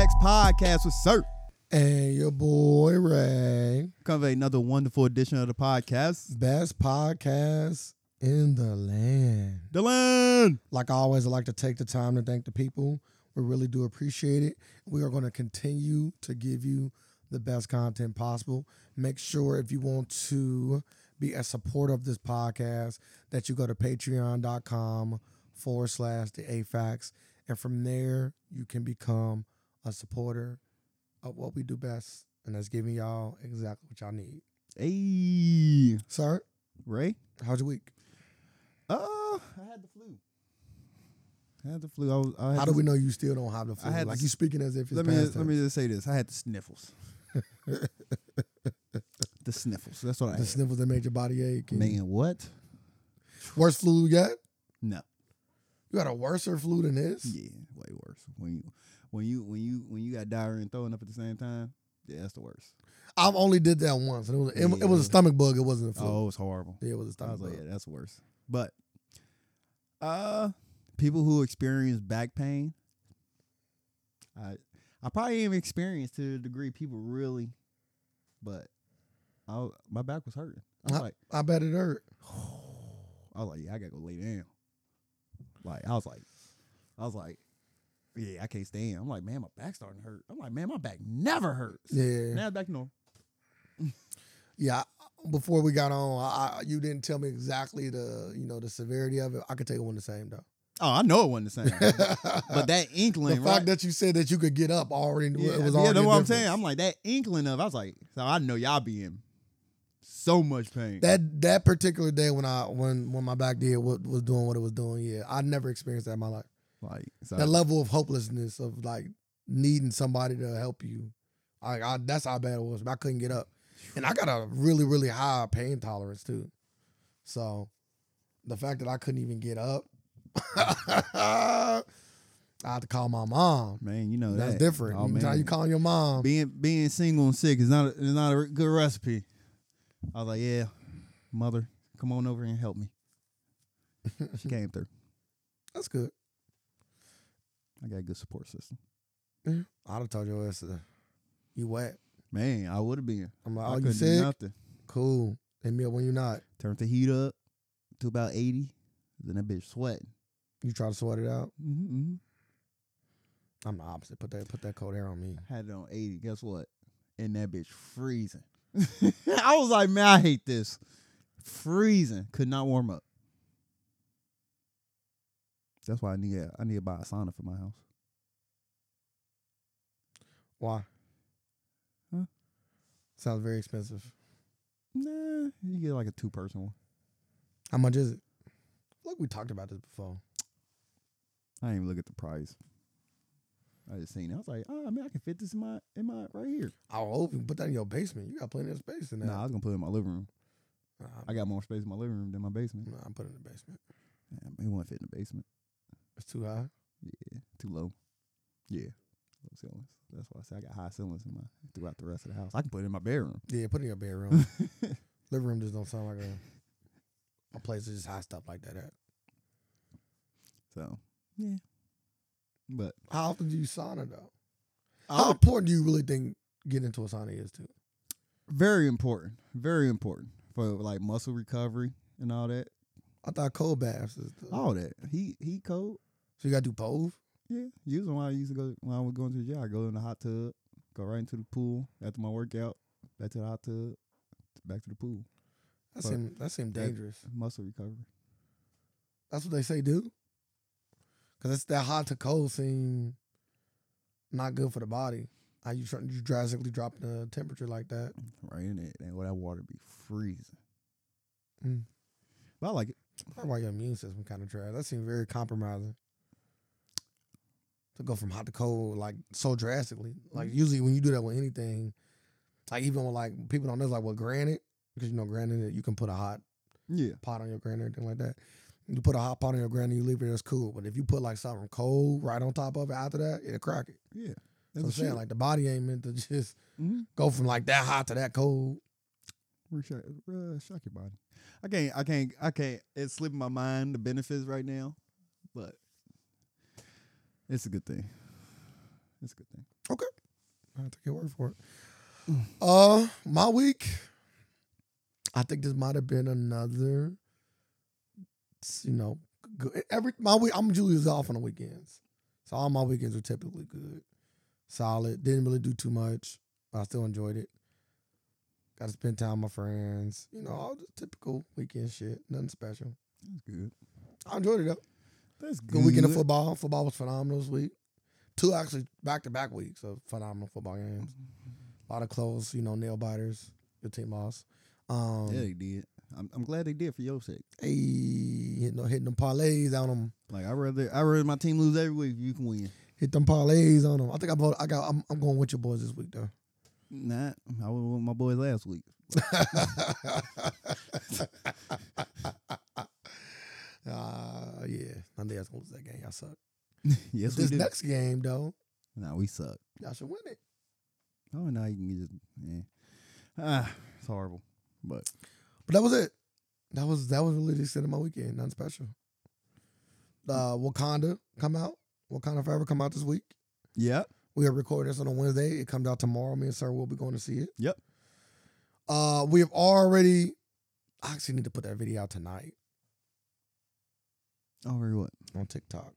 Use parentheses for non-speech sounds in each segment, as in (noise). podcast with Sir. And your boy Ray, Cover another wonderful edition of the podcast. best podcast in the land. Dylan! Like always, I like to take the time to thank the people. We really do appreciate it. We are going to continue to give you the best content possible. Make sure if you want to be a supporter of this podcast that you go to patreon.com forward slash the AFAX. And from there, you can become a supporter of what we do best. And that's giving y'all exactly what y'all need. Hey, Sir, Ray. how's your week? Oh, I had the flu. I had the flu. I was, I had How do the- we know you still don't have the flu? I had Like to- you speaking as if it's Let me past let tense. me just say this. I had the sniffles. the sniffles. That's what I The had. sniffles that made your body ache. and- Man, what? Worst flu yet? No. You got a worser flu than this? Yeah, way worse. When you when you when you when you got diarrhea and throwing up at the same time, yeah, that's the worst. I've only did that once. And it, was, it, it was a Yeah. stomach bug. It wasn't a flu. Oh, it's horrible. Yeah, it was a I stomach was like, bug. yeah, that's worse. But uh people who experience back pain, I I probably even experienced to the degree people really, but I w- my back was hurting. I was Huh? like, I bet it hurt. I was like, yeah, I gotta go lay down. Like I was like, I was like, yeah, I can't stand. I'm like, man, my back's starting to hurt. I'm like, man, my back never hurts. Yeah. Now it's back to normal. Yeah. I- Before we got on, I, I, you didn't tell me exactly the you know the severity of it. I could tell you one the same though. Oh, I know it wasn't the same. (laughs) but that (laughs) the inkling, fact right? that you said that you could get up already, yeah, it was yeah, already. that's a what I'm difference. saying. I'm like that inkling of. I was like, so I know y'all be in so much pain. that that particular day when I when when my back did what was doing what it was doing. Yeah, I never experienced that in my life. like so, that level of hopelessness of like needing somebody to help you. I, I that's how bad it was. I couldn't get up, and I got a really really high pain tolerance too. So, the fact that I couldn't even get up, (laughs) I had to call my mom. man, you know that's that. different. Oh, you, how man. you calling your mom? being being single and sick is not a, is not a good recipe. I was like, yeah, mother, come on over and (laughs) help me. she came through. that's good. I got a good support system. I'd have told your ass, uh, you wet. Man, I would have been. I'm like, I oh, you couldn't sick? do nothing. Cool. Hit me up when you're not. Turned the heat up to about eighty. Then that bitch sweating. You try to sweat it out. Mm-hmm. I'm the opposite. Put that put that cold air on me. Had it on eighty. Guess what? And that bitch freezing. (laughs) I was like, man, I hate this. Freezing. Could not warm up. That's why I need I need to buy a sauna for my house. Why? Huh? Sounds very expensive. Nah, you get like a two person one. How much is it? Look, we talked about this before. I didn't even look at the price. I just seen it. I was like, oh man, I can fit this in my in my right here. I hope you put that in your basement. You got plenty of space in there. No, I was gonna put it in my living room. Nah, I got more space in my living room than my basement. nah, I put it in the basement. Yeah, it won't fit in the basement. It's too high. Yeah, too low. Yeah, low ceilings. That's why I say I got high ceilings in my throughout the rest of the house. I can put it in my bedroom. Yeah, put it in (laughs) your bedroom. Living room just don't sound like a, a place to just high stuff like that. At. So yeah, but How often do you sauna though? I How would, important do you really think getting into a sauna is to? very important, very important for like muscle recovery and all that. I thought cold baths is. The, All that heat heat cold. So you got to do both. Yeah, usually when I used to go when I was going to the gym, I go in the hot tub, go right into the pool after my workout, back to the hot tub, back to the pool. That But seems that seemed that- dangerous. Muscle recovery. That's what they say do. Cause it's that hot to cold seem not good for the body. How you trying you drastically drop the temperature like that? Right in it. And well that water be freezing. Mm. But I like it. Probably why your immune system kind of trash. That seems very compromising. To go from hot to cold like so drastically. Like usually when you do that with anything, like even with like people don't know like with granite, because you know granite you can put a hot Yeah. pot on your granite or anything like that. You put a hot pot on your granite, you leave it, it's cool. But if you put like something cold right on top of it after that, it'll crack it. Yeah. That's what I'm saying. Like the body ain't meant to (laughs) just mm-hmm. go from like that hot to that cold. Shock, uh, shock your body. I can't I can't I can't it's slipping my mind the benefits right now. But it's a good thing. It's a good thing. Okay. I have to get word for it. Uh, my week. I think this might have been another. s- You know, good. every my week. I'm Julius off on the weekends, so all my weekends were typically good, solid. Didn't really do too much, but I still enjoyed it. Got to spend time with my friends. You know, all the typical weekend shit. Nothing special. That's good. I enjoyed it though. That's Good weekend of football. Football was phenomenal this week. Two actually back to back weeks of phenomenal football games. A lot of close, you know, nail biters. Your team lost. Um, Yeah, they did. I'm, I'm glad they did for your sake. hey, hitting, hitting them parlays on them. Like I rather I rather my team lose every week. if You can win. Hit them parlays on them. I think I voted. I got. I'm, I'm going with your boys this week though. (laughs) Nah, I was with my boys last week. (laughs) uh, yeah. None of y'all gonna lose that game. Y'all suck. yes, we this did. next game though, Nah, we suck. y'all should win it. Oh, now you can just yeah. Ah, it's horrible. But But that was it. That was that was really the extent of my weekend. Nothing special. Uh, Wakanda come out. Wakanda Forever come out this week. yep, We are recording this on a Wednesday. It comes out tomorrow. Me and Sir will be going to see it. Yep. Uh, we have already. I actually need to put that video out tonight oh, very what? on TikTok.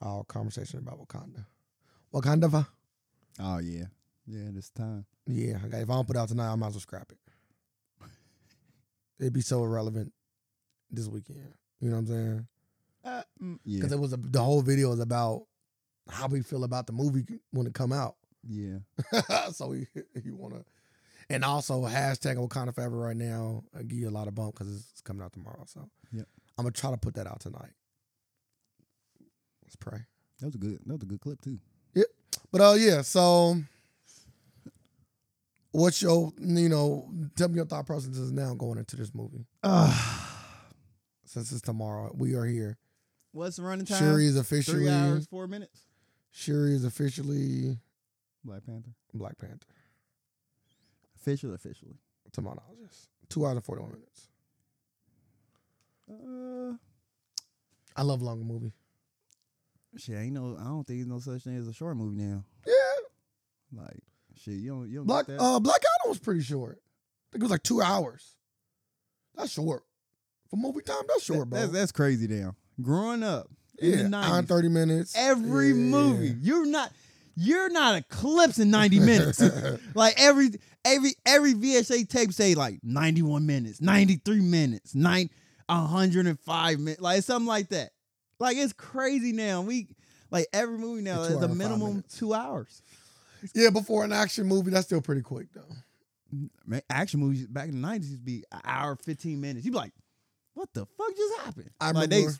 Our conversation about Wakanda. Wakanda. va- Oh yeah, yeah. This time. Yeah, I got- if I don't put it out tonight, I might as well scrap it. It'd be so irrelevant this weekend. You know what I'm saying? Uh, mm, yeah, because it was a, the whole video is about how we feel about the movie when it come out. (laughs) yeah. so we, you want to, and also hashtag Wakanda Forever right now. I give you a lot of bump because it's, it's coming out tomorrow. So Yep. I'm gonna try to put that out tonight. Let's pray. That was a good. That was a good clip too. But uh, yeah. So what's your you know tell me your thought process is now going into this movie since it's tomorrow. We are here. (sighs) What's the running time? Shuri is Three officially. hours four minutes. Shuri is officially Black Panther. Black Panther. Officially, officially. to my knowledge. yes. Two hours and forty one minutes. Uh, I love long movie. shit. Ain't no. I don't think there's no such thing as a short movie now. Yeah, Like shit. You don't. You don't. Black get that. uh, Black Adam was pretty short. I think it was like two hours. That's short for movie time. That's That- short, bro. That's, that's crazy. Now, growing up in yeah, the hour and nineties, thirty minutes. every Yeah. (laughs) movie you're not. You're not eclipsing ninety (laughs) minutes. like every every every VSA tape say like 91 minutes, 93 minutes, nine 105 minutes, like something like that. Like it's crazy now. We like every movie now It's is two hour a and five minimum minutes. two hours. (laughs) yeah, before an action movie, that's still pretty quick though. Man, action movies back in the 90s used to be an hour 15 minutes. You'd be like, what the fuck just happened? I like remember.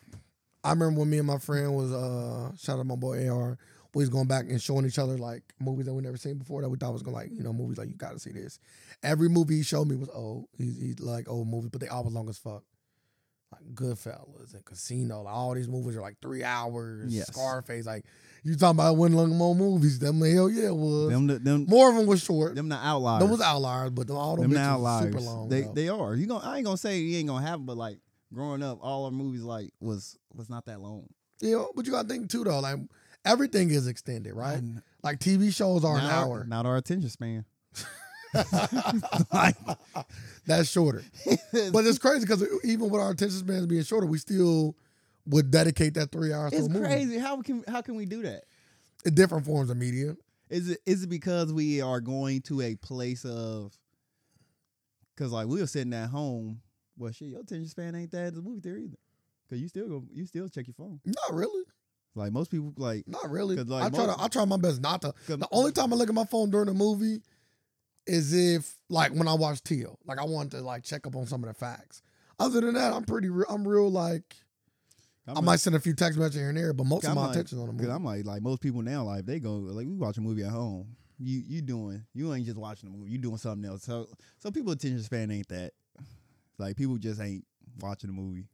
I remember when me and my friend was uh shout out my boy AR. We was going back and showing each other like movies that we never seen before that we thought was gonna like you know movies like you gotta see this. Every movie he showed me was old. He, he like old movies, but they all was long as fuck. Like Goodfellas and Casino, like, all these movies are like three hours. Yes. Scarface, like you talking about one long more movies? Them like, hell yeah it was. them the, them more of them was short. Them, them the outliers. was outliers, but them, all them, them the bitches was outliers. super long. they though. they are. You going I ain't gonna say it ain't gonna happen, but like growing up, all our movies like was was not that long. you know, but you gotta think too though, like everything is extended, right? And Like TV shows are an Not our- hour. Not our attention (laughs) span. Like- (laughs) That's shorter. But it's crazy because even with our attention spans being shorter, we still would dedicate that three hours it's to a movie. crazy. How can how can we do that? In different forms of media. Is it is it because we are going to a place of because like we were sitting at home. Well, shit, your attention span ain't that at the movie theater either. Cause you still go, you still check your phone. Not really. Like most people, like Not really. 'Cause, like, I try most- to I try my best not to. 'cause- The only time I look at my phone during a movie is if like when I watch Teal. Like I want to like check up on some of the facts. Other than that, I'm pretty real I'm real like I'm i might send a few text messages here and there, but most of I'm my like- attention's on the Cause movie. I'm like, like most people now, like they go, like we watch a movie at home. You you doing, you ain't just watching a movie. You doing something else. So so people attention span ain't that. Like people just ain't watching a movie.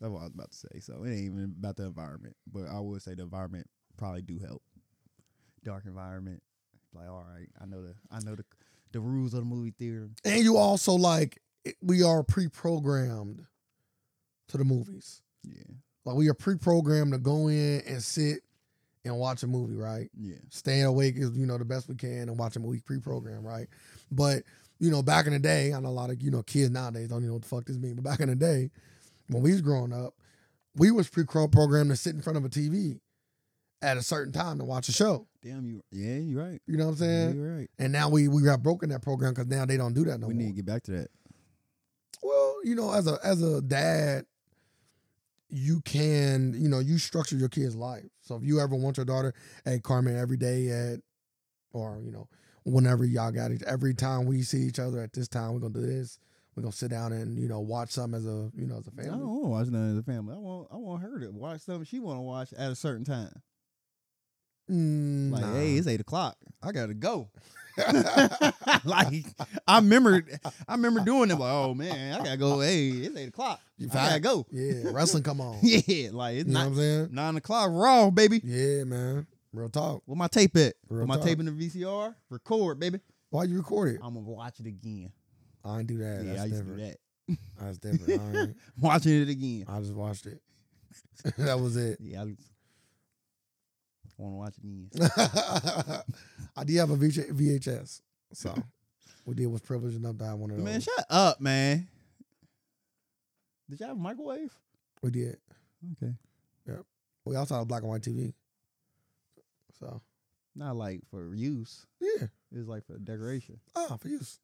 That's what I was about to say. So it ain't even about the environment, but I would say the environment probably do help. Dark environment, like all right, I know the I know the the rules of the movie theater. And you also like it- we are pre-programmed to the movies. Yeah, Like we are pre-programmed to go in and sit and watch a movie, right? Yeah. Staying awake is, you know, the best we can and watch a movie pre program, right? But, you know, back in the day, I know a lot of, you know, kids nowadays don't even know what the fuck this means, but back in the day, when we was growing up, we was pre programmed to sit in front of a TV at a certain time to watch a show. Damn you. Yeah, you're right. You know what I'm Yeah, saying? you're right. And now we we got broken that program because now they don't do that no we more. need to get back to that. Well, you know, as a as a dad, you can, you know, you structure your kid's life. So if you ever want your daughter, hey Carmen, every day at or, you know, whenever y'all got it, every time we see each other at this time, we're gonna do this. We're gonna sit down and, you know, watch something as a you know, as a I don't family. want to watch none of the family. I want I want her to watch something she want to watch at a certain time. Mm, Like, nah. hey, it's eight o'clock. I gotta (laughs) go. like I remember I remember doing it like, oh man, I gotta go. Hey, it's eight o'clock. You I gotta fat. go. (laughs) Yeah, wrestling come on. you Yeah, like it's know what nine, I'm saying? nine o'clock raw, baby. Yeah, man. Real talk. Where my tape at? Real Put my talk. tape in the VCR. Record, baby. Why you record it? I'm gonna watch it again. I ain't do that. Oh. Yeah, That's I used different. to do that. That's different. I, ain't- (laughs) Watching it again. I just watched it. (laughs) that was it. Yeah, I want to watch it again. (laughs) I did have a VJ VHS, so we did was privileged enough to have one of those. Man, shut up, man. Did you have a microwave? we did. Okay. We also had a black and white TV. So Not like for use. yeah, It was like for decoration. ah, for use.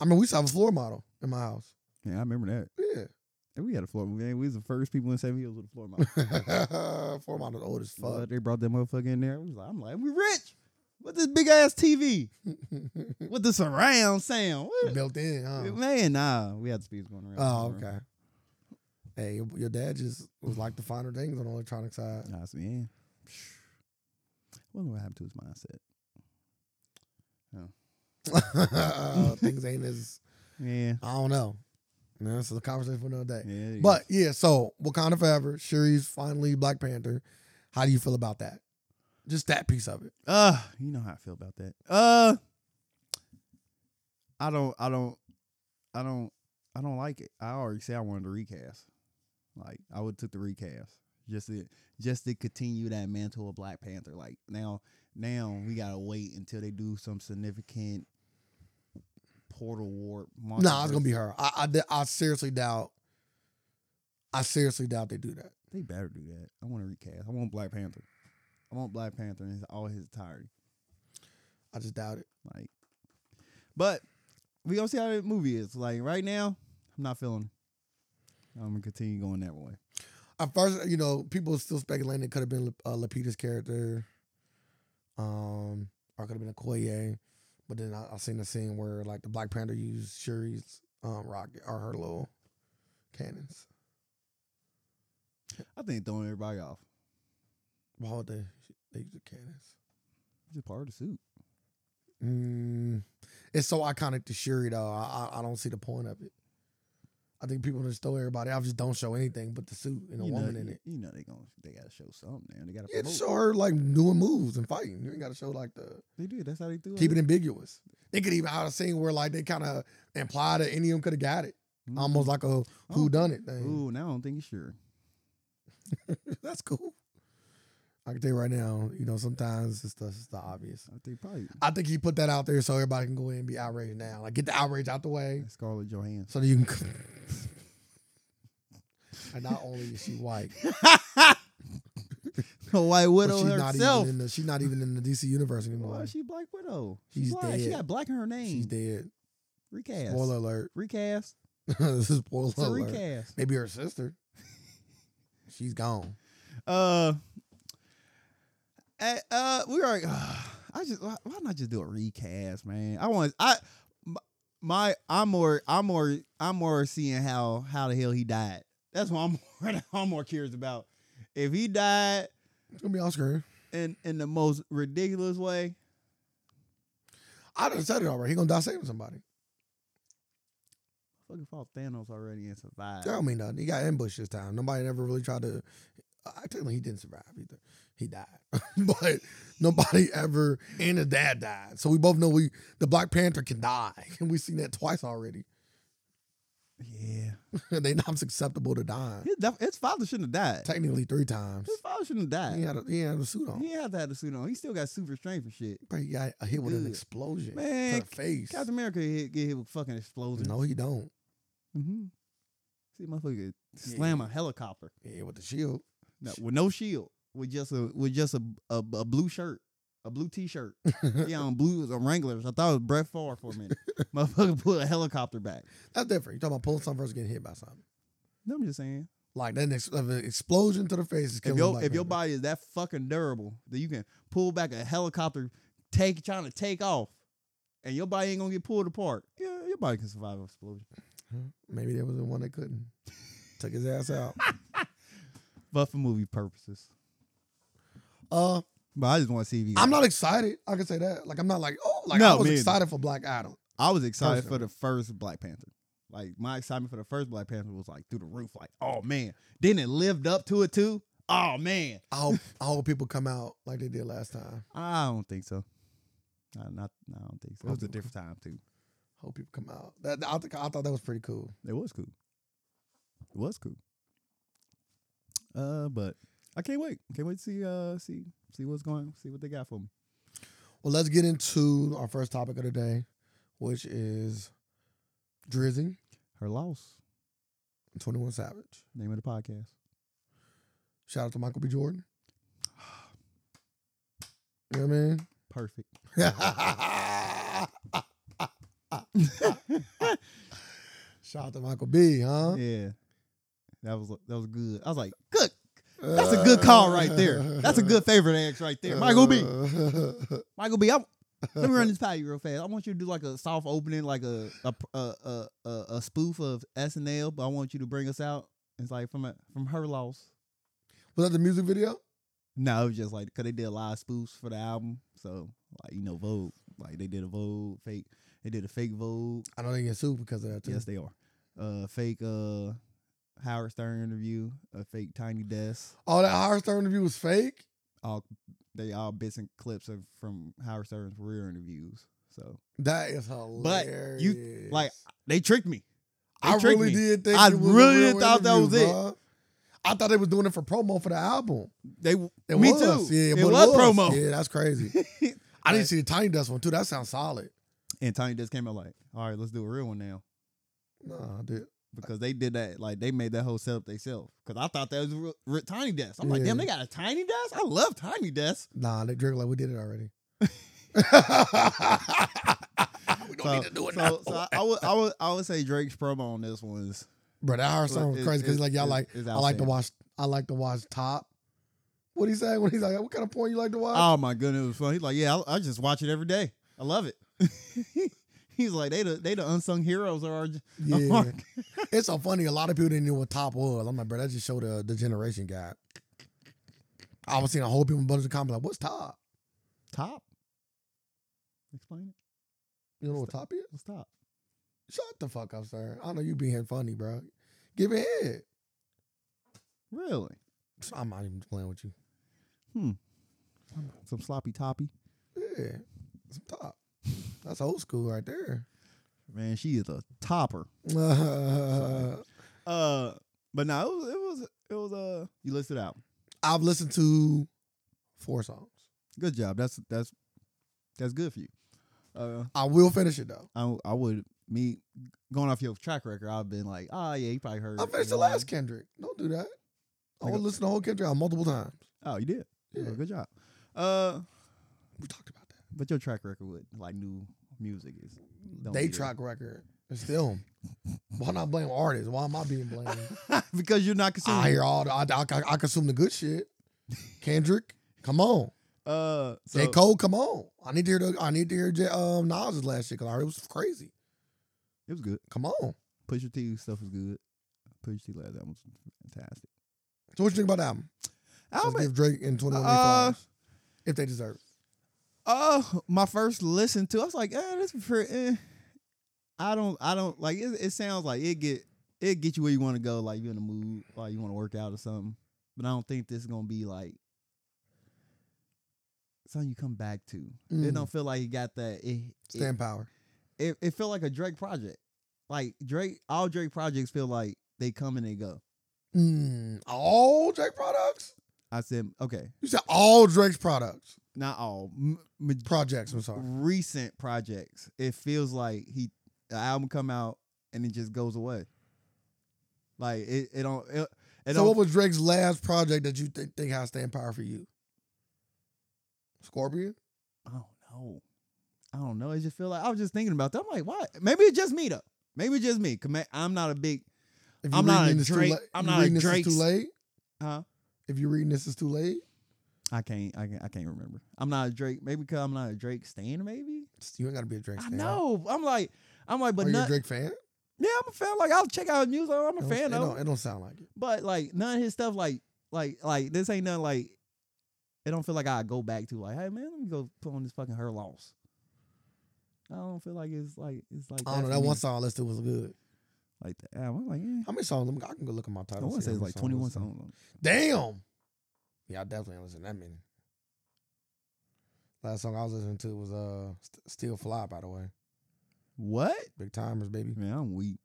I mean, we used to have a floor model in my house. Yeah, I remember that. Yeah, (laughs) And we had a floor. Man, we was the first people in Seven Hills with a floor (laughs) model. floor model old as But fuck. they brought that motherfucker in there. We was like, I'm like, we rich. With this big ass TV. With the surround sound. What- (laughs) Built in, huh? Man, nah. We had speakers going around. Oh, okay. Hey, your- your dad just was like the finer things on the electronic side. (laughs) I said, yeah. wonder what happened to his mindset. things ain't as Yeah. I don't know. Man, this is a conversation for another day. Yeah. it is. But yeah, so Wakanda Forever, Shuri's finally Black Panther. How do you feel about that? Just that piece of it. Uh, you know how I feel about that. Uh I don't I don't I don't I don't like it. I already said I wanted to recast. Like I would took the recast just to just to continue that mantle of Black Panther. Like now now we gotta wait until they do some significant portal warp. No, nah, it's gonna be her. I, I d- I seriously doubt. I seriously doubt they do that. They better do that. I want to recast. I want Black Panther. I want Black Panther in his, all his entirety. I just doubt it. Like, but we gonna see how the movie is. Like right now, I'm not feeling. it. I'm gonna continue going that way. At first, you know, people still speculating it could have been uh, Lapita's character, um, or could have been Okoye. But then I, I seen the scene where like the Black Panther used Shuri's um, rocket or her little cannons. I think throwing everybody off. Why would they they use the cannons? It's just part of the suit. Mm, it's so iconic to Shuri though. I, I I don't see the point of it. I think people just throw everybody. I just don't show anything but the suit and a you woman know, in you- it. You know they gonna they gotta show something. Man. They gotta Yeah, promote. just show her like doing moves and fighting. You ain't got to show like the They did. That's how they do keep it ambiguous. They could even have a scene where like they kind of imply that any of them could have got it, Mhm. almost like a who done it thing. Ooh, now I don't think it's sure. (laughs) That's cool. I can tell you right now, you know, sometimes it's the, it's the obvious. I think probably I think he put that out there so everybody can go in and be outraged now. Like get the outrage out the way. Scarlett Johansson. so that you can. (laughs) and not only is she (laughs) white, (laughs) The White but Widow she's not herself. even in the she's not even in the DC universe anymore. Why is she Black Widow? She's She's black. She dead. got black in her name. She's dead. Recast. Spoiler alert. (laughs) Recast. this is spoiler It's a alert. recast. Maybe her (laughs) sister. She's gone. Uh, eh, uh, we are. (sighs) I just why, why not just do a recast, man? I want I m- my I'm more I'm more I'm more seeing how how the hell he died. That's what I'm (laughs) more, I'm more curious about. If he died It's gonna be Oscar. in in the most ridiculous way, I done said it already. He gonna die saving somebody. fucking fought Thanos already and survived. That don't mean nothing. He got ambushed this time. Nobody ever really tried to. I technically he didn't survive either. He died, (laughs) but nobody ever and his dad (laughs) died. So we both know we the Black Panther can die, and we've seen that twice already. Yeah. they (laughs) not acceptable to dying. His, def- his father shouldn't have died. Technically three times. His father shouldn't have He died. had a, he had a suit on. He had to have the suit on. He still got super strength and shit. But he got hit with an Good. explosion Man, to the face. Captain America hit, get hit with fucking explosions. No, he don't. Mm-hmm. See, motherfucker, slam a helicopter. Yeah, with the shield. No, with no shield, with just a with just a a, a blue shirt, a blue t (laughs) shirt. yeah, on blue on Wranglers. I thought it was Brett Favre for a (laughs) minute. motherfucker pulled a helicopter back. That's different. You're talking about pulling something versus getting hit by something. No, I'm just saying. Like that next of an explosion to the face is If killing your Black if your Panther. body is that fucking durable that you can pull back a helicopter, take trying to take off, and your body ain't gonna get pulled apart. Yeah, your body can survive an explosion. Maybe there was the one (laughs) that couldn't. Took his ass out. But for movie purposes, Uh, but I just want to see if you. I'm not excited. I can say that. Like I'm not like oh like No, I was me either. excited for Black Adam. I was excited Personally. for the first Black Panther. Like my excitement for the first Black Panther was like through the roof. Like, oh man, then it lived up to it too. Oh man, (laughs) I hope I hope people come out like they did last time. I don't think so. I not, I don't think so. It was a Okay. different time too. Hope people come out. That I think I thought that was pretty cool. It was cool. It was cool. Uh, but I can't wait. Can't wait to see uh see see what's going. See what they got for me. Well, let's get into our first topic of the day, which is Drizzy, Her loss. Twenty One Savage. Name of the podcast. Shout out to Michael B. Jordan. You know what I mean? Perfect. Shout (laughs) out to Michael B, huh? Yeah, that was that was good. I was like, good. That's a good call right there. That's a (laughs) good favorite ex right there. Michael B. Michael B. I, let me run this past you real fast. I want you to do like a soft opening, like a a a a, a, a spoof of SNL, but I want you to bring us out. It's like from a, from her loss. Was that the music video? No, it was just like because they did a lot of spoofs for the album, so like you know Vogue, like they did a Vogue fake, they did a fake Vogue. I know they get sued because of that too. Yes, they are. Uh, fake uh Howard Stern interview, a fake Tiny Desk. Oh, that Howard Stern interview was fake. All they all bits and clips of from Howard Stern's real interviews. So That is hilarious. like they tricked me. They I tricked me. really did think I it was a really real thought that interview, was it. bruh. I thought they was doing it for promo for the album. They It me was. too. Yeah, it, but was, promo. Yeah, (laughs) that's crazy. I Right. didn't see the Tiny Dust one too. That sounds solid. And Tiny Desk came out like, all right, let's do a real one now. Nah, dude. because they did that like they made that whole setup themselves. Because I thought that was real, real tiny desk. I'm like, Yeah. damn, they got a tiny desk. I love tiny desk. Nah, they drink like we did (laughs) it already. (laughs) we don't need to do it now. so, so I, I would I would I would say Drake's promo on this one is (laughs) Bro, that hard song was is- crazy because is- like y'all is- like is I like to outstanding. watch I like to watch top. What he say? What he's like? What kind of porn you like to watch? oh my goodness, it was fun. He's like, yeah, I, I just watch it every day. I love it. (laughs) He's like, they the they the unsung heroes of our (laughs) yeah, it's so funny. A lot of people didn't know what top was. I'm like, bro, that just showed the the generation gap. I was seeing a whole people bunch of comments like, "What's top? top. Explain it. You don't know what top is? What's top? Shut the fuck up, sir. I know you being funny, bro. Give it head. Really? I'm not even playing with you. Some sloppy toppy. Yeah, some top. That's old school right there. (laughs) Man, she is a topper. Uh, but no, it was it was it was uh you listed out. I've listened to four songs. Good job. That's that's that's good for you. Uh, I will finish it though. I I would me going off your track record. I've been like, oh yeah, you probably heard. I finished the one." last Kendrick. Don't do that. I Like will a- listen to the whole Kendrick album multiple times. Oh, you did. Yeah. Yeah. good job. Uh, We talked about that. but your track record with like new music is don't they be track record. It's still. Why not blame artists? Why am I being blamed? (laughs) there. (laughs) because you're not I consuming. hear all the. I, I, I consume the (laughs) good shit. Kendrick, come on. Uh, so, J Cole, come on. I need to hear the. I need to hear J, um, Nas's last shit because it was crazy. it was good. Come on. Push your T stuff was good. Push T last album was fantastic. So what you think about that album? Let's Album give Drake and Twenty One Uh, if they deserve. it. Uh, my first listen to, I was like, eh, this is pretty. Eh. I don't, I don't like. It, it sounds like it get it get you where you want to go. Like you're in the mood, like you want to work out or something. But I don't think this is gonna be like something you come back to. It Mm. don't feel like you got that. It, Stand power. it, it, it felt like a Drake project. like Drake, all Drake projects feel like they come and they go. Mm, all Drake products? I said, okay, You said all Drake's products. not all m- ma- Projects, I'm sorry. recent projects. It feels like he the album come out and it just goes away. Like it, it don't. It, it so don't what was Drake's last project that you think think has staying power for you? Scorpion? I don't know. I don't know. It just feel like I was just thinking about that. I'm like, what? Maybe it's just me though. Maybe it's just me. 'Cause ma- I'm not a big. If you I'm not reading a this too Drake- late- I'm you not a reading this is Drake's- too late. Huh? If you're reading this is too late, I can't. I can't. I can't remember. I'm not a Drake. Maybe because I'm not a Drake stan. Maybe you ain't gotta be a Drake I fan. know. I'm like. I'm like, but Are you a not. Drake fan? Yeah, I'm a fan. Like I'll check out news. I'm It a don't- fan it of. don't, it don't sound like it. But like none of his stuff, like like like this ain't nothing like it don't feel like I go back to like, hey man, let me go put on this fucking her loss. I don't feel like it's like it's like I don't know. for That me. one song I listened to was good. like the album. I'm like, yeah. How many songs? Let me, I can go look at my I title. want to see say how it's many like 21 I listened songs. on it. to. Damn. Yeah, I definitely ain't listened to that many. Last song I was listening to was uh St- Still Fly, by the way. What? Big Timers, baby. Man, I'm weak.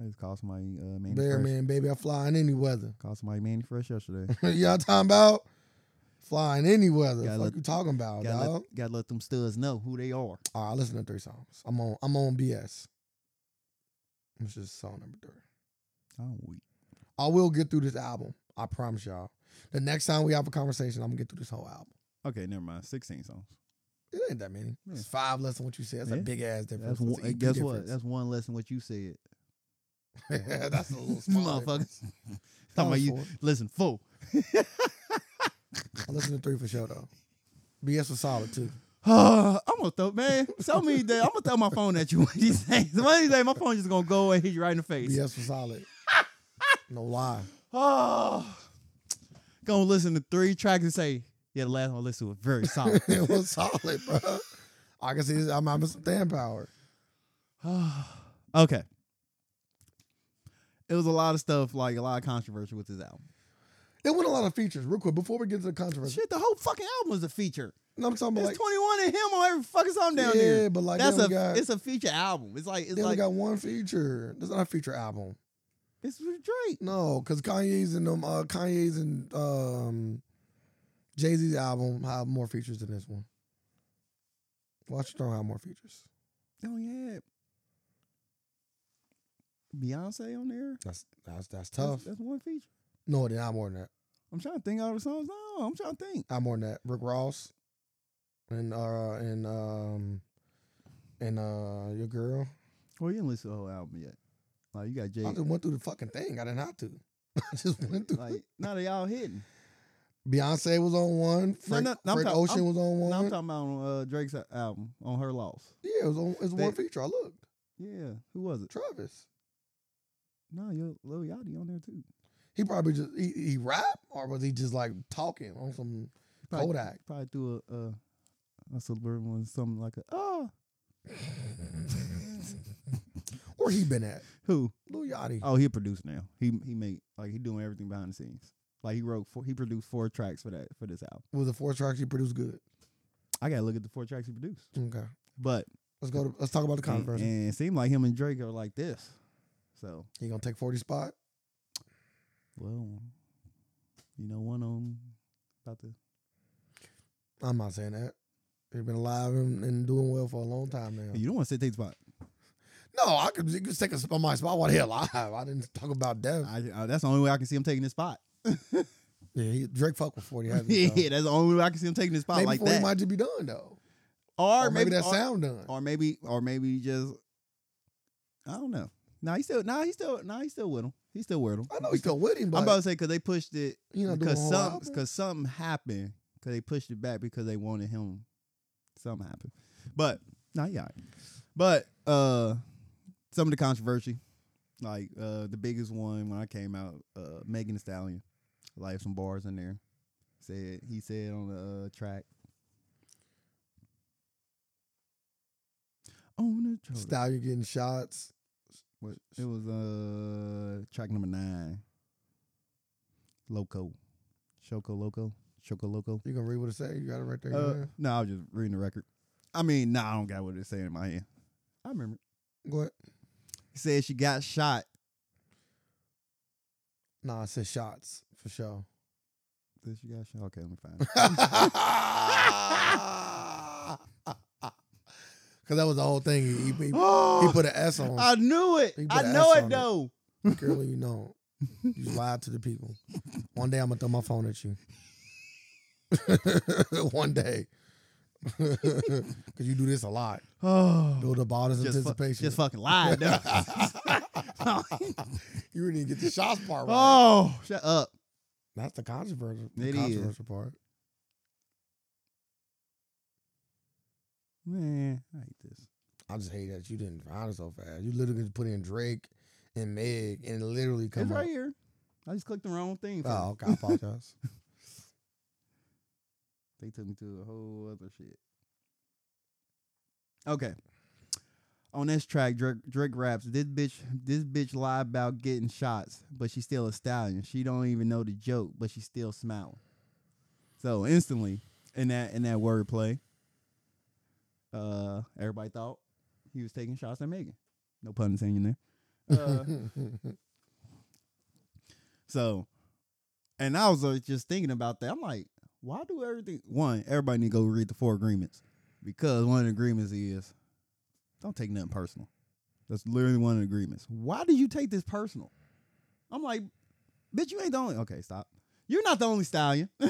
I just called somebody uh Manny Bear Fresh. man, baby, I fly in any weather. (laughs) Called somebody Manny Fresh yesterday. Y'all talking about flying any weather? Gotta Fuck let- you talking about, gotta, Oh, dog? let, gotta let them studs know who they are. All right, I listen to three songs. I'm on. I'm on BS. Which is song number three. I'm weak. I will get through this album. I promise y'all. The next time we have a conversation, I'm gonna get through this whole album. Okay, never mind. 16 songs. It ain't that many. Yeah. It's five less than what you said. That's a Yeah. big ass difference. That's one, eh, That's a EP guess what? difference. That's one less than what you said. (laughs) That's, (laughs) a little small. (laughs) difference. Motherfuckers. Talking about you. Listen, fool. (sighs) I listen to three for sure though. BS was (laughs) solid too. I'm gonna throw man. So many days. I'm gonna throw my phone at you (laughs) one of these days. One of these days, my phone just gonna go and hit you right in the face. BS was solid. No lie. (laughs) Oh, (sighs) gonna listen to three tracks and say, yeah, the last one I listened to was very (laughs) solid. (sighs) it was solid, bro. I can see this. I'm having some damn power. okay. It was a lot of stuff, like a lot of controversy with this album. It went a lot of features. Real quick, before we get to the controversy, Shit, the whole fucking album was a feature. no, I'm talking It's about 21 like, and him on every fucking song down yeah, there. but like That's they a only got, it's a feature album. It's like it's they only like got one feature. That's not a feature album. it's with Drake. No, because Kanye's and them, uh, Kanye's and um, Jay Z's album have more features than this one. Watch Throne have more features. Oh yeah. Beyonce on there. That's that's That's- that's tough. That's, one feature. No, it did not more than that. I'm trying to think all the songs. No, I'm trying to think. Not more than that. Rick Ross and uh and um and uh your girl. Well, you didn't listen to the whole album yet. Like you got Jay. I just went through the fucking thing. I didn't have to. (laughs) I just went through. Like now they all hitting. Beyonce was on one. Frank, no, no, I'm Frank talk- Ocean I'm- was on (laughs) one. Now I'm talking about on, uh, Drake's album on her loss. yeah, it was on. It's They- one feature. I looked. Yeah, who was it? Travis. No, yo, Lil Yachty on there too. He probably just he, he rap or was he just like talking on (laughs) some Probably- Kodak? Probably threw a uh, a celebrity one, something like a oh (laughs) Where he been at? who? Lil Yachty. Oh, he produced now. He he made like he doing everything behind the scenes. Like he wrote four, he produced four tracks for that for this album. Was the four tracks he produced good? I gotta look at the four tracks he produced. Okay, But let's go. To, let's talk about the and, controversy. and it seemed like him and Drake are like this. So He gonna take forty spot. well, you know, one of them about to. I'm not saying that. He's been alive and, and doing well for a long time now. You don't want to sit take spot. no, I could, you could take a spot my spot while he alive. I didn't talk about death. I, I, that's the only way I can see him taking this spot. yeah, he, Drake fuck with forty. (laughs) Hasn't he, yeah, so. that's the only way I can see him taking this spot Maybe like 40 that. might just be done though, or, or maybe, that or, sound done. or maybe or maybe just I don't know. Nah, he still nah he still nah he still with him. He still with him. I know he's still with him, but I'm about to say because they pushed it you know, because some something. because something happened because they pushed it back because they wanted him. Something happened, but not yet. But uh, some of the controversy, like uh, the biggest one when I came out, uh, Megan Thee Stallion, like some bars in there. Said he said on the uh, track. On the track, Style, you getting shots. what- it was uh track number nine. Loco, Choco Loco, Choco Loco. You gonna read what it say? You got it right there. in your Uh, hand? no, I was just reading the record. I mean, nah, I don't got what it's saying in my hand. I remember. Go ahead. It said she got shot. Nah, I said shots for sure. Said she got shot. Okay, let me find. it. (laughs) (laughs) Because that was the whole thing. He, he, he put an S (laughs) on. I knew it. He put I an know S it on it. though. Girl, you know. You lied to the people. One day I'm gonna throw my phone at you. (laughs) One day. (laughs) Cause you do this a lot. Oh, (sighs) Build up all this just, fu- anticipation. just fucking lied. (laughs) though. (laughs) you didn't even get the shots part right. oh, shut up. That's the controversial, the It is. controversial part. Man, I hate this. I just hate that you didn't find it so fast. You literally just put in Drake and Meg and it literally come it's up. right here. I just clicked the wrong thing. for Oh, you. okay. I apologize. (laughs) They took me to a whole other shit. Okay. On this track, Drake, Drake raps, this bitch, this bitch lied about getting shots, but she's still a stallion. She don't even know the joke, but she's still smiling. So instantly, in that in that wordplay, uh, everybody thought he was taking shots at Megan. No pun intended there. (laughs) Uh, so, and I was uh, just thinking about that. I'm like, why do everything? One, everybody need to go read the four agreements because one of the agreements is don't take nothing personal. That's literally one of the agreements. Why do you take this personal? I'm like, bitch, you ain't the only. Okay, stop. You're not the only stallion, (laughs)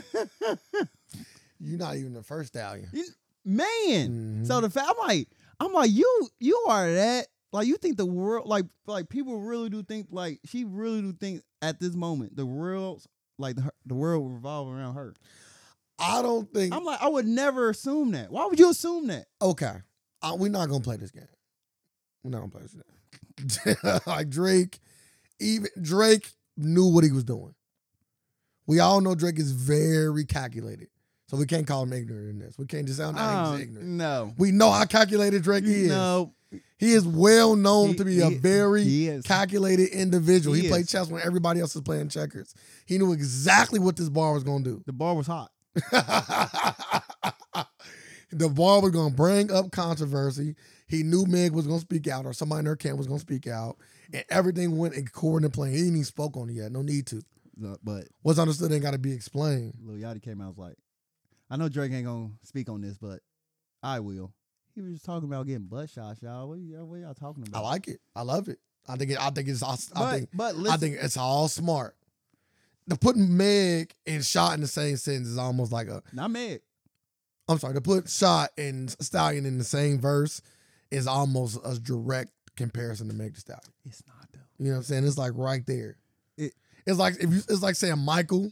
You're not even the first stallion. man. Mhm. So the fact I'm like, I'm like, you, you are that. Like you think the world, like, like people really do think, like she really do think at this moment the world's like the, the world revolve around her. I don't think I'm like, I would never assume that. Why would you assume that? Okay. Uh, we're not gonna play this game. We're not gonna play this game. (laughs) like Drake, even Drake knew what he was doing. We all know Drake is very calculated. So we can't call him ignorant in this. We can't just sound like Um, he's ignorant. No. We know how calculated Drake is. No. He is well known He- to be a he- very he is. calculated individual. He, He played is. chess when everybody else was playing checkers. He knew exactly what this bar was gonna do. (laughs) The bar was hot. the bar was gonna bring up controversy. He knew Meg was gonna speak out, or somebody in her camp was gonna speak out, and everything went according to plan. He didn't even spoke on it yet. No need to. No, But What's understood ain't gotta be explained. Lil Yachty came out and was like, I know Drake ain't gonna speak on this, but I will. He was just talking about getting butt shots, y'all. What, y'all. what y'all talking I about? like it. I love it. I think it. I think it's. Oh, I, but, think. but listen, I think it's all smart. The putting Meg and shot in the same sentence is almost like a. not mad. I'm sorry. To put shot and stallion in the same verse is almost a direct comparison to Meg the Stallion. It's not though. You know what I'm saying? It's like right there. It- it's like if you it's like saying Michael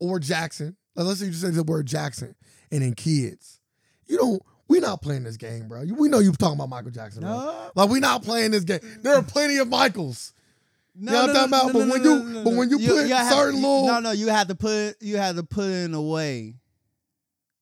or Jackson. Like, let's say you just say the word Jackson and then kids. You don't we're not playing this game, bro. You- We know you talking about Michael Jackson, bro. No, Like we not playing this game. There are plenty of Michaels. no, know what I'm talking about? But when you- but when you put have- certain you- little- no, no, you had to put you had to put in a way,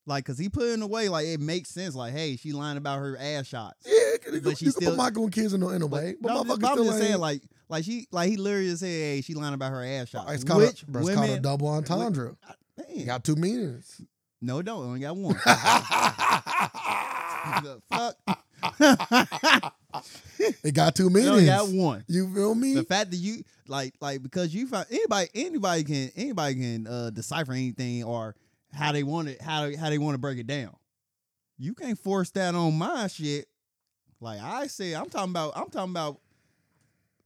like, cause he put in a way, like it makes sense. Like, hey, she lying about her ass shots. Yeah, you, But she you can still- put Michael and kids in a, in a way. But, no, I'm just- motherfuckers I'm still just ain't- saying, like, like she, like he literally just said, "Hey, she lying about her ass shot." it's called, Which a, bro, it's women? called a double entendre. Damn. You got two meanings. no, it don't. It only got (laughs) one. the fuck. (laughs) it got two it (laughs) meanings. only got one. You feel me? The fact that you like, like, because you find anybody, anybody can, anybody can uh, decipher anything or how they want it, how how they want to break it down. You can't force that on my shit. Like I said, I'm talking about, I'm talking about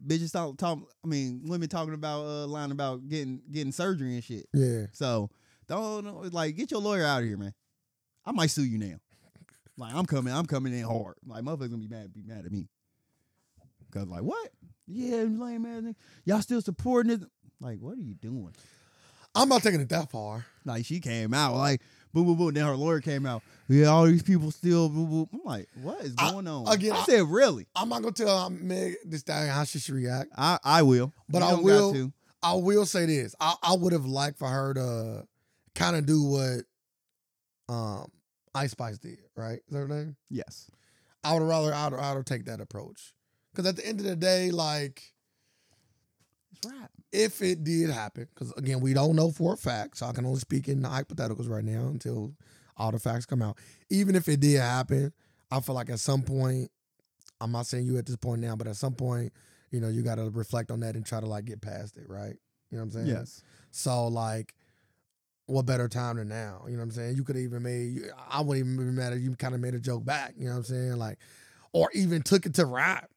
bitches talking, talk, I mean, women talking about uh, lying about getting getting surgery and shit. yeah. So don't don't- like get your lawyer out of here, man. I might sue you now. Like I'm coming, I'm coming in hard. Like motherfuckers gonna be mad, be mad at me. Cause like what? Yeah, you lame ass. nigga. Y'all still supporting it? Like what are you doing? I'm not taking it that far. Like she came out like boo boo boo. Then her lawyer came out. Yeah, all these people still boo boo. I'm like, what is I- going on? again, I I- said really. I'm not gonna tell uh, Meg this thing how she should react. I I will, But You I don't got will- to. I will say this. I, I would have liked for her to kind of do what um Ice Spice did, right? Is that her name? Yes. I would rather I'd rather take that approach. Cause at the end of the day, like It's right. if it did happen, because again, we don't know for a fact, so I can only speak in the hypotheticals right now until all the facts come out. Even if it did happen, I feel like at some point, I'm not saying you at this point now, but at some point, you know, you got to reflect on that and try to like get past it, right? You know what I'm saying? Yes. So like, what better time than now? You know what I'm saying? You could have even made. you- I wouldn't even be mad if you kind of made a joke back. You know what I'm saying? Like, or even took it to rap.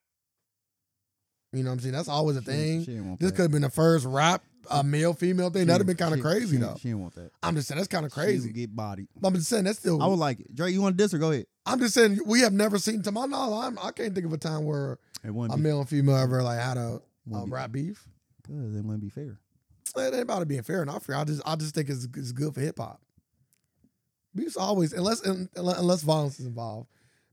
You know what I'm saying? That's always a She didn't- thing. she didn't want This that. could have been the first rap a male female She thing. That'd have been didn't- kind of she- crazy she didn't- though. She didn't want that. I'm just saying that's kind of She would crazy. get bodied. But I'm just saying that's still. I would like it. Dre, you want to diss or go ahead? I'm just saying we have never seen to my knowledge. I'm, I can't think of a time where It wouldn't a be male and female ever like had a, a wouldn't be- rap beef. Cause it wouldn't be fair. It ain't about it being fair enough. I just I just think it's, it's good for hip hop. Beef's always unless un- unless violence is involved.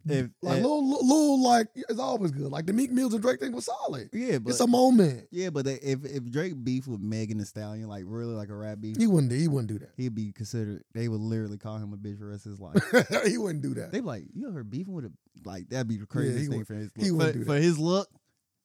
If, Mm, eh, Like if- little little like it's always good. Like the Meek Mills and Drake thing was solid. yeah, but it's a moment. yeah, but they, if if Drake beef with Megan Thee Stallion, like really like a rap beef, He wouldn't do- he wouldn't do he'd be considered. They would literally call him a bitch for the rest of his (laughs) life. that. he wouldn't do that. They be like, you ever beefing with a like that'd be the craziest he thing would- for his he look. wouldn't for, do for his look.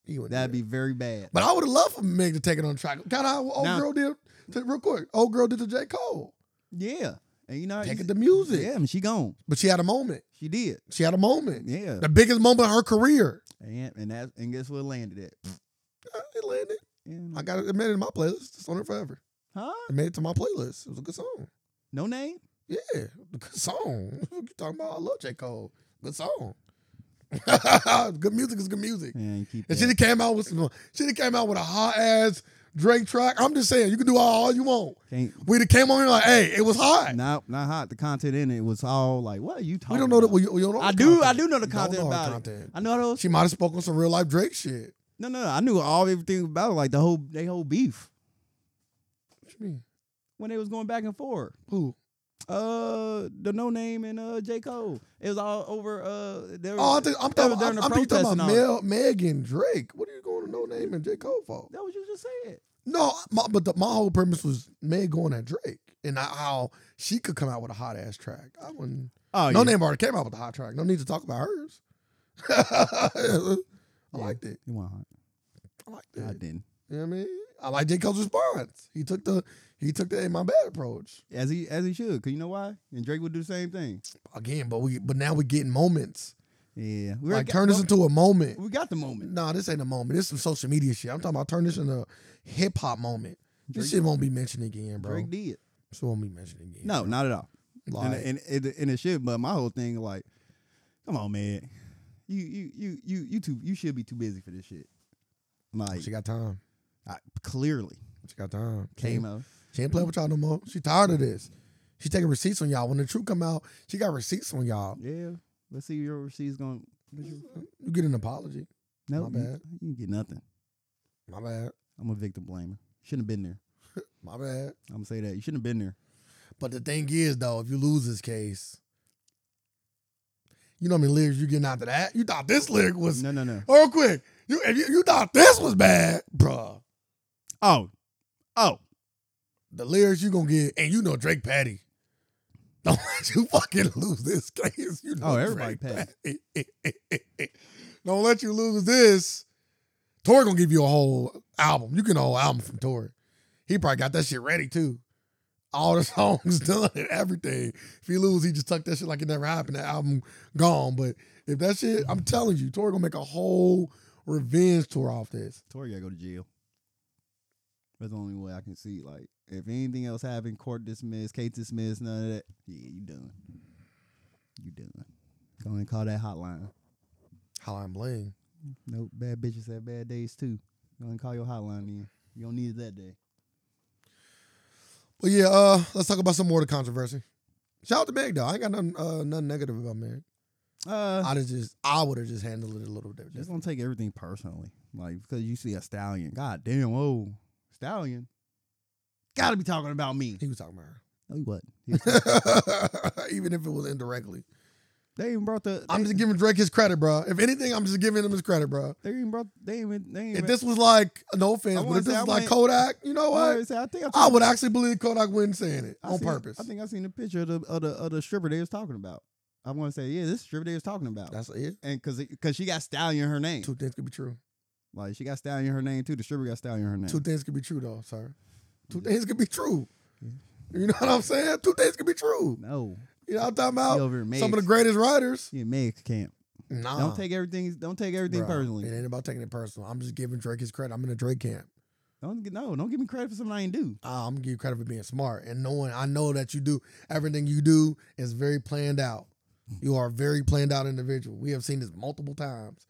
He wouldn't. do That'd that. be very bad. But I would have loved for Meg to take it on track. Kind of old Now- girl did. To, real quick, old girl did to J Cole. Uh, yeah, and you know, Take you- it to music. Yeah, I mean, she gone. But she had a moment. She did. She had a moment. Yeah, (laughs) The biggest moment of her career. and and that and guess what landed it. Uh, It landed. And- I got it. It made it in my playlist. It's on it forever. huh? It made it to my playlist. It was a good song. No name. Yeah, a good song. (laughs) what you talking about? I love J Cole. Good song. (laughs) good music is good music. And keep And that. she done came out with some. She done came out with a hot ass Drake track. I'm just saying, you can do all you want. Can't, We done came on here like, hey, it was hot. not not hot. The content in it was all like, what are you talking? We don't know that. about? We, we don't know I the do. I content. do know the Don't content know her about it. content. I know those. She might have spoken some real life Drake shit. No, no, no. I knew all everything about it, like the whole they whole beef What you mean? when they was going back and forth. Who? Uh, the no name and uh J Cole. It was all over. Uh, there Oh, I was, think, I'm That was talking. during I'm, the I'm thinking protest talking and all about Mel, Meg and Drake. What are you going to no name and J Cole for? that was you just said. No, my, but the, my whole premise was Meg going at Drake and I- how she could come out with a hot ass track. I wouldn't. Oh, no name already came out with a hot track. No need to talk about hers. (laughs) I liked it. You want hot? I liked I it. didn't. You know what I mean? I like J Cole's response. He took the he took the "Ain't my bad approach As he as he should, cause you know why? And Drake would do the same thing. again. But we but now we're getting moments. Yeah, we Like got- turn this into a moment. We got the moment. Nah, this ain't a moment. This is some social media shit. I'm talking about turn this into a hip hop moment. This Drake- shit won't be mentioned again, bro. Drake did. This won't be mentioned again. No, not at all. Like, and, and and and it should. But my whole thing, like, come on, man, you you you you you too you should be too busy for this shit. Like, she got time. I, clearly She got time. She came ain't, out. she ain't playing with y'all no more. She tired of this. She taking receipts on y'all. When the truth come out, she got receipts on y'all. Yeah, let's see your overseas going. No, You get an apology. nope, My you, bad. you didn't get nothing. My bad. I'm a victim blamer. Shouldn't have been there. My bad. I'm gonna say that you shouldn't have been there. But the thing is, though, if you lose this case, you know how many lyrics you getting after that? You thought this lyric was No, no, no. real quick. You if you, you thought this was bad, bruh. Oh, oh, The lyrics you gonna get, and you know Drake Patty. Don't (laughs) let you fucking lose this case. You know Oh, everybody Drake Patty. (laughs) Don't let you lose this. Tory gonna give you a whole album. You can a whole album from Tory. He probably got that shit ready too. All the (laughs) songs done and everything. If he lose, he just tuck that shit like it never happened. That album gone. But if that shit, I'm telling you, Tory gonna make a whole revenge tour off this. Tori gotta go to jail. That's the only way I can see. Like, if anything else happened, court dismissed, case dismissed, none of that. Yeah, you done. You done. Go and call that hotline. How I'm bling. Nope, bad bitches have bad days too. Go and call your hotline in. You don't need it that day. But yeah, uh, let's talk about some more of the controversy. Shout out to Meg though. I ain't got nothing, uh, nothing negative about Meg. Uh, I'd have just, I would have just handled it a little bit. just don't take everything personally. Like, because you see a stallion. God damn, oh, stallion. Gotta be talking about me. He was talking about No, he wasn't. He was- her, (laughs) even if it was indirectly. (laughs) they even brought the. They, I'm just giving Drake his credit, bro. If anything, I'm just giving him his credit, bro. they even brought. They even. They even If this was like, no I offense, but wanna if this say I was like went- Kodak, you know I, what? always say, I think I I told would actually believe Kodak wasn't saying it I on seen- purpose. I think I seen the picture of the of the, of the stripper they was talking about. I want to say, yeah, this stripper they was talking about, That's it. and because because she got stallion her name, Two things could be true. like she got stallion her name too. The stripper got stallion her name. Two things could be true, though, sir. Two things could be true. You know what I'm saying? Two things could be true. No, You know what I'm talking he about? over in Meg's, Some of the greatest writers. he in Meg's camp. Nah. Don't take everything. Don't take everything Ah. bruh. It personally. ain't about taking it personal. I'm just giving Drake his credit. I'm in a Drake camp. Don't gi- no. Don't give me credit for something I ain't do. Uh, I'm gonna give you credit for being smart and knowing. I know that you do everything you do is very planned out. Mm. You are a very planned out individual. We have seen this multiple times.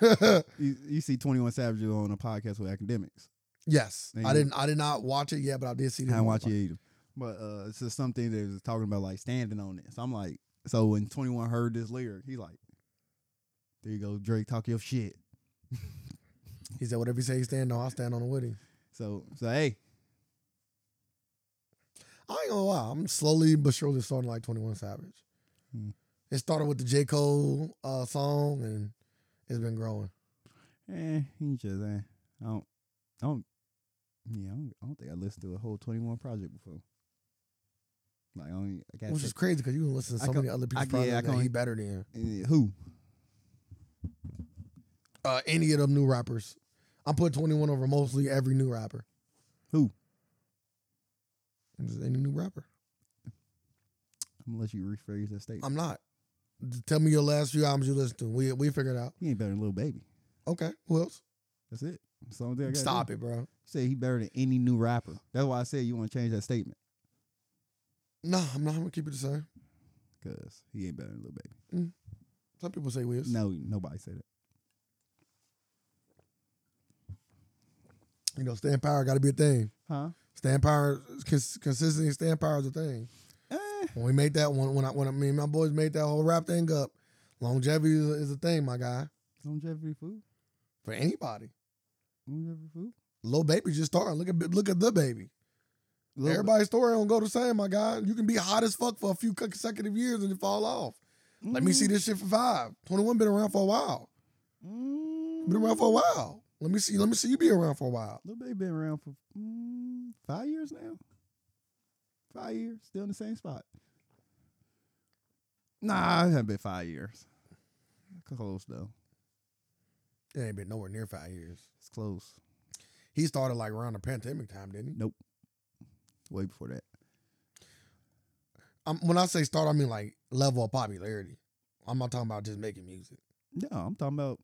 (laughs) You, you see Twenty One Savage on a podcast with academics. yes, There I you- didn't. I did not watch it yet, but I did see. I this didn't watch it multiple- either. But uh, it's just something that was talking about like standing on it. So I'm like, so when 21 heard this lyric, he like, there you go, Drake, talk your shit. He said, "Whatever you say, you stand on. I stand on the Woody." So so hey, I ain't gonna lie. I'm slowly but surely starting to like 21 Savage. Hmm. It started with the J Cole uh, song, and it's been growing. eh, he just eh, I don't, I don't, yeah, I don't, I don't think I listened to a whole 21 project before. Like I don't, I can't. Which is crazy because you can listen to I so can- many other people's I- yeah, I projects can that he only- better than say- eh, who? uh, any of them new rappers. I'm putting 21 over mostly every new rapper. Who? Just any new rapper. I'm gonna let you rephrase that statement. I'm not. Just Tell me your last few albums you listened to. We we figured out. he ain't better than Lil Baby. Okay, who else? That's it. That's the only thing I gotta Stop do. it, bro. Say he better than any new rapper. That's why I said you want to change that statement. No, I'm not. I'm gonna keep it the same. Cause he ain't better than Lil Baby. Some people say we is. No, nobody said it. You know, stand power got to be a thing. Huh? Stand power, cons- consistency, stand power is a thing. Eh, When we made that one, when I when I, me and my boys made that whole rap thing up, longevity is a, is a thing, my guy. longevity food. For anybody, Longevity food. little baby just started. Look at look at the baby. Lil- Everybody's story don't go the same, my guy. You can be hot as fuck for a few consecutive years and then fall off. Let me see this shit for five. 21 been around for a while. Mm, Been around for a while. Let me see. Let me see you be around for a while. Lil Baby been around for mm, five years now. Five years, still in the same spot. Nah, it hasn't been five years. Close though. It ain't been nowhere near five years. It's close. He started like around the pandemic time, didn't he? Way before that. Um when I say start, I mean like level of popularity. I'm not talking about just making music. No, I'm talking about.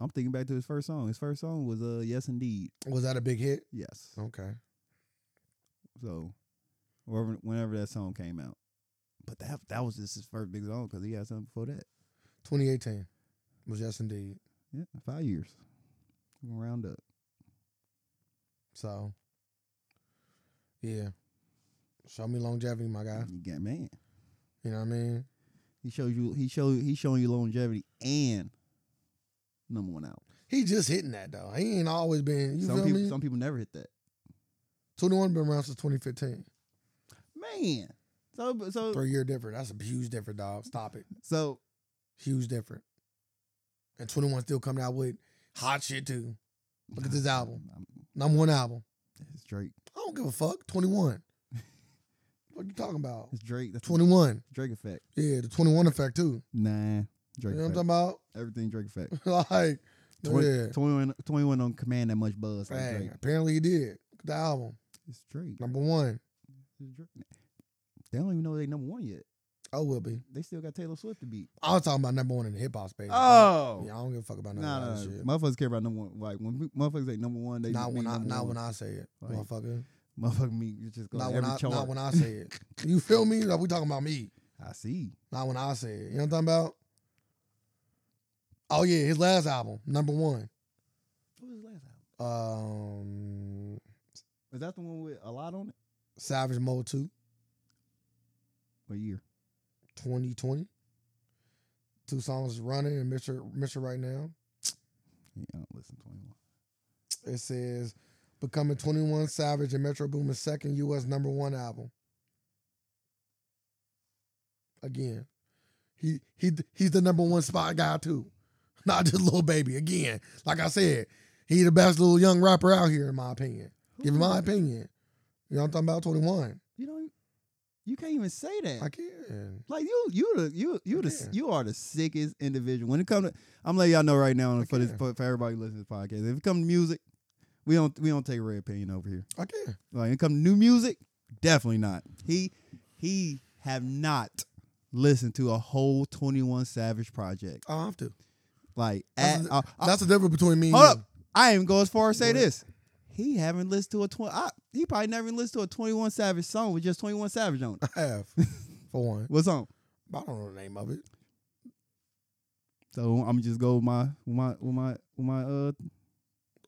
I'm thinking back to his first song. His first song was uh Yes Indeed. Was that a big hit? Yes. Okay. So, wherever, whenever that song came out, but that that was just his first big song because he had something before that. 2018 was yes indeed. Yeah, five years. Round up. So, yeah. Show me longevity, my guy. You got man. You know what I mean? He shows you. He show. He's showing you longevity and number one out. He just hitting that though. He ain't always been. You some feel people. me? Some people never hit that. 21 been around since 2015. Man. So so Three year different. That's a huge difference, dog. Stop it. so Huge difference. And 21 still coming out with hot shit too. Look at this album. I'm- Number one album. It's Drake. I don't give a (laughs) fuck. 21. what you talking about? It's Drake. That's 21. the Drake effect. Yeah, the 21 effect too. Nah. You Drake know effect. what I'm talking Everything Drake effect. about? like, Twenty- (laughs) yeah. 21, 21 don't command that much buzz like Bang. Drake. Apparently he did. Look at the album. It's Drake. Number one. It's Drake. They don't even know they number one yet. I will be. They still got Taylor Swift to beat. I was talking about number one in the hip hop space. Oh. Yeah, I don't give a fuck about none Nah, of nah, that shit. nah. motherfuckers care about number one. Like when pe- motherfuckers say number one, they Not just when mean I number not one. when I say it, Like, motherfucker. Motherfucker, me you just go Not to when every I chart. not when I say it. You feel me? Like we talking about me. I see. Not when I say it. You know what I'm talking about? Oh yeah, his last album, number one. What was his last album? Um, Is that the one with a lot on it? Savage Mode 2, What year? 2020. Two songs running and Mr. Mr. Right Now. Yeah, I don't listen to twenty one. It says becoming 21 Savage and Metro Boomin's second US number one album. Again. He he he's the number one spot guy too. (laughs) Not just little baby. Again, like I said, he the best little young rapper out here, in my opinion. Give him my opinion. You know what I'm talking about? 21. You don't. You can't even say that. I can. Like you, you the you you the Yeah. you are the sickest individual. When it comes to, I'm letting y'all know right now for this Yeah. for, for everybody listening to this podcast. If it comes to music, we don't we don't take red opinion over here. I can. Like when it comes to new music, definitely not. He he have not listen to a whole 21 Savage project. I have to. Like, That's, at, the, I, I- that's the difference between me. and hold you. up. I even go as far as say What? this. He haven't listened to a 20. I, he probably never even listened to a 21 Savage song with just 21 Savage on it. I have (laughs) for one. What's on? But I don't know the name of it. (laughs) So I'm just go with my with my with my with my uh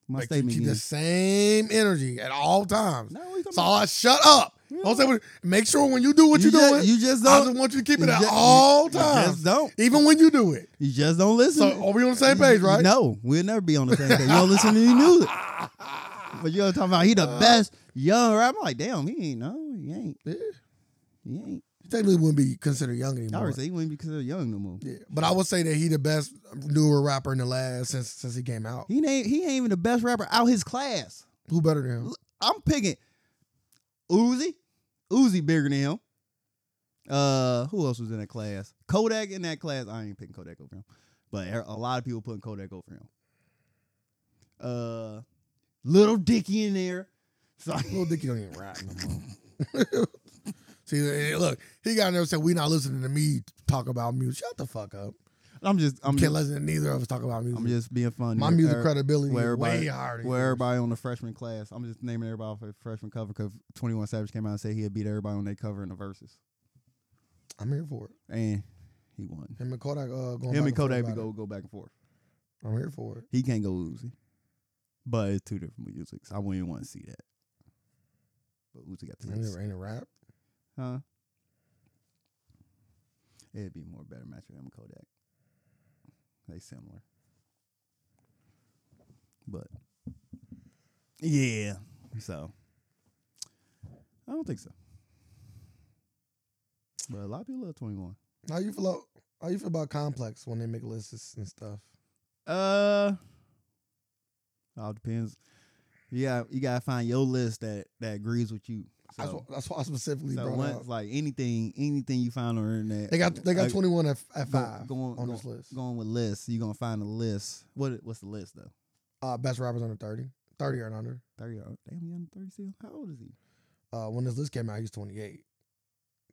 my Like, you statement. Keep again. the same energy at all times. No, we gonna- So I shut up. Yeah. Don't say what, make sure when you do what you you just, doing, You just I don't. just want you to keep you it at ju- all you times, just don't. even when you do it. You just don't listen. So are we on the same page, right? No, we'll never be on the same page. You don't listen to any (laughs) music. But you're talking about he Uh. the best young rapper. I'm like, damn, he ain't no, he ain't, Yeah. he ain't. Technically wouldn't be considered young I anymore. already say he wouldn't be considered young no more. Yeah, but I would say that he the best newer rapper in the last since since he came out. He ain't he ain't even the best rapper out his class. Who better than him? I'm picking Uzi. Uzi bigger than him. Uh, who else was in that class? Kodak in that class. I ain't picking Kodak over him, but a a lot of people putting Kodak over him. Uh, Little Dicky in there. So (laughs) Little Dicky don't even rap no more. (laughs) See, eh, look, he got in there and said, "We not listening to me talk about music." Shut the fuck up. I'm just I'm Can't just, listen to neither of us talk about music. I'm just being funny. My music Er- credibility where is way everybody- higher. than Where yours. everybody on the freshman class, I'm just naming everybody off a freshman cover because 21 Savage came out and said he'd beat everybody on their cover in the verses, I'm here for it. and he won. Him and Kodak, uh, going Him back and forth Kodak would about go go back and forth. it. I'm here for it. He can't go Uzi, but it's two different musics. I wouldn't even want to see that. But Uzi got the Ain't hits, it, ain't it rap? huh? It'd be more better match for him and Kodak. They similar, but yeah. So I don't think so. But a lot of people love Twenty One. How you feel? About, how you feel about Complex when they make lists and stuff? Uh, all depends. Yeah, you gotta find your list that that agrees with you. that's, So, what, that's why I specifically so brought once up. like anything, anything you find on the internet, They got they got uh, 21 at, at go- five go on- on go- this list. Going with lists, you are gonna find a list. What what's the list though? Uh, best rappers under 30, 30 or under. Thirty. oh, Damn, he under thirty still. How old is he? Uh, when this list came out, he was 28.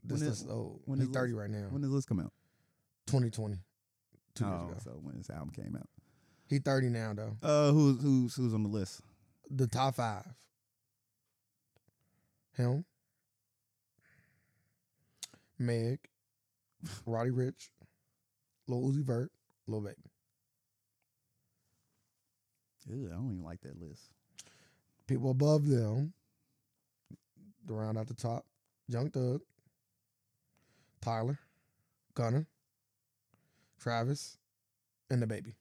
This When it- list is old. when He's it 30 right now. When did this come out? 2020. Two years Oh, ago. so when this album came out. He 30 now though. Uh, who's who's who's on the list? The top five. Him. Meg. Roddy Rich. Lil Uzi Vert. Lil Baby. Ew, I don't even like that list. People above them. The round at the top. Young Thug. Tyler. Gunner. Travis. And the baby.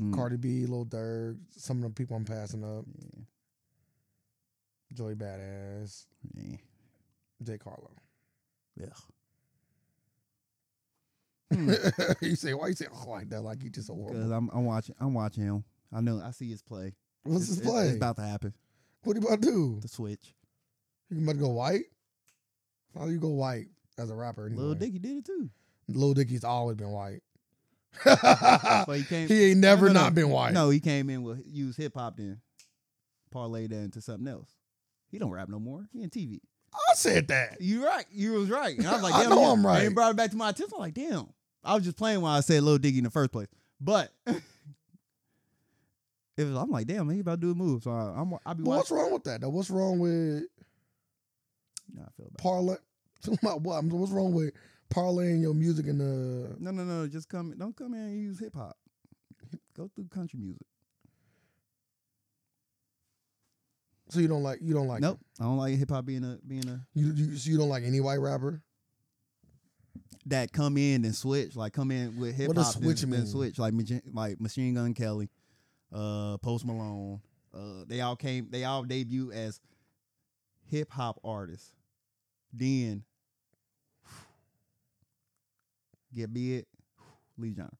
Mm, Cardi B, Lil Durk, some of the people I'm passing up, Yeah, Joey Badass, yeah. (laughs) Jay Carlo. Ugh. Hmm. (laughs) you say why you say oh, like that? Like you just a Because (laughs) horrible. I'm, I'm watching. I'm watching him. I know. I see his play. What's It's- his it's- play? It's about to happen. what you about to do? The switch. You about to go white? How do you go white as a rapper? Anyway? Little Dicky did it too. Lil Dicky's always been (laughs) white. (laughs) But he came. Uh, he ain't never no, no. not been white. no, he came in with use hip hop then parlay that into something else. He don't rap no more. He in TV. I said that. You right. You was right. And I was like, (laughs) I damn, know yeah. I'm right. And it brought it back to my attention. I'm like, damn. I was just playing when I said Lil Diggy in the first place. But (laughs) it was, I'm like, damn, he about to do a move. So I, I'm, I'll be But what's watching. wrong with that? Though? What's wrong with Nah, I feel bad. (laughs) parlay? What's wrong with parlaying your music in the No, no, no. Just come. Don't come in and use hip hop. Go through country music. So you don't like you don't like nope. I don't like hip hop being a being a You, you so you don't like any white rapper? that come in and switch. Like come in with hip What hop. does switch then, then mean? switch. Like Machi- like Machine Gun Kelly, uh, Post Malone. Uh, they all came. They all debuted as hip hop artists. Then (sighs) get big, (sighs) Lee John.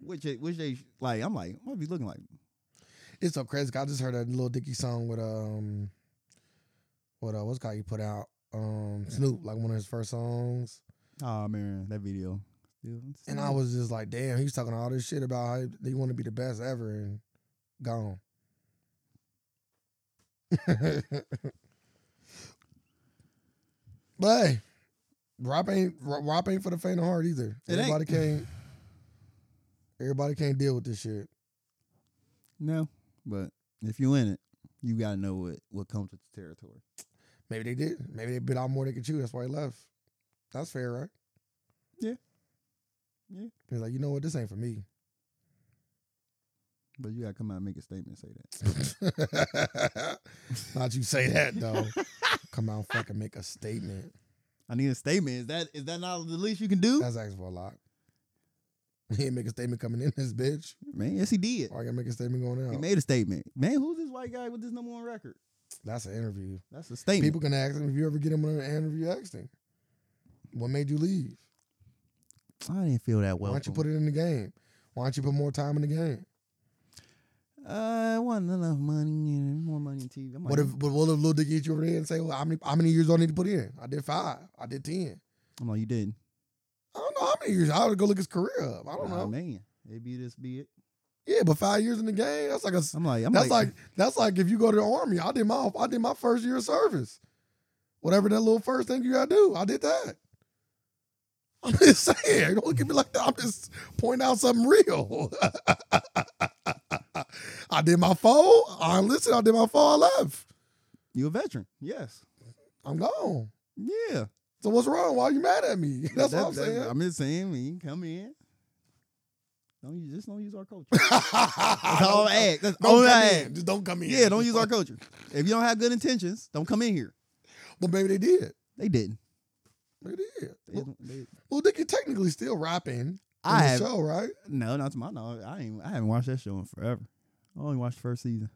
Which they, which they like? I'm like, what be looking like? It's so crazy. 'cause I just heard that little Dicky song with um, what uh, what's guy you put out? Um, Snoop, like one of his first songs, Oh man, that video. and Mm-hmm. I was just like, damn, he's talking all this shit about how they want to be the best ever and gone. (laughs) but hey, Rob ain't Ro- Rob ain't for the faint of heart either. It ain't. (laughs) everybody can't. Everybody can't deal with this shit. No, but if you in it, you gotta know what what comes with the territory. Maybe they did. Maybe they bit out more than they could chew. That's why he left. That's fair, right? Yeah. Yeah. He's like, you know what? This ain't for me. But you gotta come out and make a statement, and say that. (laughs) Not you say (laughs) that though. Come out, and fucking make a statement. I need a statement. Is that is that not the least you can do? That's asking for a lot. He didn't make a statement coming in this bitch. Man, yes, he did. Why you gotta make a statement going out? He made a statement. Man, who's this white guy with this number one record? That's an interview. That's a statement. People can ask him if you ever get him on an interview. Ask him, what made you leave? I didn't feel that Why well. don't you put it in the game? Why don't you put more time in the game? Uh, it wasn't enough money and more money in TV. I'm like, What if but what if Lil Dicky hit you over there and say, well, how many how many years do I need to put in? I did five. I did ten. I'm like, you didn't. I don't know how many years. I would go look his career up. I don't Nah, know. man. It be this, be it. Yeah, but five years in the game, that's like a I'm like, I'm that's like, that's like if you go to the army. I did my I did my first year of service. Whatever that little first thing you gotta do, I did that. (laughs) I'm just saying, don't look at me like that. I'm just pointing out something real. (laughs) I did my fall. I listen. I did my fall. I left. you a veteran. Yes. I'm gone. Yeah. So what's wrong? Why are you mad at me? (laughs) That's That- what I'm that- saying. I'm just saying, when you come in, don't use, just don't use our (laughs) culture. That's all don't, I ask. That's don't all I come ask. in. Just don't come in. Yeah, don't use our culture. If you don't have good intentions, don't come in here. But maybe they did. They didn't. They did. They Well, didn't- they- well Dickie technically still rapping. on I the have show, right? no, not to my knowledge. I ain't. I haven't watched that show in forever. I only watched the first season.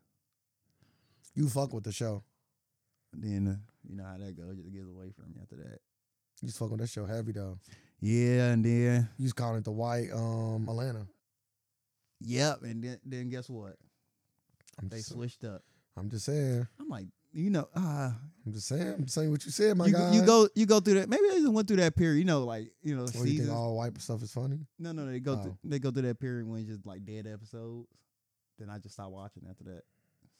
You fuck with the show. Then uh, you know how that goes. It gets away from me after that. You fuck with that show heavy though. Yeah, and then You just calling it the white um Atlanta. yep, and then then guess what? I'm They just, switched up. I'm just saying. I'm like, you know, uh, I'm just saying. I'm saying what you said, my you, guy. you go you go through that. Maybe they just went through that period. You know, like you know, What, you think seasons. all white stuff is funny? No, no, they go through, Oh. they go through that period when it's just like dead episodes. Then I just stopped watching after that.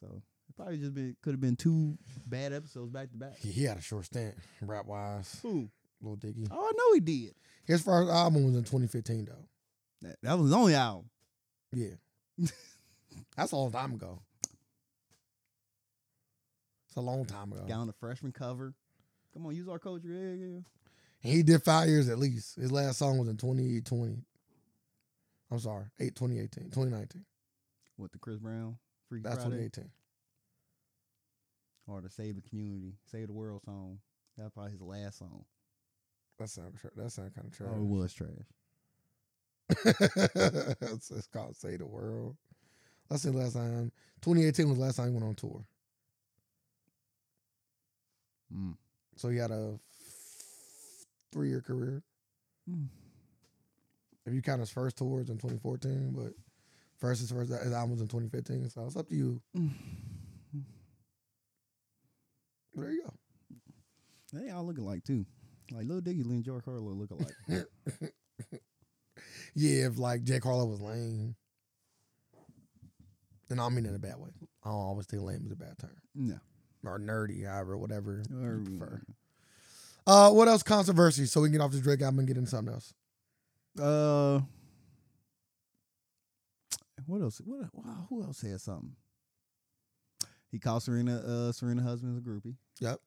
So it probably just been could have been two bad episodes back to back. Yeah, he had a short stint, rap wise. Who? Little Dicky. Oh, I know he did. His first album was in 2015 though. That, that was his only album. Yeah. (laughs) That's a long time ago. It's a long time ago. Got on the freshman cover. Come on, use our culture. Yeah, yeah, yeah. And he did five years at least. His last song was in 2020. I'm sorry, 8, 2018, 2019. With the Chris Brown Free That's Friday 2018. or the Save the Community, Save the World song. That's probably his last song. That sound tra- that sound kind of Oh, it trash. was trash. (laughs) it's, it's called Say the World. Let's say last time. 2018 was the last time he went on tour. Mm. So he had a three year career. Mm. If you count his first tours in 2014, but first his first his album was in 2015. So it's up to you. There you go. They all look alike too. Like Lil Dicky and George Carlo look alike. (laughs) Yeah, if like Jack Harlow was lame. And I don't mean it in a bad way. I don't always think lame is a bad term. no. Or nerdy, however, whatever Or- mm. you prefer. Uh, what else? Controversy. So we can get off this Drake album and get into something else. Uh, what else? What? Wow, who else had something? He called Serena. Uh, Serena husband's a groupie. Yep.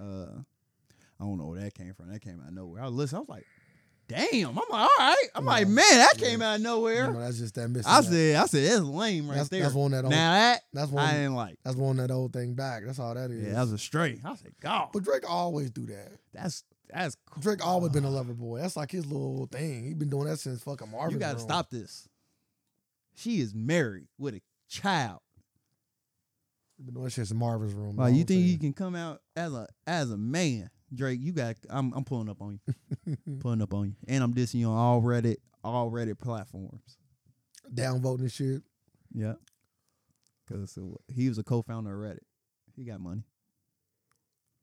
Uh, I don't know where that came from. That came out of nowhere. I was listening. I was like, "Damn!" I'm like, "All right." I'm like, Yeah. "Man, that Yeah. came out of You nowhere." know, that's just that missing. I that- said, "I said that's lame right that's, there." that's one that old, now that that's I one didn't like. that's one that old thing back. That's all that is. Yeah, that was a straight. I said, "God, but Drake always do that. that's that's cool. Drake always been (sighs) a lover boy. That's like his little thing. He's been doing that since fucking Marvin. You got to stop this. She is married with a child. He been doing that shit since Marvin's Like room. know you what I'm think you saying? can come out as a as a man, Drake? You got I'm I'm pulling up on you, pulling up on you, and I'm dissing you on all Reddit all Reddit platforms. downvoting and shit? Yeah, because he was a co-founder of Reddit. He got money.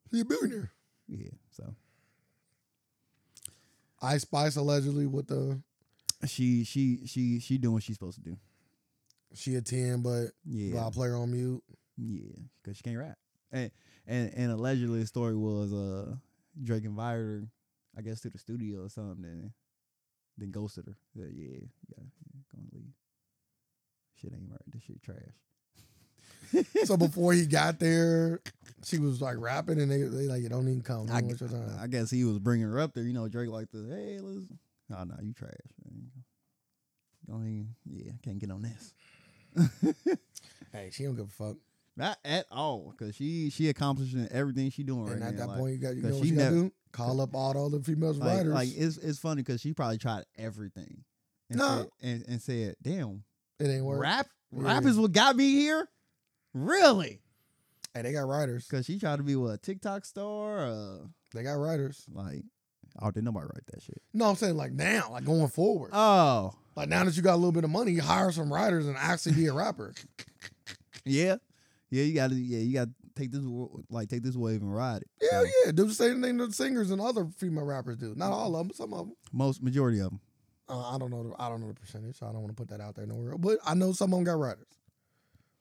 He a billionaire. Yeah, so Ice Spice allegedly with the she she she she doing what she's supposed to do. she a ten, but Yeah, (laughs) yeah. player on mute. Yeah, because she can't rap. And and and allegedly the story was uh Drake invited her, I guess, to the studio or something, and then ghosted her. Yeah, yeah, yeah, yeah gonna leave. Shit ain't right. This shit trash. so before he got there, she was like rapping, and they, they like, you don't even come. I, Don't waste your time. I guess he was bringing her up there. You know, Drake like the hey, listen. Oh no, you trash. Man. Go ahead. Yeah, can't get on this. hey, she don't give a fuck. Not at all, cause she she accomplishing everything she doing right and now. at that like- point, you got you 'cause know what she she gotta never- do? Call up all the other female like, writers like it's it's funny because she probably tried everything. And No. said- and, and said, "Damn, it ain't work. rap, rap Yeah. is what got me here, really." Hey, they got writers. Because she tried to be what a TikTok star, uh, They got writers. like, oh, did nobody write that shit? No, I'm saying like now, like going forward. Oh, like now that you got a little bit of money, you hire some writers and actually be (laughs) a rapper. yeah, yeah, you got to, yeah, you got to take this, wo- like, take this wave and ride it. Yeah, So, yeah. Do the same thing that singers and other female rappers do. Not all of them, but some of them. most majority of them. Uh, I don't know. The, I don't know the percentage. So I don't want to put that out there nowhere. But I know some of them got writers.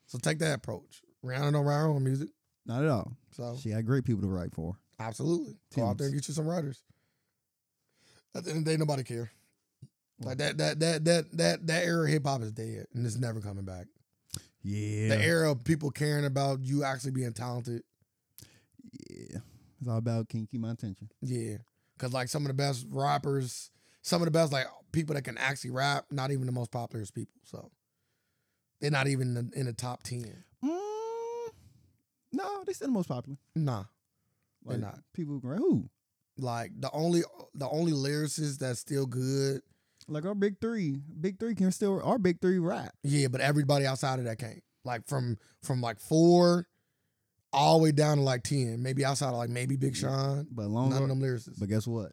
So take that approach. Rihanna don't write her own music. Not at all. So She had great people to write for. absolutely, go out there and get you some writers. At the end of the day, nobody care. Like that, that, that, that, that, that era of hip hop is dead and it's never coming back. Yeah, The era of people caring about you actually being talented. yeah. It's all about can you keep my attention. Yeah, because like some of the best rappers, some of the best like people that can actually rap, not even the most popular is people. So they're not even in the, in the top ten. Mm, no, they still the most popular. Nah, Like, They're not. people who can rap. Who? like the only the only lyricists that's still good. Like our big three, big three can still our big three rap. Yeah, but everybody outside of that can't. Like from from like four all the way down to like ten, maybe outside of like maybe Big Sean. But long, None of them lyricists. but guess what?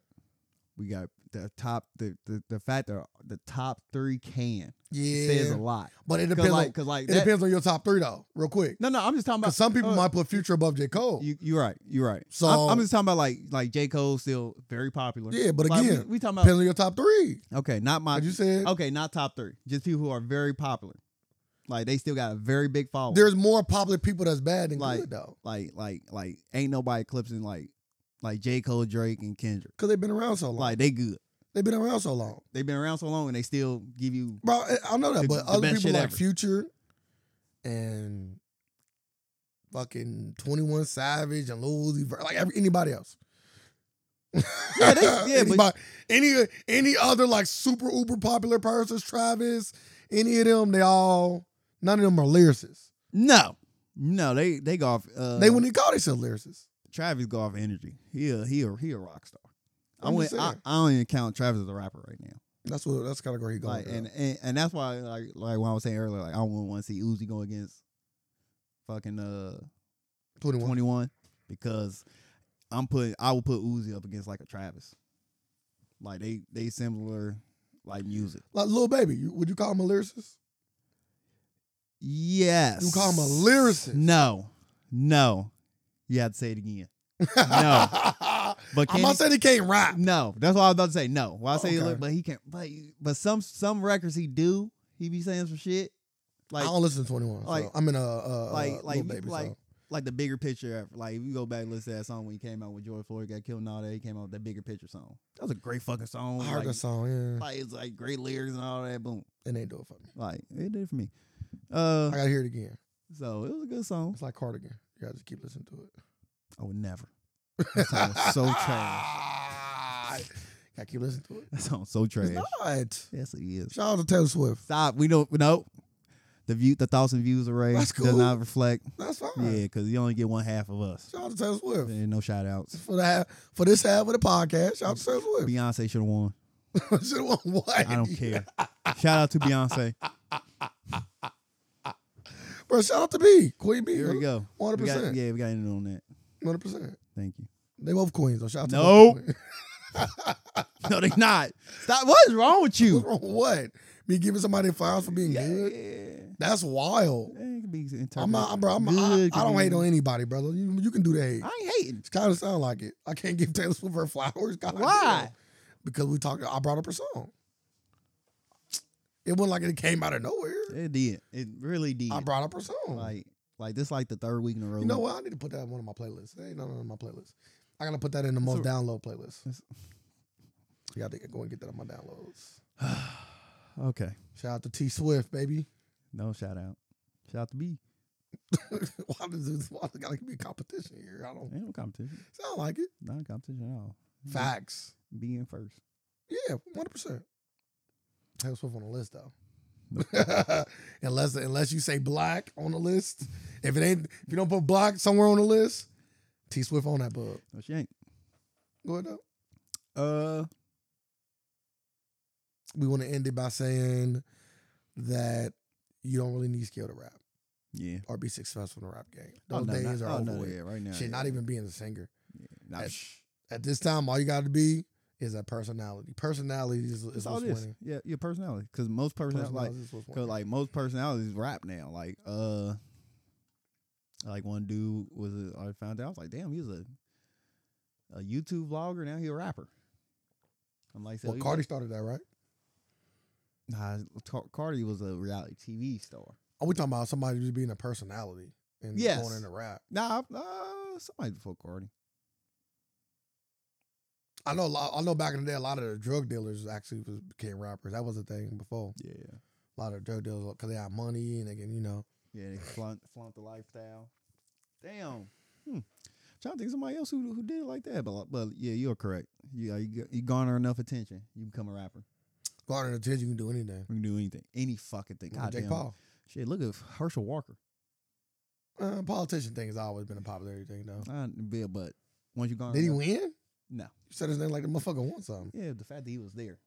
We got the top the the, the fact that the top three can says a yeah, lot. but it Because depends. like, on, 'cause like it that- depends on your top three though. Real quick, No, no, I'm just talking about because some people uh, might put Future above J Cole. You, you're right. You're right. So So- I'm, I'm just talking about like like J Cole still very popular. Yeah, but Like, we- again, we, talking about depends on your top three. okay, not my Like you said, uh, okay, not top three, just people who are very popular. Like they still got a very big following. there's more popular people that's bad than Like- good though, like like like ain't nobody eclipsing like like J Cole, Drake, and Kendrick. because they've been around so long. Like they good. they've been around so long, They've been around so long and they still give you bro. I- I know that, The- but the other best people shit like ever. Future and fucking Twenty One Savage and Lil Uzi, Vert, like every, anybody else. Yeah, they- (laughs) yeah, anybody, but- any any other like super uber popular persons, Travis, any of them, they all none of them are lyricists. no, no. They they go off. Uh, they wouldn't even call themselves lyricists. Travis go off energy. He a, he a, he a rock star. I, I'm went, just I saying. I don't even count Travis as a rapper right now. That's what that's the category he going. Like with. and, and and that's why like like when I was saying earlier like I don't want to see Uzi go against fucking uh 21. twenty one because I'm putting I would put Uzi up against like a Travis. Like they they similar like music. Like Lil Baby, you, would you call him a lyricist? Yes. You call him a lyricist. No. No. You have to say it again. (laughs) No. But I'm can not he- saying he can't (laughs) rap. no, that's what I was about to say. No. Well, I say Okay. look, but he can't but but some some records he do, he be saying some shit. Like I don't listen to 21. like- so I'm in a, a, a like Lil like Baby like song. like the bigger picture. ever. Like if you go back and listen to that song when he came out with George Floyd got killed and all that, he came out with that bigger picture song. That was a great fucking song. I heard like, that song. Yeah, like it's like great lyrics and all that. Boom, it ain't do it for me. like it did for me. I Uh, gotta hear it again. so it was a good song. It's like Cardigan. You gotta just keep listening to it. I would (laughs) never. That song was so trash. Ah! (laughs) gotta keep listening to it. That song was so trash. It's not. Yes, it is. Shout out to Taylor Swift. Stop. We don't. No. The view, the thoughts and views array That's does cool. not reflect. That's fine. Yeah, because you only get one half of us. Shout out to Taylor Swift And no shout outs. for the half, for this half of the podcast. Shout out to Taylor Swift. Beyonce should have won. (laughs) Should've won what? (laughs) I don't care. Shout out to Beyonce. Bro, shout out to B, Queen B. Here we go. One We hundred got- percent. Yeah, we got in on that. One hundred percent. Thank you. (laughs) They both queens. though. shout out to No. both queens. (laughs) No, they not. Stop. What is wrong with you? What's wrong with what? Me giving somebody flowers for being Yeah, yeah. good? That's wild. It can be I'm interpreted. not, I'm- bro. I'm, Good I, could I don't be- hate on anybody, brother. You, you can do that hate. I ain't hating. It's kind of sound like it. I can't give Taylor Swift her flowers. God Why? damn. Because we talked. I brought up her song. It wasn't like it came out of nowhere. It did. It really did. I brought up her song. like Like this, like the third week in a row. You know what? I need to put that on one of my playlists. Hey, no, no, no, my playlist. I gotta put that in the most a- download playlist. It's- You gotta go and get that on my downloads. (sighs) Okay. Shout out to T Swift, baby. (laughs) No shout out. Shout out to B. why does this? Why there gotta be a competition here? I don't Ain't no competition. sound like it. Not competition at all. Facts. B in first. Yeah, one hundred percent. Taylor Swift on the (laughs) list though. (laughs) Nope. unless unless you say black on the list, if it ain't if you don't put black somewhere on the list, T Swift on that bug. No, she ain't. Go ahead. Though. Uh, We want to end it by saying that you don't really need skill to rap yeah. or be successful in the rap game. Oh, Those days not- are oh, over no, with. yeah, right now. Shit, yeah. not even being a singer. Yeah, nah, at, psh, at this time, all you got to be is a personality. Personality is, is it's all what's this. winning. Yeah, your personality. Because most personality, like, Personality is what's cause winning. like most personalities rap now. Like, uh, like one dude was a, I found out. I was like, damn, he was a a YouTube vlogger. Now he a rapper. I'm like, so Well, he- Cardi started that, right? Nah, Car- Cardi was a reality TV star. Are we talking about somebody just being a personality and Yes. going into rap? Nah, I- uh, somebody before Cardi. I know. a lot- I know. Back in the day, a lot of the drug dealers actually was, became rappers. That was a thing before. Yeah, A lot of drug dealers because they had money and they can, you know. yeah, (laughs) they flaunt, flaunt the lifestyle. Damn. Hmm. Trying to think of somebody else who who did it like that, but but yeah, you're correct. You uh, you, g- you garner enough attention, you become a rapper. Garner attention, you can do anything. You can do anything, any fucking thing. Look at God Jake damn. Paul. Shit, look at Herschel Walker. Uh, politician thing has always been a popularity thing, though. I be but once you garner, Did he enough- win? No. You said his name like the motherfucker won something. Yeah, the fact that he was there.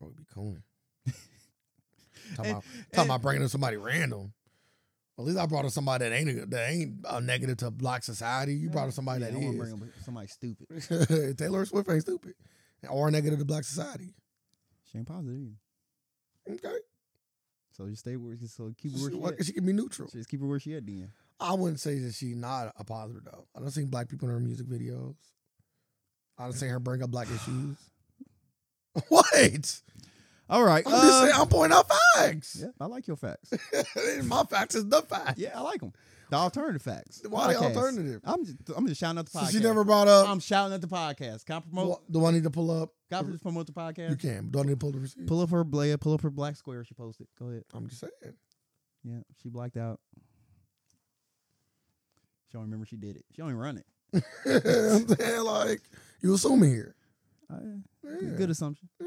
Bro, we be (laughs) cooning. talking And- (laughs) about, talking and- about bringing in somebody random. At least I brought in somebody that ain't a, that ain't a negative to black society. You brought in somebody Yeah, I that don't wanna is. bring up somebody stupid. (laughs) Taylor Swift ain't stupid or negative to black society. She ain't positive either. Okay, So just stay where. So keep her she, where she, she can be neutral. at. Just keep her where she at. Then I wouldn't say that she not a positive though. I don't see black people in her music videos. I don't see her bring up black (laughs) issues. (laughs) What? I'm just all right. uh, saying. I'm pointing out facts. yeah, I like your facts. (laughs) My facts is the facts. Yeah, I like them. The alternative facts. Why the Podcast. alternative? I'm just, I'm just shouting out the So podcast. she never brought up. I'm shouting at the podcast. Can I promote? wha- do I need to pull up? can I just promote the You podcast? can. but Do I need to pull the receipt? Pull up her blade. Pull up her black square. She posted. Go ahead. I'm just saying. (laughs) Yeah, she blacked out. She don't remember she did it. She don't even run it. I'm saying like you assuming here. I, Yeah. Uh, Good assumption. Yeah,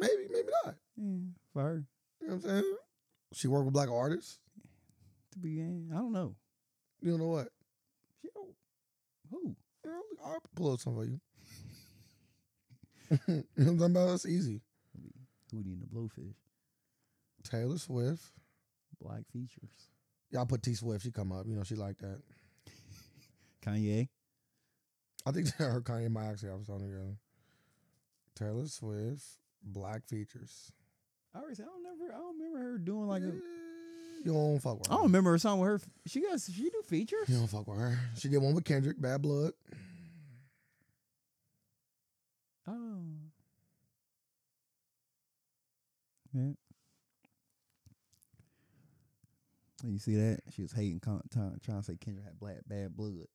maybe, maybe not. Yeah, for her You know what I'm saying? She worked with black artists. to be. I don't know. You don't know what? She don't. Who? You know, I'll pull up some (laughs) for you. you know what I'm talking about? It's easy. Who need the blowfish? Taylor Swift. Black features. Y'all put T Swift. She come up. You know she like that. Kanye. I think (laughs) her Kanye might actually have something together. Taylor Swift. Black features. I already said I don't never. I don't remember her doing like. Yeah, A, you don't fuck with her. I don't remember her song with her. She got. She do features. You don't fuck with her. She did one with Kendrick. Bad blood. (laughs) Oh. Yeah. And you see that? She was hating, con- trying, trying to say Kendrick had black, bad blood.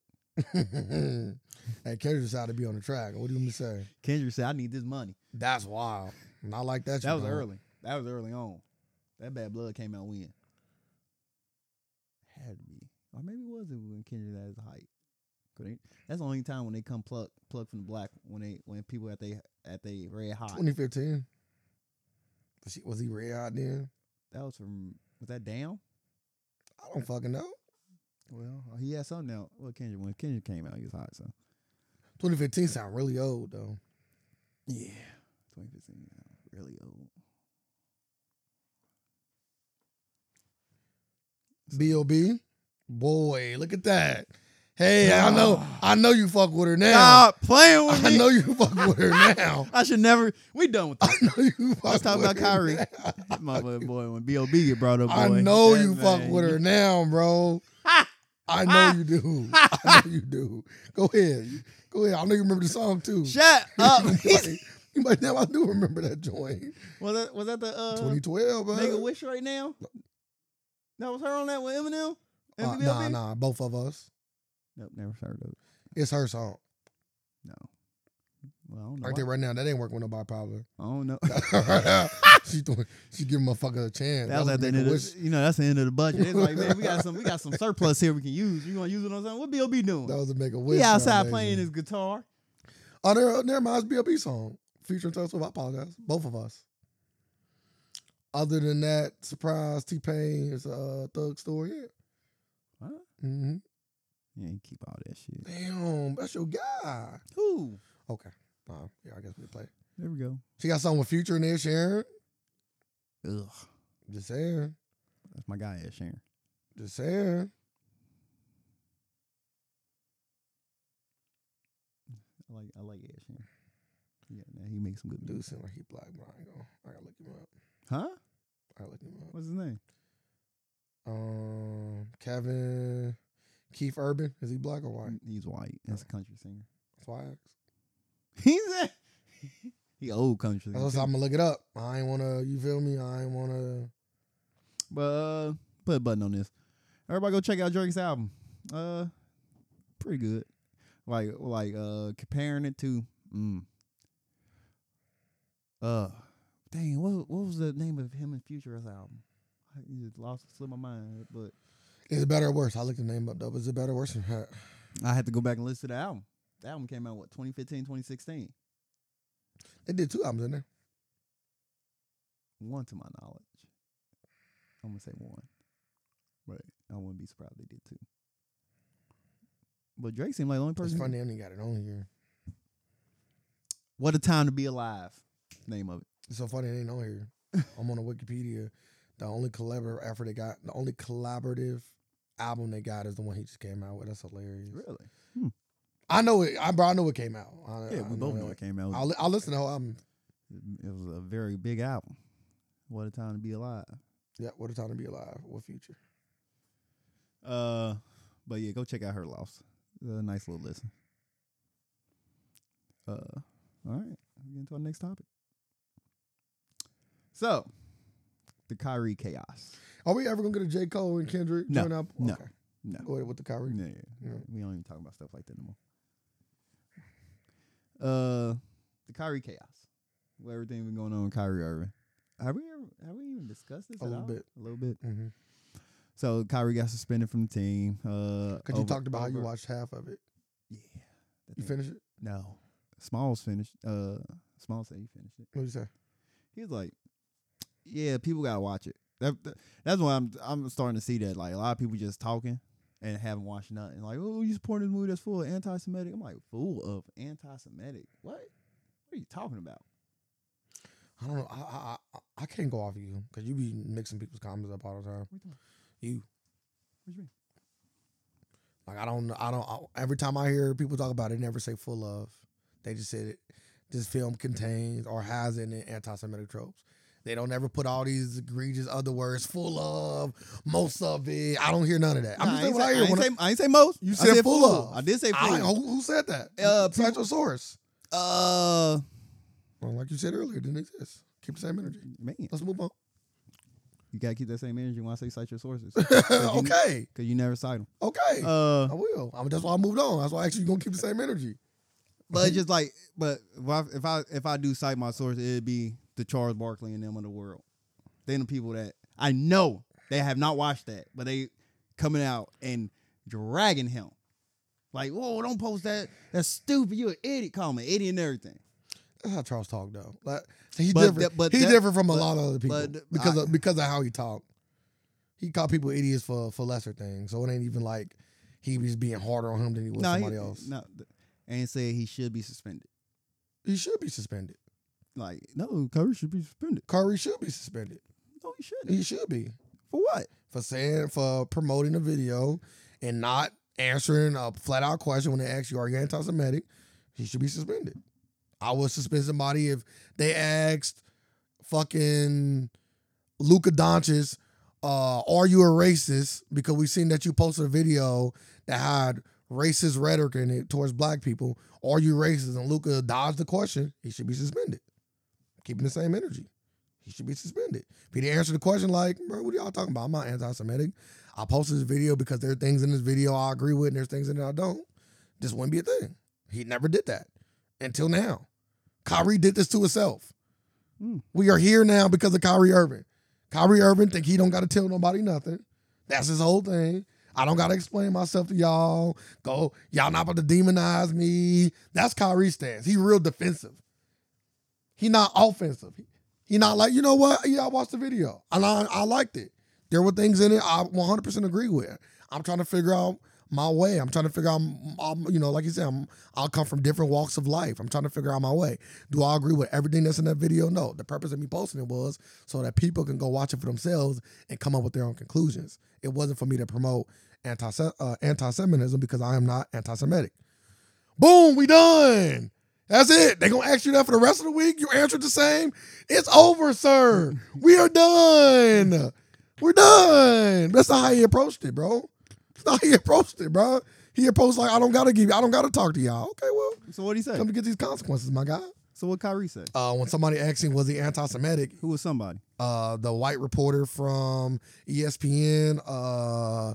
and Kendrick decided to be on the track. What do you want me to say? Kendrick said, I need this money. That's wild. And I like that. That you was know. early. That was early on. That bad blood came out when? Had to be. Or maybe it wasn't when Kendrick had his height. 'Cause they- That's the only time when they come pluck pluck from the black when they when people at they at they red hot. 2015. Was, she, was he red hot then? That was from was that down? I don't fucking know. Well, uh, he had something out. Well, Kendrick when Kendrick came out, he was hot. So 2015 sound really old though. yeah, 2015, yeah, uh, really old. B.O.B. Boy, look at that. Hey, I know, I know you fuck with her now. Stop playing (laughs) with I me. know you fuck (laughs) with her now. I should never. We done (laughs) with I this. know you fuck talk with about her Kyrie. now. My boy, boy, when Bob get brought up, boy, I know that you fuck man, with her now, (laughs) bro. Ha! I know you do. (laughs) I know you do. Go ahead. Go ahead. I know you remember the song too. (laughs) Shut up. like, you might now I do remember that joint. (laughs) was that was that the uh, 2012, bro. nigga wish right now? That was her on that with Eminem. Uh, MVLB? nah, nah, both of us. Nope, never heard of it. It's her song. No. Well, I don't know. Right there, right now. That ain't working with nobody (laughs) probably. why- I don't know. (laughs) she doing, she giving motherfucker a chance. That was at the end of the, you know, that's the end of the budget. It's like, man, we got some we got some surplus here we can use. You gonna use it on something? What B.O.B. doing? That was a make a wish. he outside Foundation. playing his guitar. Oh, there, there might be a B song featuring Taylor Swift. I apologize. Both of us. Other than that, surprise T Pain is a thug story. Yeah. What? hmm Yeah, you keep all that shit. Damn, that's your guy. Ooh. Okay. Uh, yeah, I guess we play. There we go. She got something with Future in there, Sharon. Ugh. Just saying. That's my guy Ed Sheeran. Just saying. I like I like Ed Sheeran. Yeah, man, he makes some good music. Dude, seem like he black, but I ain't gonna. I gotta look him up. Huh? I gotta look him up. What's his name? Um, Kevin Keith Urban. Is he black or white? He's white. That's a country singer. (laughs) Flags. He's a (laughs) he old country. That's what I'm gonna look it up. I ain't wanna. You feel me? I ain't wanna. But uh, put a button on this. Everybody go check out Drake's album. Uh, pretty good. Like like uh, comparing it to mm, uh, dang, what what was the name of him and Future's album? I you just lost slipped my mind, but Is it better or worse? I looked the name up though. Is it better or worse? Than that? I had to go back and listen to the album. The album came out what 2015, 2016. (laughs) They did two albums in there. One to my knowledge, I'm gonna say one, but I wouldn't be surprised if they did two. But Drake seemed like the only It's person. who- funny. I ain't got it on here. What a time to be alive. Name of it. It's so funny. It ain't on (laughs) here. I'm on a Wikipedia. The only collaborative effort they got. The only collaborative album they got is the one he just came out with. That's hilarious. Really? I know it. I, bro, I know it came out. I, Yeah, I we both Uh, know it came out. I'll, li- I'll listen to the whole album. It was a very big album. What a time to be alive. Yeah, what a time to be alive. What future? Uh, but yeah, go check out her loss. A nice little listen. Uh, all right, we get into our next topic. So, the Kyrie chaos. Are we ever gonna get a J Cole and Kendrick No, joint up? no, Okay. No, Go ahead with the Kyrie. Yeah, yeah. Yeah. We don't even talk about stuff like that anymore. Uh, the Kyrie chaos. Well, everything been going on with Kyrie Irving. Have we ever, have we even discussed this A at little all? bit. A little bit. Mm-hmm. So Kyrie got suspended from the team. Uh, Cause you over- talked about how you over- watched half of it. Yeah. that You thing- finished it? No. Smalls finished. Uh, Smalls said he finished it. What you say? He was like, "Yeah, people gotta watch it." That, that- that's why I'm I'm starting to see that like a lot of people just talking and haven't watched nothing. Like, oh, you supporting this movie that's full of anti-Semitic? I'm like, full of anti-Semitic? What? What are you talking about? I don't know. I I I, I can't go off of you because you be mixing people's comments up all the time. What you talking You What you mean? like I don't I don't I, every time I hear people talk about it, they never say full of. They just said it. This film contains or has in it anti-Semitic tropes. They don't ever put all these egregious other words full of, most of it. I don't hear none of that. I'm Nah, just I ain't saying say- what I I hear. ain't When I- say- I ain't say most. You I said full full of. I did say I full. don't- who, who said that? Uh, people- Central source. Uh, Well, like you said earlier, it didn't exist. Keep the same energy. man, Let's move on. (laughs) you gotta keep that same energy when I say cite your (laughs) sources, okay, cause you never cite them. okay. Uh, I will. I mean, that's why I moved on. That's why I actually gonna keep the same energy. But it's just like, but if I if I if I do cite my source, it'd be the Charles Barkley and them of the world. Then the people that I know they have not watched that, but they coming out and dragging him, like, whoa, don't post that. That's stupid. You an idiot. Call me an idiot and everything. That's how Charles talked though. Like he But different. that- but he that- different from a but- lot of other people but because I- of, because of how he talked. He called people idiots for for lesser things. So it ain't even like he was being harder on him than he was Nah, he- somebody else. nah, th- and said he should be suspended. He should be suspended. Like, no, Curry should be suspended. Curry should be suspended. No, he shouldn't. He should be For what? for saying for promoting a video and not answering a flat out question when they ask you are you anti-Semitic. He should be suspended. I would suspend somebody if they asked fucking Luka Doncic, uh, are you a racist? Because we've seen that you posted a video that had racist rhetoric in it towards black people. Are you racist? And Luka dodged the question. He should be suspended. Keeping the same energy. He should be suspended. If he didn't answer the question like, bro, what are y'all talking about? I'm not anti-Semitic. I posted this video because there are things in this video I agree with and there's things in it I don't. This wouldn't be a thing. He never did that until now. Kyrie did this to himself. Hmm. We are here now because of Kyrie Irving. Kyrie Irving think he don't got to tell nobody nothing. That's his whole thing. I don't got to explain myself to y'all. Go, y'all not about to demonize me. That's Kyrie's stance. He real defensive. He not offensive. He not like, you know what? Yeah, I watched the video. And I, I liked it. There were things in it I 100% agree with. I'm trying to figure out my way. I'm trying to figure out, um, you know, like you said, I'm, I'll come from different walks of life. I'm trying to figure out my way. Do I agree with everything that's in that video? No. The purpose of me posting it was so that people can go watch it for themselves and come up with their own conclusions. It wasn't for me to promote anti uh, anti-Semitism because I am not anti-Semitic. Boom, we done. That's it. They gonna ask you that for the rest of the week. You answered the same. It's over, sir. We are done. We're done. That's not how he approached it, bro. That's not how he approached it, bro. He approached like I don't gotta give. I don't gotta talk to y'all. Okay, well, So what he say? come to get these consequences, my guy. So what Kyrie say? Uh, when somebody asked him was he anti-Semitic, Who was somebody? uh, the white reporter from E ESPN, uh,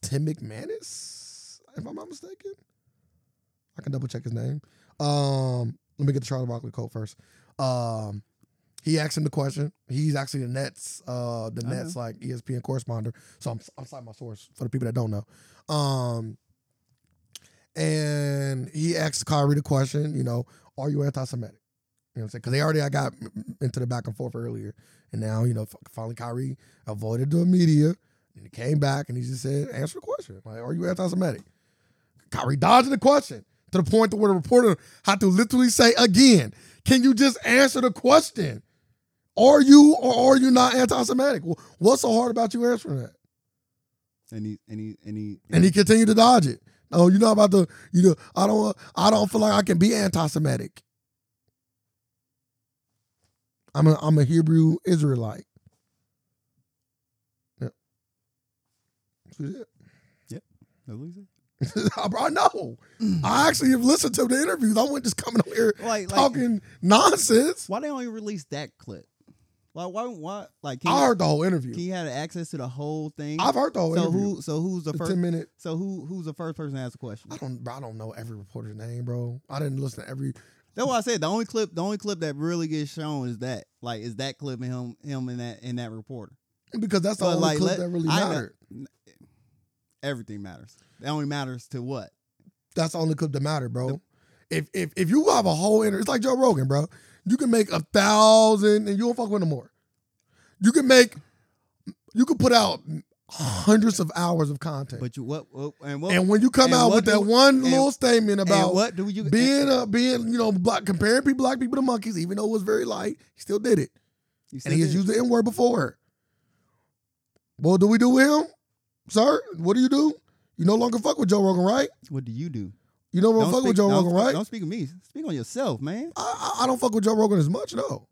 Tim McManus, if I'm not mistaken. I can double check his name. Um, let me get the Charlie Barkley quote first. Um, he asked him the question. He's actually the Nets, uh, the I Nets like ESPN correspondent. So I'm I'm citing my source for the people that don't know. Um, and he asked Kyrie the question. You know, are you anti-Semitic? You know what I'm saying? Because they already I got into the back and forth earlier, and now you know f- finally Kyrie avoided the media and he came back and he just said, answer the question. Like, are you anti-Semitic? Kyrie dodging the question to the point to where the reporter had to literally say again, can you just answer the question? Are you or are you not anti-Semitic? Wh- What's so hard about you answering that? And he and he and he And he continued to dodge it. Oh, you know about the you know I don't I don't feel like I can be anti-Semitic. I'm a I'm a Hebrew Israelite. Yep. (laughs) That's what he said. That's what he said? I I know. I actually have listened to the interviews. I wasn't just coming over here Mm. Like, like talking nonsense. why they only release that clip? Like why why like can I you, heard the whole can interview. you have access to the whole thing? I've heard the whole so interview. who so who's the the first ten minute. so who who's the first person to ask a question? I don't. bro, I don't know every reporter's name, bro. I didn't listen to every. That's why I said the only clip the only clip that really gets shown is that like is that clip and him him and that and that reporter. Because that's the But, only like, clip let- that really I know- mattered. Everything matters. That only matters to what? That's the only clip that mattered, bro. If if if you have a whole interview, it's like Joe Rogan, bro. You can make a thousand and you don't fuck with no more. You can make. You can put out hundreds of hours of content. But you what, what and what and when you come and out what with do- that one and- little statement and about what do you being uh, being you know black comparing people black people to monkeys, even though it was very light, he still did it, you and he has used the N word before. What do we do with him, sir? What do you do? You no longer fuck with Joe Rogan, right? what do you do? You no longer fuck speak, with Joe don't Rogan, speak- right? Don't speak of me. Speak on yourself, man. I, I- I don't fuck with Joe Rogan as much, no.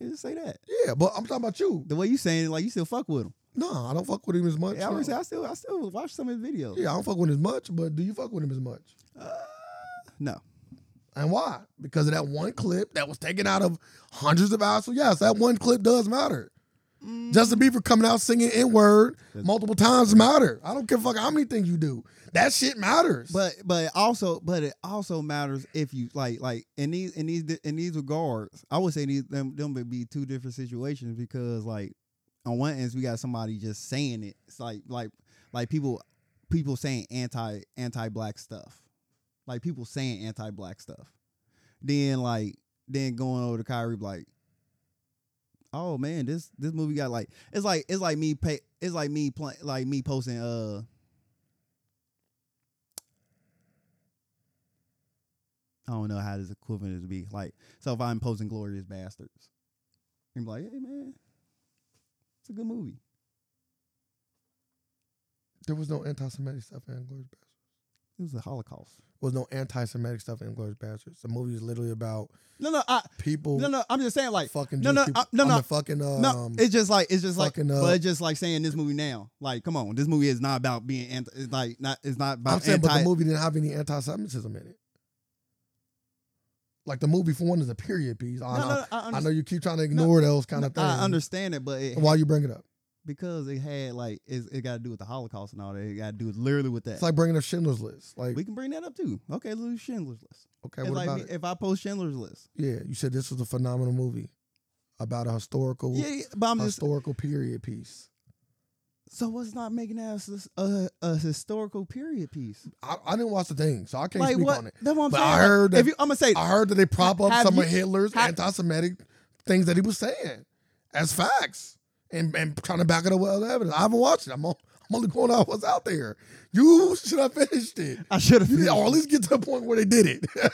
Just say that. Yeah, but I'm talking about you. The way you saying it, like you still fuck with him. No, I don't fuck with him as much. Yeah, I, already no. said, I still I still watch some of his videos. yeah, I don't fuck with him as much, but do you fuck with him as much? Uh, no. And why? Because of that one clip that was taken out of hundreds of hours. So yes, that one clip does matter. Mm-hmm. Justin Bieber coming out singing N word multiple times matter. I don't give a fuck how many things you do. That shit matters. But but it also but it also matters if you like like in these in these in these regards, I would say these them them would be two different situations because like on one end we got somebody just saying it. It's like like like people people saying anti anti black stuff. Like people saying anti black stuff. Then like then going over to Kyrie like Oh man, this this movie got like it's like it's like me pay it's like me play, like me posting uh I don't know how this equivalent is to be. Like, so if I'm posting Glorious Bastards, I'm like, hey man, it's a good movie. there was no anti-Semitic stuff in Glorious Bastards. It was the Holocaust. There was no anti-Semitic stuff in Glorious Bastards. The movie is literally about No, no, I, people no, no. I'm just saying, like, fucking no, Jewish no, people. I- no, I'm no. the fucking um, no, it's just like it's just like, fucking, uh, but it's just like saying this movie now. Like, come on, this movie is not about being anti. It's like not. It's not I'm about saying, but anti. the movie didn't have any anti-Semitism in it. Like the movie for one is a period piece. I, no, no, I- no, I, I under- know you keep trying to ignore those kind of things. I understand it, but it, Why you bring it up? because it had like it's, it got to do with the Holocaust and all that. It got to do with literally with that. It's like bringing up Schindler's List. Like, we can bring that up too. Okay, let's do Schindler's List. okay, it's what like about me- it? if I post Schindler's List. Yeah, you said this was a phenomenal movie about a historical Yeah, yeah, but I'm just historical period piece. so what's not making that as this- a, a historical period piece? I, I didn't watch the thing, so I can't Like speak what? on it. That's what I'm But saying. I Like, heard that- if you, I'm gonna say I heard that they prop up Have some of you- Hitler's have- anti-Semitic things that he was saying as facts and, and trying to back it up with other evidence. I haven't watched it. I'm, on, I'm only going out what's out there. You should have finished it. I should have. You did, or at least get to the point where they did it.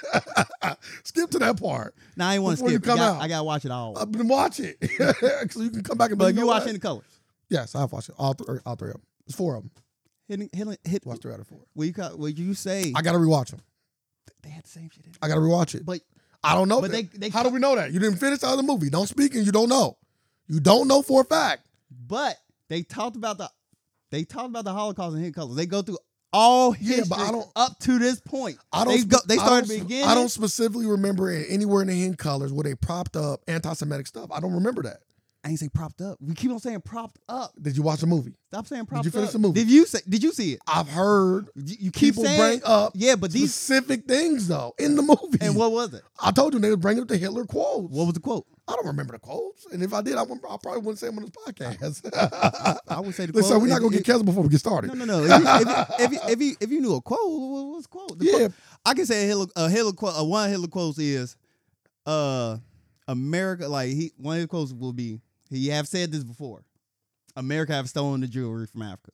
(laughs) Skip to that part. Now I ain't want to before you skip. it. come I, got, out. I gotta watch it all. I've been watch it (laughs) so you can come back and. but be like, if you you know watch what? any colors, Yes, I've watched it. All three, all three of them. It's four of them. hidden, hidden, hit. Watched three out of four. Will you ca- will you say I gotta rewatch them. they had the same shit? In it. I gotta rewatch it. But I don't know. But that. they- they- How do we know that? You didn't finish the other movie. Don't speak and you don't know. You don't know for a fact. but they talked about the they talked about the Holocaust and hidden colors. They go through all history Yeah, but I don't- up to this point. I don't. They spe- go. They I started don't sp- beginning. I don't specifically remember it anywhere in the hidden colors where they propped up anti-Semitic stuff. I don't remember that. I ain't say propped up. We keep on saying propped up. Did you watch the movie? Stop saying propped up. finish the movie? Did you say? Did you see it? I've heard You, you keep people saying bring up Uh, yeah, but (laughs) these specific things though in the movie. and what was it? I told you they would bring up the Hitler quotes. What was the quote? I don't remember the quotes, and if I did, I, wouldn't- I probably wouldn't say them on this (laughs) podcast. I would say the Listen, quote. we're not if- gonna if- get canceled before we get started. No, no, no. If you, if, (laughs) you, if, you, if, you, if you knew a quote, what what was the quote? The Yeah. quote- I can say a Hitler, a Hitler quote. Uh, one Hitler quote is, "Uh, America." Like he, one of his quotes will be, "He have said this before. America have stolen the jewelry from Africa.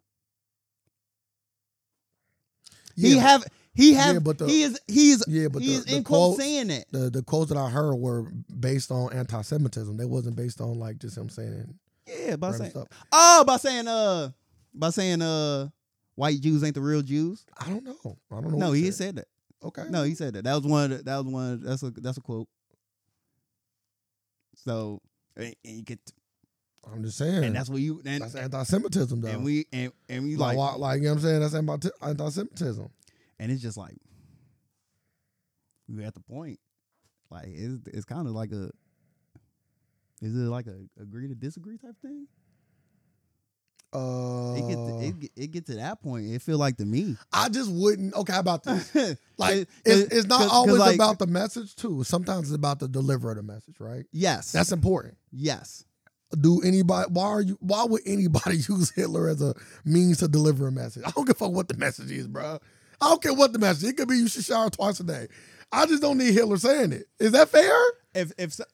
he Yeah, have, he yeah, have, but the- he is, he is, yeah, but he the, is the in quote quotes, saying that. the the quotes that I heard were based on anti-Semitism. They wasn't based on like just him saying Yeah, by random saying, stuff. oh, by saying, uh, by saying, uh, white Jews ain't the real Jews. I don't know. I don't know. No, what he said. said that. Okay. No, he said that. That was one. Of the, that was one. Of, that's a that's a quote. So and, and you get I'm just saying. and that's what you and, that's anti-Semitism, though. and we and and we like, like why- like, you know what I'm saying? That's anti- anti-Semitism. and it's just like we at the point like it's it's kind of like a is it like a agree to disagree type thing? Uh, it get to, it, get- it get to that point. It feel like to (laughs) me I just wouldn't. Okay, how about this? (laughs) Cause- Like, it's, it's not cause- 'cause always like- about the message too. Sometimes it's about the deliverer of the message, right? yes, That's important. yes. Do anybody? Why are you? Why would anybody (laughs) use Hitler as a means to deliver a message? I don't give a fuck what the message is, bro. I don't care what the message. It could be you should shower twice a day. I just don't need Hitler saying it. Is that fair? If if so,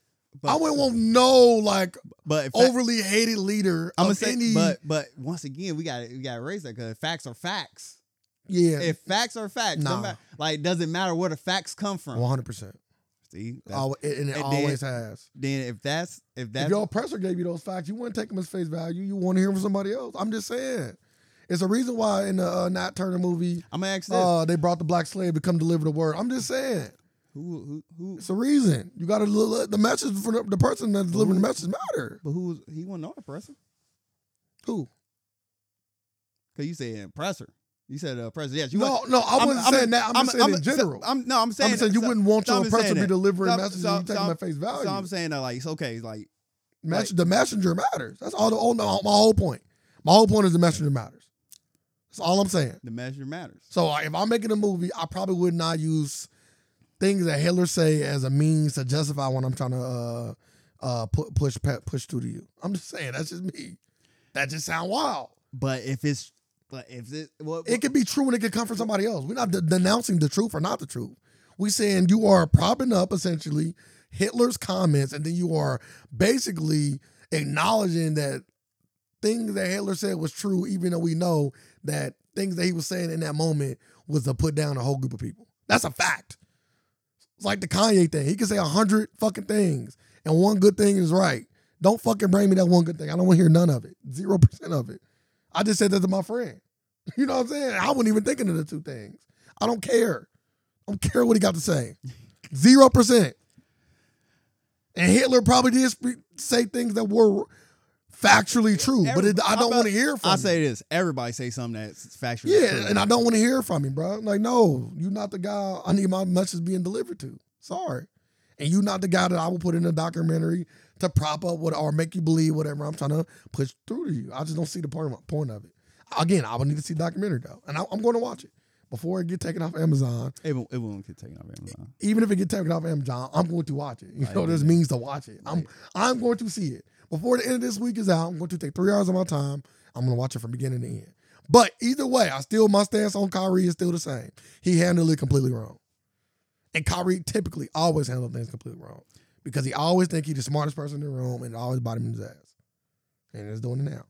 I wouldn't want no like but if that- overly hated leader. I'm I'm gonna of say, any, but but once again, we got to we got to raise that because facts are facts. yeah, If facts are facts, no Nah. matter, like doesn't matter where the facts come from. one hundred percent. See, that's- And it and always has. then if that's if If that's your oppressor gave you those facts, you wouldn't take them as face value. You want to hear them from somebody else. I'm just saying, it's a reason why in the uh, Nat Turner movie, I'm gonna ask this: uh, they brought the black slave to come deliver the word. I'm just saying, who who who? it's a reason. You got to let the message for the, the person that's delivering the message matter. But who was he? Wasn't no oppressor Who? because you said oppressor. You said oppressor. Yes, you. no, wasn't- no, I wasn't saying that. I'm, just saying in so- general. I'm, I'm no, I'm saying saying you so- wouldn't want so your I'm just oppressor saying to be that. delivering So- messages. so- you take so them I'm- at face value. So I'm saying that like it's okay. Like Mess- Like- the messenger matters. That's all. The, oh, no, my whole point. My whole point is the messenger matters. That's all I'm saying. the measure matters. So uh, if I'm making a movie, I probably would not use things that Hitler say as a means to justify what I'm trying to uh, uh, pu- push pe- push through to you. I'm just saying that's just me. That just sound wild. But if it's but if it what, It could be true and it could come from somebody else. We're not de- denouncing the truth or not the truth. We saying you are propping up essentially Hitler's comments, and then you are basically acknowledging that things that Hitler said was true, even though we know that things that he was saying in that moment was to put down a whole group of people. That's a fact. It's like the Kanye thing. He could say a hundred fucking things, and one good thing is right. Don't fucking bring me that one good thing. I don't want to hear none of it. Zero percent of it. I just said that to my friend. (laughs) You know what I'm saying? I wasn't even thinking of the two things. I don't care. I don't care what he got to say. Zero percent. And Hitler probably did sp- say things that were factually true, but it, I Everybody- don't want to hear from. I him. say this. Everybody say something that's factually true. Yeah, and I don't want to hear from him, bro. Like, no, you're not the guy I need my message being delivered to. Sorry. And you're not the guy that I will put in a documentary to prop up what or make you believe whatever I'm trying to push through to you. I just don't see the point of, point of it. Again, I would need to see the documentary though, and I, I'm going to watch it before it get taken off Amazon. It won't, it won't get taken off Amazon. Even if it get taken off Amazon, I'm going to watch it. You I know, agree. this means to watch it. I'm Right. I'm going to see it before the end of this week is out. I'm going to take three hours of my time. I'm going to watch it from beginning to end. But either way, I still my stance on Kyrie is still the same. He handled it completely wrong, and Kyrie typically always handled things completely wrong because he always think he's the smartest person in the room and always bottom his ass, and it's doing it now.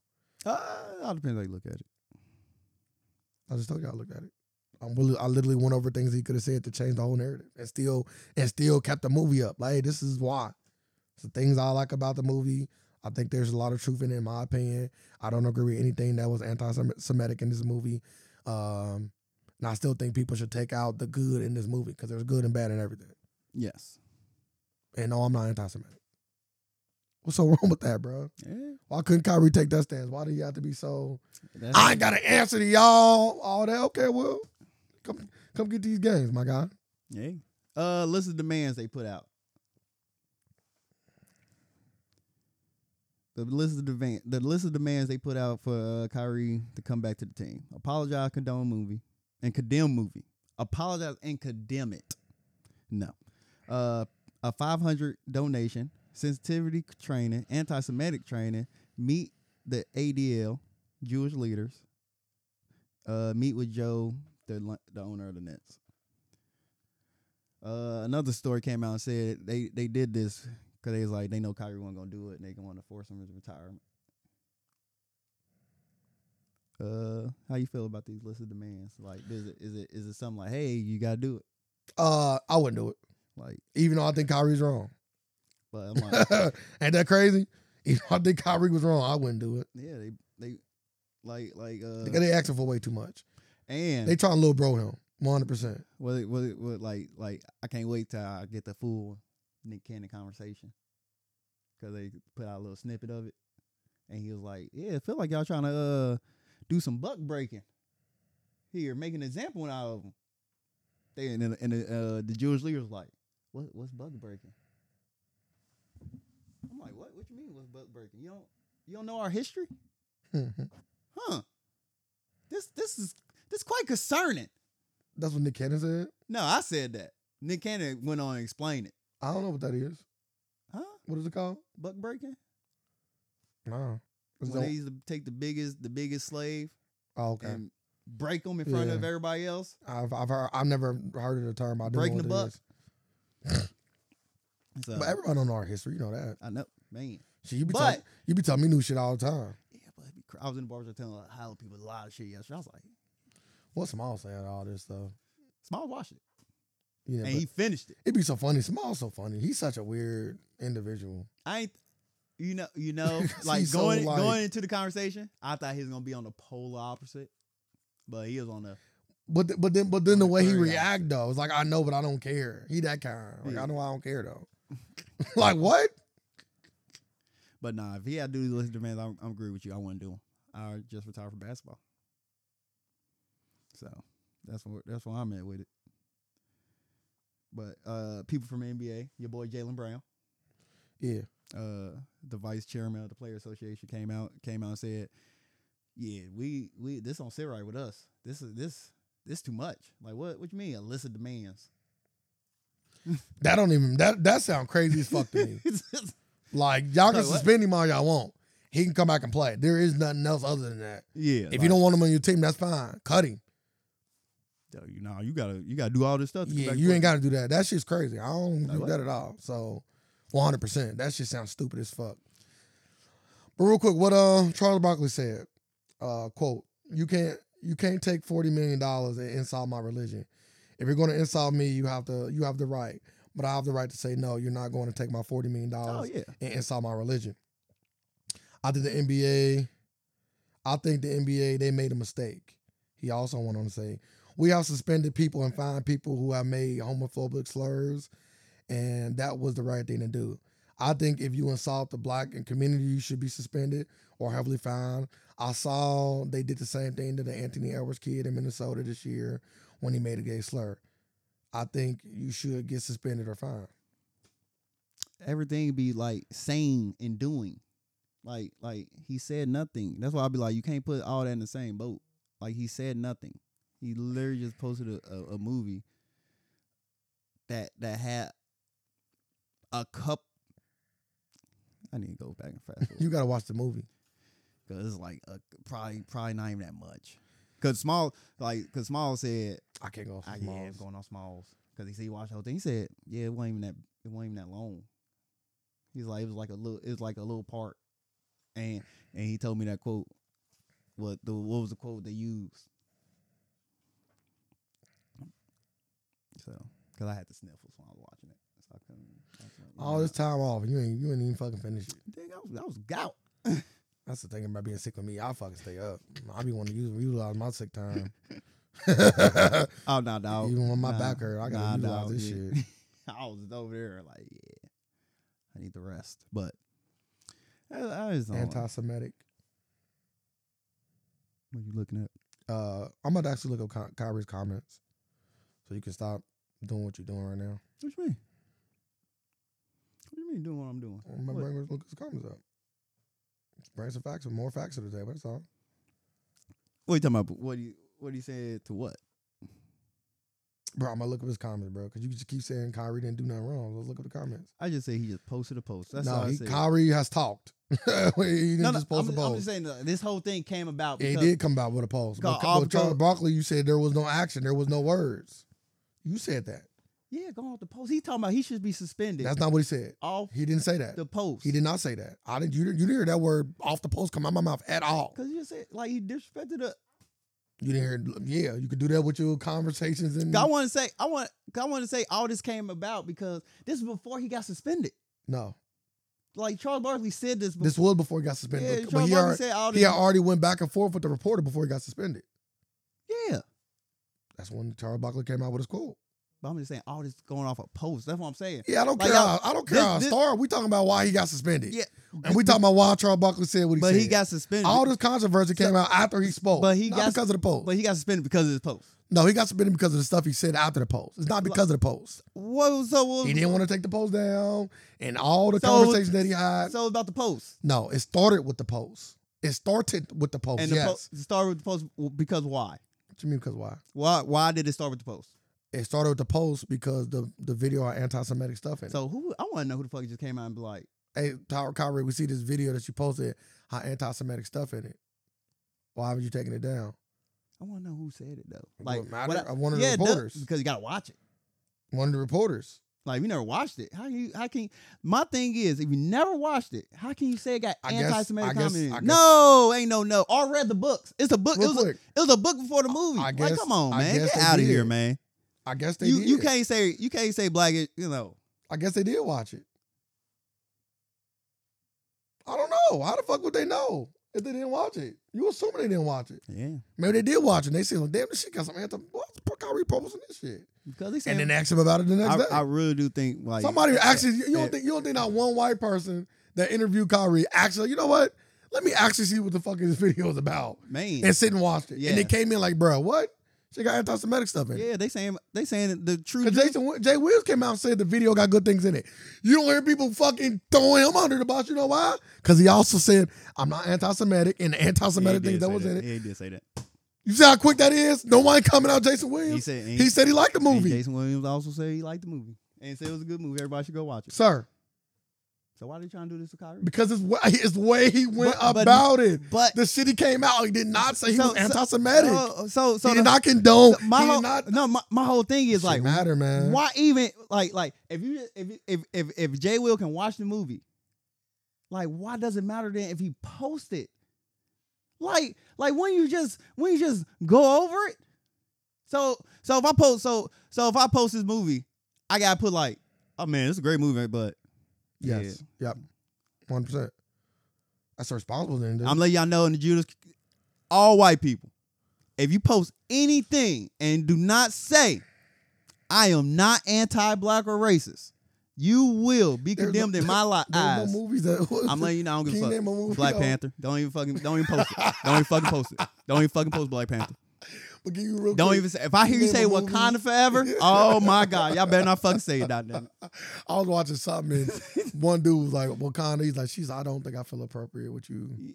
Uh, it all depends how you look at it. I just told you I looked at it. I'm willi- I literally went over things he could have said to change the whole narrative and still and still kept the movie up. Like this is why. It's the things I like about the movie. I think there's a lot of truth in it, in my opinion. I don't agree with anything that was anti-Semitic in this movie. Um, and I still think people should take out the good in this movie because there's good and bad in everything. Yes. And no, I'm not anti-Semitic. What's so (laughs) wrong with that, bro? Yeah, Why couldn't Kyrie take that stance? Why do you have to be so? that's, I ain't got an answer to y'all. All that. Okay, well, come come get these games, my guy. yeah. Uh, list of demands they put out. The list of deman- the list of demands they put out for uh, Kyrie to come back to the team. Apologize, condone movie, and condemn movie. Apologize and condemn it. No. Uh, a 500 donation, sensitivity training, anti-Semitic training, meet the ADL, Jewish leaders, uh, meet with Joe, the, lo- the owner of the Nets. Uh, another story came out and said they, they did this because they was like, they know Kyrie wasn't going to do it and they want to force him to retire. Uh, how you feel about these list of demands? Like, is it is it is it something like, hey, you gotta do it? Uh, I wouldn't do it, Like, even though I think Kyrie's wrong. (laughs) but I'm like, ain't that crazy? Even though I think Kyrie was wrong, I wouldn't do it. Yeah, they they like like They- uh they asking for way too much. and They trying to little bro him, one hundred percent. (laughs) what it, what, it, what like like I can't wait till I get the full Nick Cannon conversation because they put out a little snippet of it and he was like, yeah, it feel like y'all trying to uh do some buck breaking here, make an example out of them. They and, the- and the, uh, the Jewish leader was like, what what's buck breaking? I'm like, what what you mean what's buck breaking? You don't you don't know our history? huh this this is this quite concerning That's what Nick Cannon said. no i said that nick cannon went on and explained it I don't know what that is. huh What is it called? buck breaking No. It's when they don't- used to take the biggest the biggest slave oh, okay. and break them in front Yeah. of everybody else I've I've heard I've never heard of the term. I don't Breaking know the what it buck. is. so But everybody don't know our history. You know that. i know man Shit, you be But- telling, you be telling me new shit all the time. yeah but it'd be cra- i was in the barbershop telling like, how people a lot of shit yesterday i was like What Small say out of all this stuff? small watched it Yeah, and but he finished it it'd be so funny. Small's so funny. He's such a weird individual. i ain't you know you (laughs) know like He's so going like- going into the conversation i thought he was gonna be on the polar opposite but he was on the But th- but then but then the Like way he very react though, it's like I know, but I don't care. He that kind. Like Yeah. I know I don't (laughs) care though. (laughs) like what? But nah, if he had to do these list of demands, I'm, I'm agree with you. I wouldn't do them. I would just retire from basketball. So that's what that's where I'm at with it. But uh, people from NBA, your boy Jalen Brown, Yeah. uh, the vice chairman of the Player Association, came out came out and said, "Yeah, we we this don't sit right with us. This is this this too much. Like what what you mean? A list of (laughs) demands? That don't even that that sound crazy as fuck (laughs) to me. Like y'all can Like, what? suspend him all y'all want. He can come back and play. There is nothing else other than that. yeah. If you don't want him on your team, that's fine. Cut him. don't, you know, you gotta you gotta do all this stuff. To Yeah, you ain't got to do that. That shit's crazy. I don't Like do what? that at all. So, one hundred percent. That shit sounds stupid as fuck. But real quick, what uh Charles Barkley said, uh quote: "You can't you can't take forty million dollars and insult my religion. If you're going to insult me, you have to you have the right. But I have the right to say no. You're not going to take my forty million Oh dollars yeah, and insult my religion. I think the NBA, I think the NBA, they made a mistake. He also went on to say, We have suspended people and fined people who have made homophobic slurs, and that was the right thing to do. I think if you insult the black and community, you should be suspended or heavily fined. I saw they did the same thing to the Anthony Edwards kid in Minnesota this year when he made a gay slur. I think you should get suspended or fined. everything be like sane and doing. Like like he said nothing. That's why I'd be like, you can't put all that in the same boat. Like he said nothing. He literally just posted a, a, a movie that that had a cup. I need to go back and fast forward You gotta watch the movie. because it's like a, probably probably not even that much. Cause small like cause small said I can't go. I from Ah, yeah, Mars. it's going on Smalls because he said he watched the whole thing. He said, yeah, it wasn't even that. It wasn't even that long. He's like, it was like a little. It was like a little part, and and he told me that quote. What the what was the quote they used? So, because I had the sniffles when I was watching it, so I couldn't. I couldn't All this time off, you ain't you ain't even fucking finished it. Dang, I was I was gout. That's the thing about being sick with me. I fucking stay up. I be wanting to use utilize my (laughs) sick time. Oh no, dog. Even when my Nah, back hurt, I gotta nah, utilize dog, this yeah. shit. (laughs) I was over there like, yeah, I need the rest. But I, I just don't. like- Anti-Semitic. What you looking at? Uh, I'm about to actually look up Ky- Kyrie's comments, so you can stop doing what you're doing right now. What you mean? What do you mean doing what I'm doing? I'm gonna What? bring look his comments up. Just Bring some facts and more facts to the table. That's all. What you talking about? What do you what he said to what? Bro, I'm gonna look up his comments, bro, because you just keep saying Kyrie didn't do nothing wrong. Let's look up the comments. I just say he just posted a post. That's all no, I he, said. Kyrie has talked. (laughs) he didn't no, no, just I'm, post a I'm post. just saying that this whole thing came about It because did come out with a post. Go- But, all but Charles because- Barkley, you said there was no action, there was no words. You said that. yeah, going off the post. He talking about he should be suspended That's not what he said. off He didn't say that. the post. He did not say that. I didn't. You didn't. You didn't hear that word off the post come out my mouth at all. because you said like he disrespected the. You didn't hear. Yeah, you could do that with your conversations and I want to say I want I want to say all this came about because this is before he got suspended. no. Like Charles Barkley said this. Before. This was before he got suspended. yeah, but Charles he, Barkley already, said all this. he already went back and forth with the reporter before he got suspended. yeah, That's when Charles Barkley came out with his quote. but I'm just saying all this going off a post. That's what I'm saying. Yeah, I don't Like, care. I- how, I don't care this- how it this- started. We talking about why he got suspended. Yeah. and we talking about why Charles Barkley said what he But said. he got suspended. All this controversy came out after he spoke. But he not got- because of the post. But he got suspended because of his post. no, he got suspended because of the stuff he said after the post. It's not because of the post. What was so? What was, He didn't want to take the post down and all the So- conversations that he had. so about the post no, it started with the post. It started with the post. and Oh, yes. the post started with the post w- because why? What you mean because why? Why? Why did it start with the post? It started with the post because the the video had anti-Semitic stuff in it. So who? I want to know who the fuck just came out and be like, hey, Tyler Kyrie, we see this video that you posted had anti-Semitic stuff in it. Why haven't you taken it down? I want to know who said it though. It Like wouldn't matter. what I- Uh, one of the yeah, it does, reporters. because you gotta watch it. One of the reporters. Like we never watched it. How you? How can? My thing is, if you never watched it, how can you say it got I guess- I anti-Semitic guess- comments? in it? I guess- No, ain't no no. Or read the books. It's a book. It Real was a, quick, it was a book before the movie. I like guess- come on, I man, guess get they out of here, did. man. I guess they You did. you can't say you can't say black. You know. I guess they did watch it. I don't know. How the fuck would they know if they didn't watch it? You assuming they didn't watch it. Yeah. Maybe they did watch it. And they said, "Damn, this shit got some anti. What's the fuck Kyrie posting this shit?" Because they said And then asked him about it the next I, day. I really do think like Somebody actually, you yeah. don't think you don't think not one white person that interviewed Kyrie actually, you know what? Let me actually see what the fuck this (laughs) video is about man. and sit and watch it. Yeah. And they came in like, bruh, what? She got anti-Semitic stuff in it. Yeah, they saying they saying the true. Because Jason Wi- Jay Williams came out and said the video got good things in it. You don't hear people fucking throwing him under the bus. You know why? Because he also said, I'm not anti Semitic, and the anti Yeah, he Semitic thing did that say was in it. Yeah, he did say that. You see how quick that is? No one coming out Jason He Williams. said He, said he liked the movie. Jason Williams also said he liked the movie and said it was a good movie. Everybody should go watch it. Sir, So why are they trying to do this to Kyrie? because it's, wa- (laughs) it's the way he went But- but- about it. But The shit he came out, he did not say he So- was so- anti Semitic. so Oh, so, so he the- did not condone. so my he did whole, not. no my, my whole thing is Shit like matter, man. why even like like if you if you- if if if Jay Will can watch the movie, like why does it matter then if he posts it? Like like when you just when you just go over it. So so if I post so so if I post this movie, I gotta put like, oh man, it's a great movie, but Yes. Yep. 100%. That's responsible then, dude. I'm letting y'all know in the Judas, all white people, if you post anything and do not say, I am not anti-black or racist, you will be There's no- condemned in my li- (laughs) There's eyes. no movies that. (laughs) I'm letting you know I don't give Can you a fuck. name a movie, Black though? Panther. Don't even fucking don't even post it. Don't even fucking post it. Don't even fucking post Black Panther. We'll give you real Don't quick. even say. If I hear you Name say a movie. Wakanda forever, oh my god, y'all better not fucking say it out there. (laughs) I was watching something and (laughs) one dude was like, Wakanda, he's like, she's I don't think I feel appropriate with you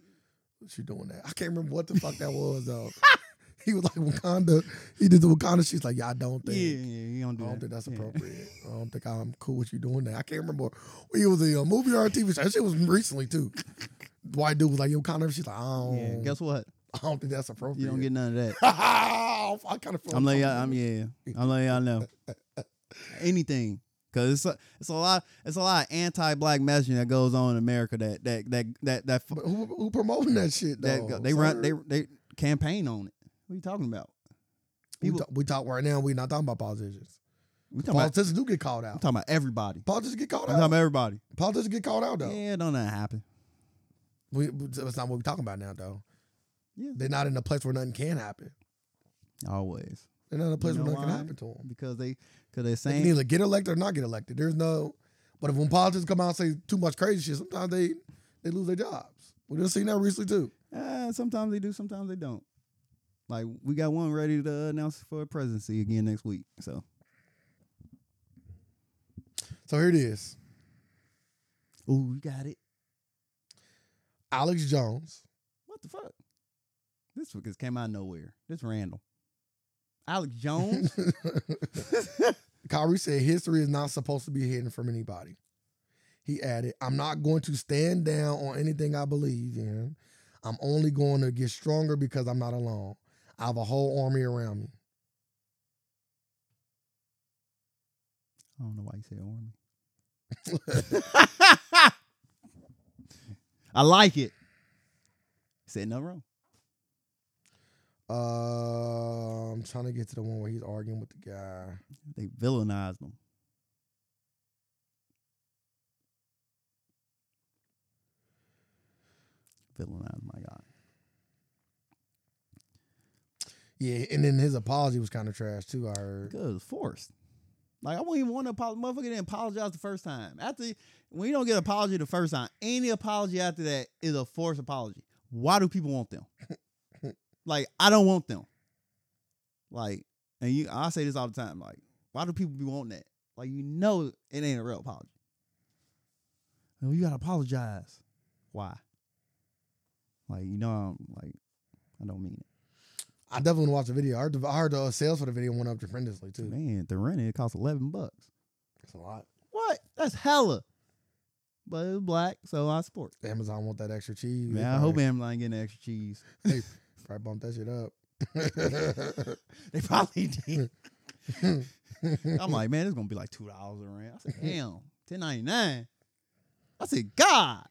with you doing that. I can't remember what the fuck that was though. (laughs) he was like Wakanda. He did the Wakanda. She's like, Yeah, I don't Yeah, think yeah, you don't I do don't that. think that's Yeah. appropriate. I don't think I'm cool with you doing that. I can't remember. It was a uh, movie or a TV show. That shit was recently (laughs) too. White dude was like, "Yo, Wakanda." She's like, "I don't, Yeah, guess what? I don't think that's appropriate." You don't get none of that. (laughs) I kind of feel. I'm letting y'all. I'm uncomfortable. yeah. I'm letting y'all know. Anything, cause it's a, it's a lot. It's a lot of anti-black messaging that goes on in America. That that that that that, fu- But who, who promoting that shit though? that go- they sir? run they they campaign on it. What are you talking about? we, People, talk, we talk right now. We're not talking about politicians. we talking about, Politicians do get called I'm out. talking about everybody. Politicians get called I'm talking out. about everybody. Politicians get called out though. Yeah, don't let that happen. We, we- that's not what we're talking about now though. Yeah. They're not in a place where nothing can happen. Always They're not in a place know where nothing why? can happen to them. because they because they They saying can either get elected or not get elected. There's no, but if when politicians come out and say too much crazy shit, sometimes they they lose their jobs. We just seen that recently too. Uh, sometimes they do, sometimes they don't. Like we got one ready to announce for a presidency again next week. So So here it is: ooh, we got it. Alex Jones. What the fuck? This just came out of nowhere. This random. Alex Jones. (laughs) Kyrie said history is not supposed to be hidden from anybody. He added, "I'm not going to stand down on anything I believe in. I'm only going to get stronger because I'm not alone. I have a whole army around me." (laughs) I don't know why you said army. (laughs) I like it. Said nothing wrong. Uh, I'm trying to get to the one where he's arguing with the guy. They villainized him. Villainized my guy. Yeah, and then his apology was kind of trash too. I heard. Good, it was forced. Like I wouldn't even want to apologize. Motherfucker didn't apologize the first time. After when you don't get an apology the first time, any apology after that is a forced apology. Why do people want them? like I don't want them. Like, and you, I say this all the time. Like, why do people be wanting that? Like, you know, it ain't a real apology. No, you gotta apologize. Why? Like, you know, I'm like, I don't mean it. I definitely watched the video. I heard the, I heard the uh, sales for the video went up tremendously too. Man, the rent it costs eleven bucks. That's a lot. What? That's hella. But it was black, so I support. Amazon want that extra cheese. Man, I hope Amazon ain't getting extra cheese. (laughs) Hey, probably bump that (laughs) shit up. They probably did. (laughs) I'm like, man, it's gonna be like two dollars a rent. I said, damn, ten ninety nine. I said, God.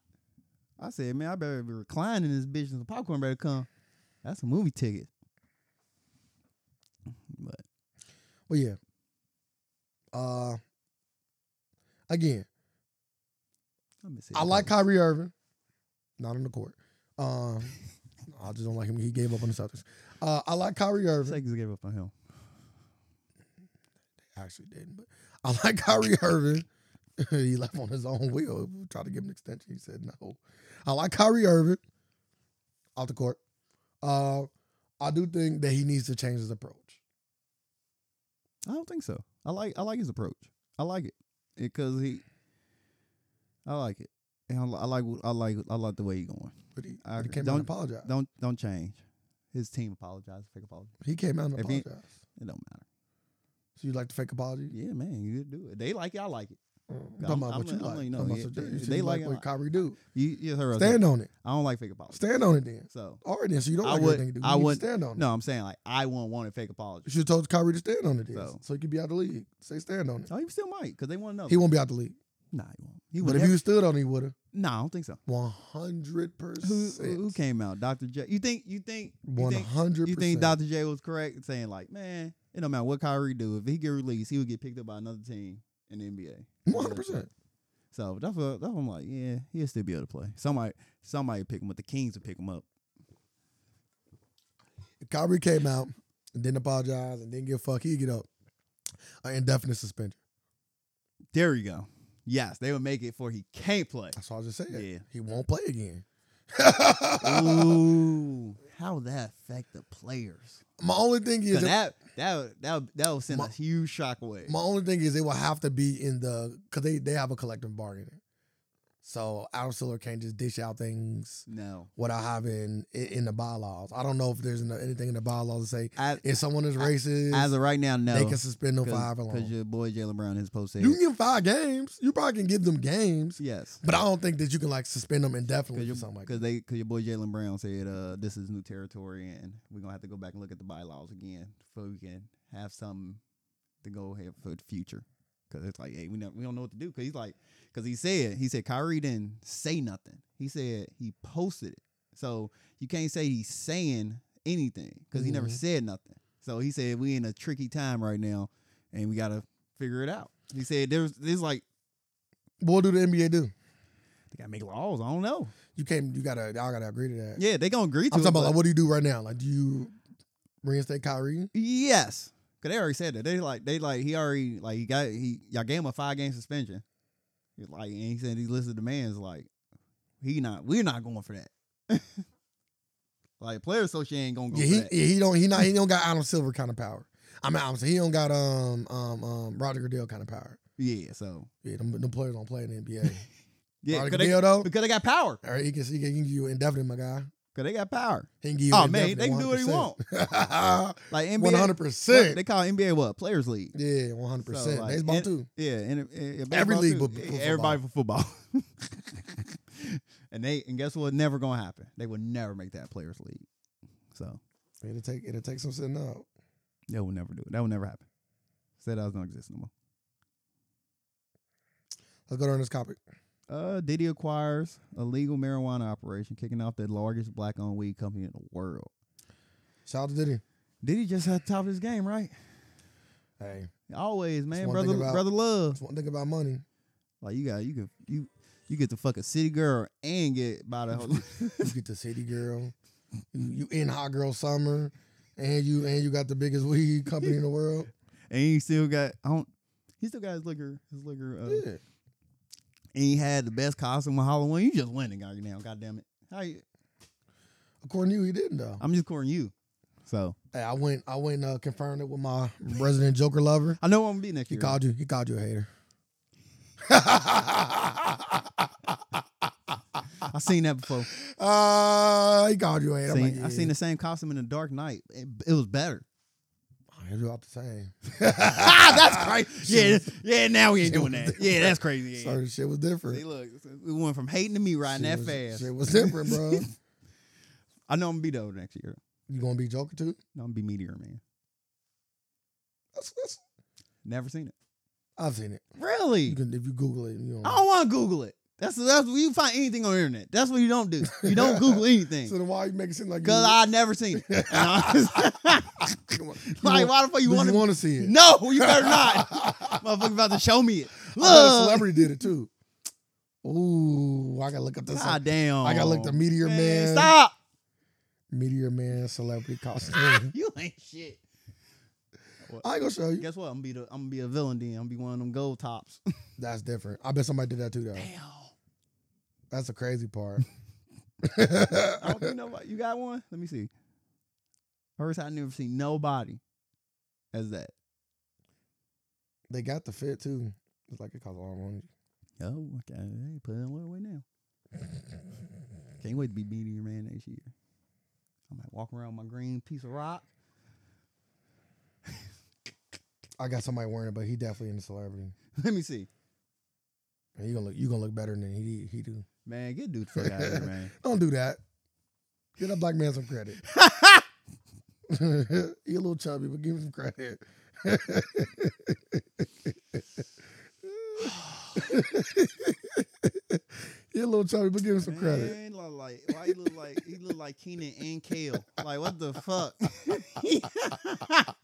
I said, man, I better be reclining this bitch and some popcorn better come. That's a movie ticket. But well, yeah. Uh, (laughs) again, I'm gonna say I like Kyrie Irving, not on the court. Um, (laughs) I just don't like him. He gave up on the Celtics. Uh, I like Kyrie Irving. Celtics gave up on him. actually didn't, but (laughs) I like Kyrie Irving. (laughs) he left on his own will. We tried to give him an extension. He said no. I like Kyrie Irving. Out the court. Uh, I do think that he needs to change his approach. I don't think so. I like I like his approach. I like it because he. I like it, and I, li- I like I like I like the way he going. But he, I but he agree. came out and Don't- apologized. Don't don't change. His team apologized. Fake apology. He came out and If he- apologized. It don't matter. so you like the fake apology? Yeah, man, you do it. They like it. I like it. I'm I'm- talking about I'm what you letting- I'm like. letting you know, Talking about yeah, what you- they- you they like like it a what lot. Kyrie do. You yes, sir. I was Stand like, on it. I don't like fake apology. Stand on it then. So Already, so you don't I like would- everything you do. I You need to would- stand on it. no, I'm saying like I wouldn't want a fake apology. You (laughs) should have told Kyrie to stand on it then. So, So- he could be out the league. Say stand on it. Oh, he still might because they want to know. He won't be out the league. nah, he won't. He But would. if you stood on it, he would have. nah, I don't think so. One hundred Who who percent. came out? Dr. J. You think you think you One think hundred. You think Dr. J was correct in saying like, man, it don't matter what Kyrie do. If he get released, he would get picked up by another team in the NBA. One hundred percent. So that's what, that's what I'm like. Yeah, he'll still be able to play. Somebody somebody pick him up. The Kings would pick him up. If Kyrie came out and didn't apologize and didn't give a fuck, he'd get up. An indefinite suspension. There you go. Yes, they would make it for he can't play. That's all I just said. Yeah. He won't play again. Ooh, how would that affect the players? (laughs) my only thing 'Cause is That that would- that would- that would send My- a huge shockwave. my only thing is they will have to be in the because they they have a collective bargaining. So Adam Silver can't just dish out things no, without having it in the bylaws. I don't know if there's no- anything in the bylaws to say as, if someone is racist, as of right now, no. they can suspend them five or because longer. your boy Jalen Brown has posted. You can give them five games. You probably can give them games, yes, but I don't think that you can like suspend them because indefinitely your or something like that. because they because your boy Jalen Brown said uh this is new territory and we're gonna have to go back and look at the bylaws again so we can have something to go ahead for the future. Because it's like, hey, we don't we don't know what to do. Because he's like, because he said he said Kyrie didn't say nothing. He said he posted it, so you can't say he's saying anything because he never Mhm. said nothing. So he said we in a tricky time right now and we gotta figure it out. He said there's there's like What do the NBA do? they gotta make laws. I don't know. You can't. You gotta. Y'all gotta agree to that. Yeah, they gonna agree to. it, I'm talking about but- like what do you do right now? Like do you reinstate Kyrie? Yes, because they already said that they like they like he already like he got he y'all gave him a five game suspension. He's like and he said these list of demands like he not we're not going for that. (laughs) like player association ain't gonna go Yeah, for he, that. yeah, he don't he not he don't got Adam Silver kind of power. I mean, I'm he don't got um um um Roger Goodell kind of power. Yeah, so Yeah, them, them players don't play in the NBA. (laughs) yeah, Roger 'cause they- Goodell though, because they got power. all right, he can he can give you indefinite, my guy. Because they got power. He can give you Oh, man, they can do what he want. (laughs) Like NBA, One hundred what- percent. they call NBA what players league. Yeah, one hundred percent. So, like, Baseball and- too. Yeah, and, and- and Every baseball, league too. but- but everybody for football. (laughs) and they and guess what? Never gonna happen. They would never make that players league. So It'll take it'll take some sitting up. they will never do it. That will never happen. Said I was gonna exist no more. Let's go down this topic. Uh, Diddy acquires a legal marijuana operation, kicking off the largest black-owned weed company in the world. Shout out to Diddy. Diddy just had top of his game, right? Hey, Always, man, one thing brother, about- brother, love. that's one thing about money. Like you got, you could, you, you get to fuck a city girl and get by (laughs) the whole. (laughs) You get the city girl. You, you in hot girl summer, and you and you got the biggest weed company in the world. and he still got I don't he still got his liquor his liquor uh, Yeah. and he had the best costume on Halloween. You just winning right now, god damn it. How you, According to you, he didn't though. I'm just quoting you. So Hey, I went I went uh, confirmed it with my resident Joker lover. I know what I'm gonna be next He year. (laughs) called you. He called you a hater. I seen that (laughs) before. uh, he called you a hater. I'm seen, like, I seen yeah. the same costume in the Dark Knight. It, it was (laughs) better. (laughs) Oh, It's about the same. (laughs) ah, that's crazy. Yeah, Shit yeah. Now we ain't shit doing was (laughs) that. Yeah, that's crazy. (laughs) Yeah. Sorry, shit was See, different. look, we went from hating to me riding shit that was, fast. shit was different, bro. (laughs) I know I'm gonna be though next year. you gonna be Joker too? No, I'm gonna be Meteor Man. That's, that's, Never seen it. I've seen it. Really? You can if you Google it. You know. I don't want to Google it. That's that's where you find anything on the internet. That's what you don't do. You don't Google (laughs) So anything then why you make it seem like because you, I never seen it. (laughs) And I was- you (laughs) want- like, why the fuck you but want (laughs) you to? want to see it? No, you better (laughs) not. Motherfucker, about to show me it. I bet a Look, celebrity did it too. Ooh, I gotta look up this. god damn. I gotta look the Meteor Man. Stop. Meteor Man celebrity (laughs) costume. You ain't shit. I ain't gonna show you. Guess what? I'm gonna be the, I'm gonna be a villain. Then I'm gonna be one of them gold tops. That's different. I bet somebody did that too, though. Damn. That's the crazy part. (laughs) (laughs) I don't think nobody. You got one? Let me see. First, I never seen nobody as that. they got the fit too. It's like it costs a lot of money. Oh, okay. Hey, put it away (laughs) now. Can't wait to be Meteor Man next year. I might walk around with my green piece of rock. (laughs) I got somebody wearing it, but he definitely in the celebrity. Let me see. And you gonna look, you gonna look better than he he do. Man, get dude the fuck out of here, man. Don't do that. Give that black man some credit. (laughs) he a little chubby, but give him some credit. (laughs) he a little chubby, but give him (laughs) some credit. Man, look like, why he look like he look like Keenan and Kale. Like what the (laughs) fuck? (laughs)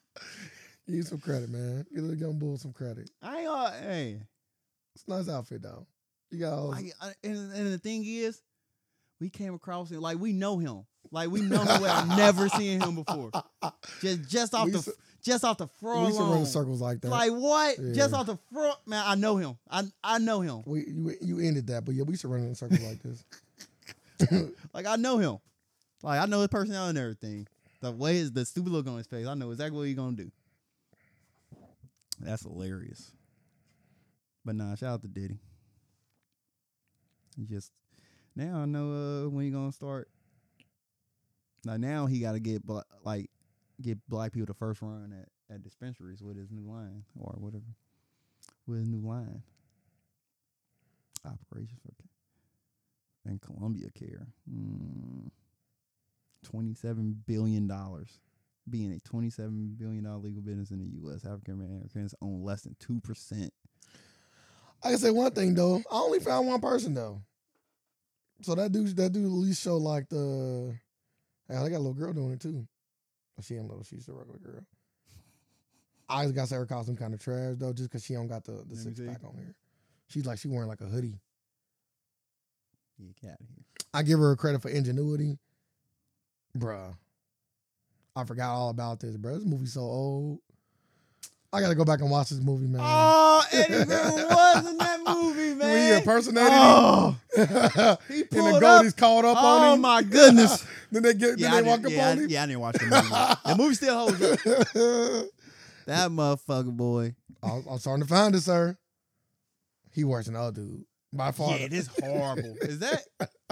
Give him some credit, man. Give the young bull some credit. I ain't all, hey. It's a nice outfit though. You got all Like, I, and, and the thing is, we came across him like we know him. Like we know him (laughs) well. I've never seen him before. Just just off We the used to- just off the we fraud used to run in alone. circles like that. Like what? Just Yeah. off the front, man. I know him. I I know him. we you, you ended that, but yeah, we used to run in circles like this. like I know him. Like I know his personality and everything. The way is the stupid look on his face. I know exactly what he's gonna do. That's hilarious. But nah, shout out to Diddy. He Just now I know uh, when he gonna start. Now now he gotta get bla- like get black people the first run at, at dispensaries with his new line or whatever. With his new line. Operations for and Columbia Care. Mm. Twenty-seven billion dollars, being a twenty-seven billion dollar legal business in the U.S. African Americans own less than two percent. I can say one thing though. I only found one person though. So that dude, that dude at least show like the. Hell, they got a little girl doing it too. Well, She ain't little. She's a regular girl. I just gotta say her costume kind of trash though, just because she don't got the the Let me six see. pack on here. She's like she wearing like a hoodie. Yeah, get out of here. I give her credit for ingenuity, bruh. I forgot all about this, bruh. This movie's so old. I gotta go back and watch this movie, man. Oh, Eddie (laughs) Griffin was in that movie, When he man. impersonated (laughs) Oh, him, he and the pulled up. Goldies called up oh on him. my goodness. Then they (laughs) get, yeah, I then they walk didn't- up yeah, I- on him. yeah, I didn't watch the movie. the movie still holds up. (laughs) That motherfucker boy. I'm, I'm starting to find it, sir. He worse than other dude by far. Yeah, this horrible. Is that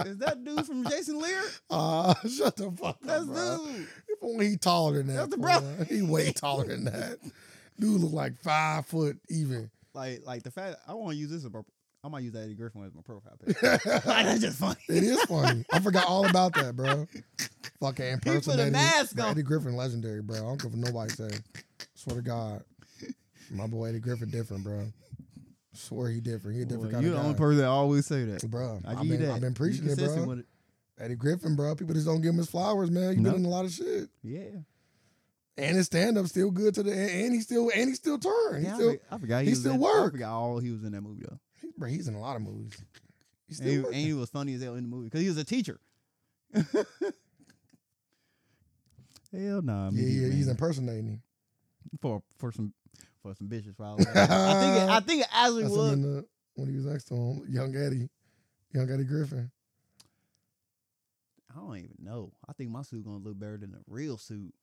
is that dude from Jason Lear? (laughs) Ah, shut the fuck That's up, bro. dude. If only he taller than that, That's the bro. bro. He (laughs) way taller than that. Dude look like five foot even. like like the fact I want to use this as my, I might use that Eddie Griffin as my profile (laughs) picture. Like, that's just funny. It is funny. I forgot all about that, bro. (laughs) Fucking put a impersonating mask bro, on. Eddie Griffin, legendary, bro. I don't care what nobody say. Swear to God, my boy Eddie Griffin different, bro. Swear he different. He a different Well, kind you're the of only guy, person that always say that. bro. I I've give you been, that. I've been You preaching it, consistent bro. with it. Eddie Griffin, bro. People just don't give him his flowers, man. He No. been in a lot of shit, Yeah. and his stand up still good to the end. And he still and he still turned. He yeah I still, forg- I, forgot he, he was still in, work. I forgot all he was in that movie though. he- bro, he's in a lot of movies. He And he, still and working. he was funny as hell in the movie because he was a teacher. (laughs) hell nah. yeah, yeah, he's man. impersonating him. for for some for some bitches. (laughs) Probably. I think it, I think it actually That's was. him in the, when he was next to him, young Eddie, young Eddie Griffin. I don't even know. I think my suit gonna look better than the real suit.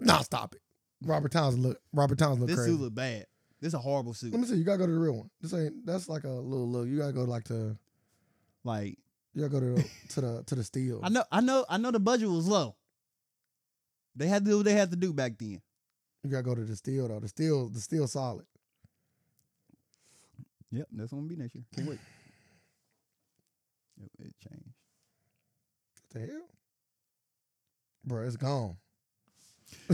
Nah, stop it. Robert Towns look. Robert Towns look This crazy. suit look bad. This is a horrible suit. Let me see. You gotta go to the real one. This ain't. That's like a little look. You gotta go like to. Like You gotta go to the, to the to the steel. (laughs) I know, I know, I know the budget was low. They had to do what they had to do back then. You gotta go to the steel though. The steel. The steel solid. Yep, that's gonna be next year. Can't (sighs) wait. Yep, it changed. What the hell, bro? It's gone.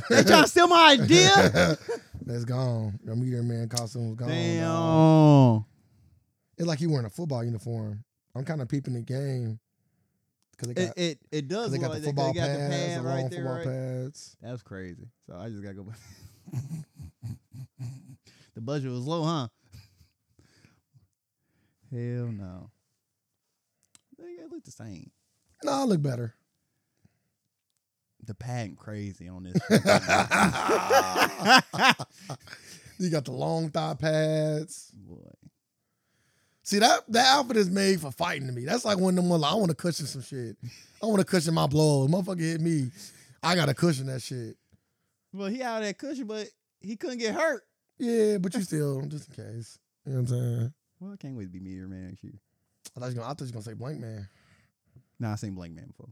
They trying to steal my idea. (laughs) That's gone. Your meteor man costume was gone. dawg. Damn. It's like he wearing a football uniform. I'm kind of peeping the game because they got, It it, it does 'cause they look got like the football they got pads, the pad the long right there. football right? pads. That's crazy. So I just gotta go. back. (laughs) the budget was low, huh? (laughs) Hell no. They they look the same. No, I look better. The patent crazy on (laughs) this. You got the long thigh pads. Boy. See that that outfit is made for fighting to me. That's like one of them ones, like, I want to cushion some shit. I want to cushion my blows. Motherfucker hit me. I gotta cushion that shit. Well, he out of that cushion, but he couldn't get hurt. Yeah, but you still just in case. You know what I'm saying? Well, I can't wait to be Meteor Man next year. I thought you gonna, I thought you was gonna say blank man. Nah, I seen Blank Man before.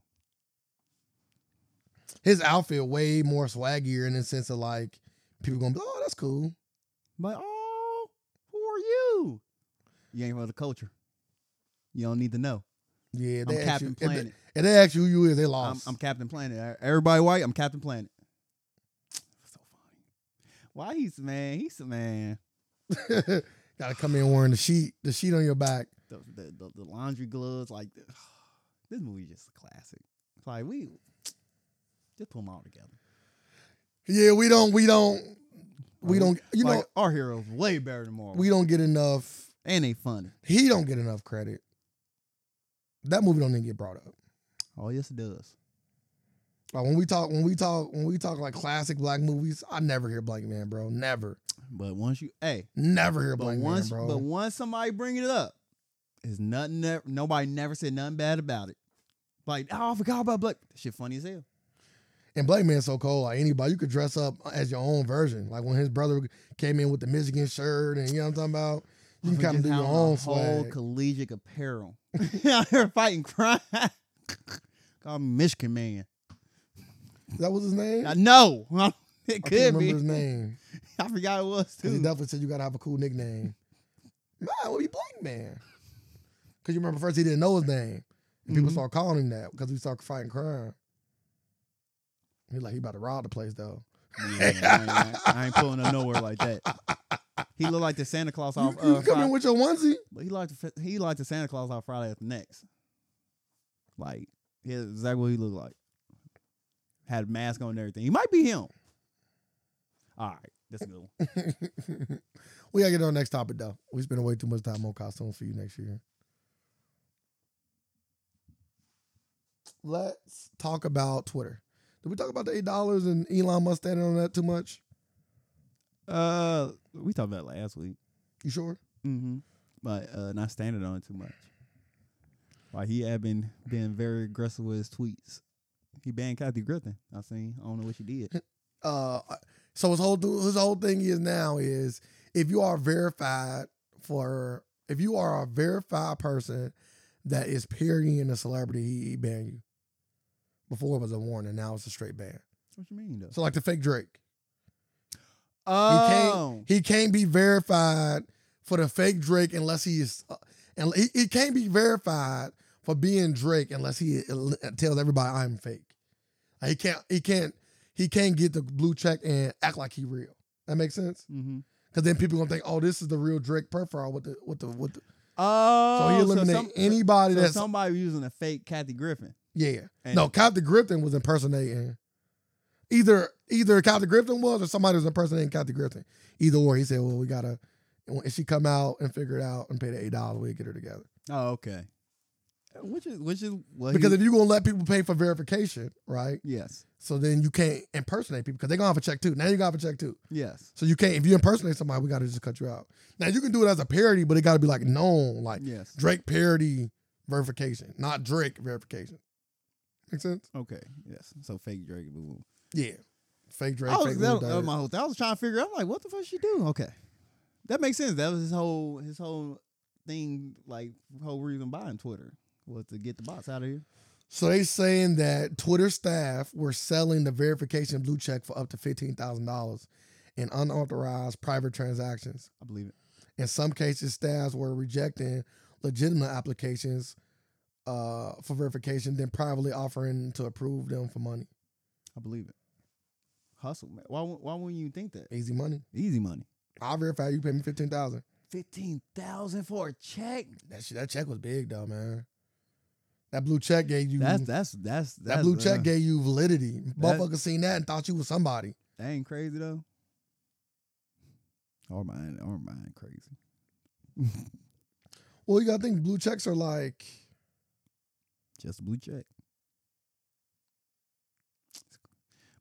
His outfit way more swaggier in the sense of like people gonna be like, oh that's cool. But oh, who are you? You ain't from the culture. You don't need to know. Yeah, they I'm ask Captain you, if Planet. they, if they ask you who you is, they I'm, lost. (laughs) I'm Captain Planet. E, Everybody white. I'm Captain Planet. (sniffs) So funny. Why he's man? He's a man. gotta come in wearing the sheet, the sheet on your back. The, the, the, the laundry gloves, like this movie, just a classic. It's like we just put them all together. Yeah, we don't, we don't, we don't. You Like, know, our heroes way better than Marvel. we don't get enough. and they funny. He don't get enough credit. That movie don't even get brought up. Oh yes, it does. Like when we talk, when we talk, when we talk like classic black movies, I never hear Blank Man, bro. Never, But once you, hey, never hear But Blank Man, once, bro. but once somebody bring it up, is nothing. Never, nobody never said nothing bad about it. Like, oh, I forgot about Black. That shit funny as hell. And Black Man's so cold. Like anybody, you could dress up as your own version. Like when his brother came in with the Michigan shirt, and you know what I'm talking about. You can Motherfucker kind just of do your had on own a whole swag. collegiate apparel. (laughs) Out here fighting crime. (laughs) Call me Michigan man. That was his name. I know. (laughs) It I could can't remember be. his name. I forgot it was 'Cause he too. definitely said you gotta have a cool nickname. Nah, it would be Black Man. Cause you remember first he didn't know his name. And people Mhm. started calling him that because he started fighting crime. He like he about to rob the place though. Yeah, I, ain't, I ain't pulling up nowhere like that. He looked like the Santa Claus You, off. you Uh, come in Fri- with your onesie. (laughs) but he liked the, he liked the Santa Claus off Friday after next. Like, yeah, exactly what he looked like. Had a mask on and everything. He might be him. All right, that's a good. one. (laughs) we gotta get on the next topic though. We spending way too much time on costumes for you next year. Let's talk about Twitter. Did we talk about the eight dollars and Elon Musk standing on that too much? Uh, we talked about it last week. You sure? Mm-hmm. But uh, not standing on it too much. Like he had been being very aggressive with his tweets. He banned Kathy Griffin. I seen. I don't know what she did. uh so his whole his whole thing is now is if you are verified for if you are a verified person that is parodying a celebrity, he, he banned you. Before it was a warning, now it's a straight ban. What you mean though? So like the fake Drake, Oh, he can't be verified for the fake Drake unless he is, uh, and he, he can't be verified for being Drake unless he el- tells everybody I'm fake. Like, He can't he can't he can't get the blue check and act like he real. That makes sense. mm-hmm. Because then people gonna think, oh, this is the real Drake profile with the with the with. The. oh, So he eliminated some- anybody so that's somebody was using a fake Kathy Griffin. yeah. And- no, Captain Griffin was impersonating. Either either Captain Griffin was or somebody was impersonating Captain Griffin. Either or, he said, well, we gotta. If she come out and figure it out and pay the eight dollars, we get her together. Oh, okay. Which is which is what Because he, if you gonna let people pay for verification, right? yes, So then you can't impersonate people because they're gonna have a check too. Now you gotta have a check too. yes, So you can't if you impersonate somebody, we gotta just cut you out. Now you can do it as a parody, but it gotta be like known, like yes. Drake parody verification, not Drake verification. Make sense? Okay, yes. So fake Drake. Boo. boo. Yeah. Fake Drake. I was, fake Oh, that, Lil that was Durk. my whole thing. I was trying to figure out, like, what the fuck she do? Okay. That makes sense. That was his whole his whole thing, like whole reason buying Twitter was to get the bots out of here. So they saying that Twitter staff were selling the verification blue check for up to fifteen thousand dollars in unauthorized private transactions. I believe it. In some cases, staffs were rejecting legitimate applications uh, for verification, then privately offering to approve them for money. I believe it. Hustle, man. Why wou- why wouldn't you think that? Easy money. Easy money. I verify you pay me fifteen thousand. Fifteen thousand for a check. That shit, that check was big though, man. That blue check gave you That's that's that's, that that's blue check uh, gave you validity. Motherfucker seen that and thought you was somebody. That ain't crazy though. Or mine, or mine crazy. Well, you gotta think blue checks are like Just a blue check.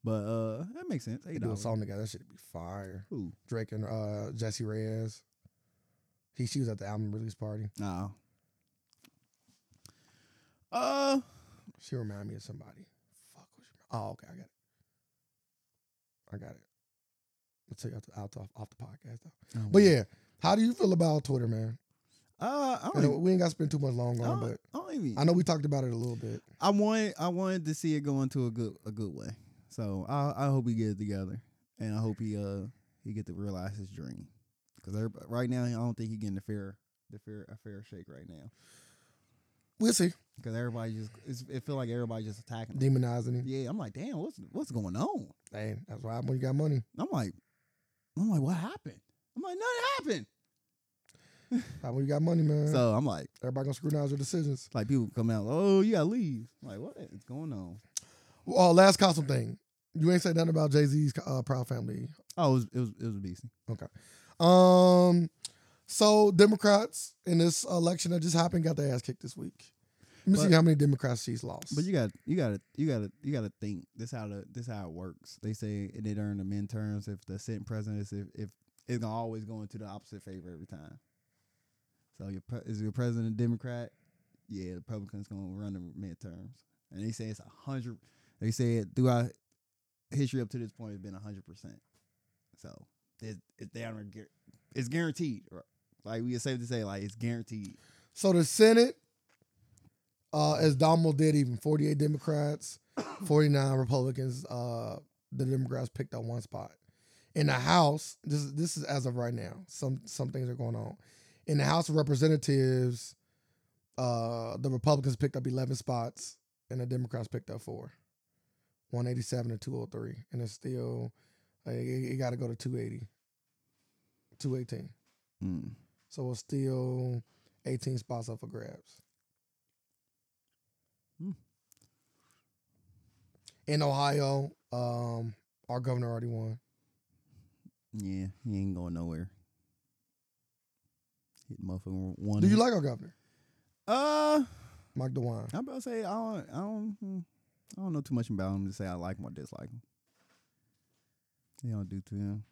But uh, that makes sense. they Eight do a dollars. song together. That shit be fire. Who? Drake and uh Jesse Reyes. He she was at the album release party. No. Uh, She reminded me of somebody. Fuck. what's her- Oh, okay, I got it. I got it. I'll tell you off the, off the, off the podcast though. Oh, But yeah, how do you feel about Twitter, man? uh, I I don't, know even, we ain't got to spend too much I long on, don't, it, I don't even. but I know we talked about it a little bit. I wanted, I wanted to see it go into a good, a good way. So I, I hope he get it together, and I hope he, uh, he get to realize his dream. Because right now, I don't think he getting the fair, the fair, a fair shake right now. We'll see. Because everybody just, it's, it feel like everybody just attacking him. Demonizing him. Yeah, I'm like, damn, what's what's going on? Hey, that's why when you got money. I'm like, I'm like, what happened? I'm like, nothing That's when you got money, man. happened. So I'm like. Everybody gonna scrutinize your decisions. Like people come out, oh, you gotta leave. I'm like, what is going on? Oh, last costume thing. You ain't said nothing about Jay Z's uh, Proud Family. Oh, it was it was it was BC. Um, so Democrats in this election that just happened got their ass kicked this week. Let me But- see how many Democrats she's lost. But you got you gotta you gotta you gotta think this how the this how it works. They say it during the midterms if the sitting president is if, if it's gonna always go into the opposite favor every time. So your pre- is your president a Democrat? Yeah, the Republicans gonna run the midterms. and they say it's a hundred. They said throughout history up to this point, it's been a hundred percent. So it's it's down or guar- it's guaranteed. or- Like we are safe to say, like it's guaranteed. So the Senate, uh, as Donald did, even 48 Democrats, 49 Republicans. Uh, the Democrats picked up one spot. In the House, this is this is as of right now. Some some things are going on. In the House of Representatives, uh, the Republicans picked up 11 spots, and the Democrats picked up four, 187 to 203, and it's still uh, it, it got to go to 280, 218. Mm. So it's still 18 spots up for grabs. Hmm. In Ohio, um, our governor already won. Yeah, he ain't going nowhere. Hit motherfucker one. Do you like our governor, Uh, Mike DeWine? I'm about to say I don't, I don't, hmm, I don't know too much about him to say I like him or dislike him. They don't do to him.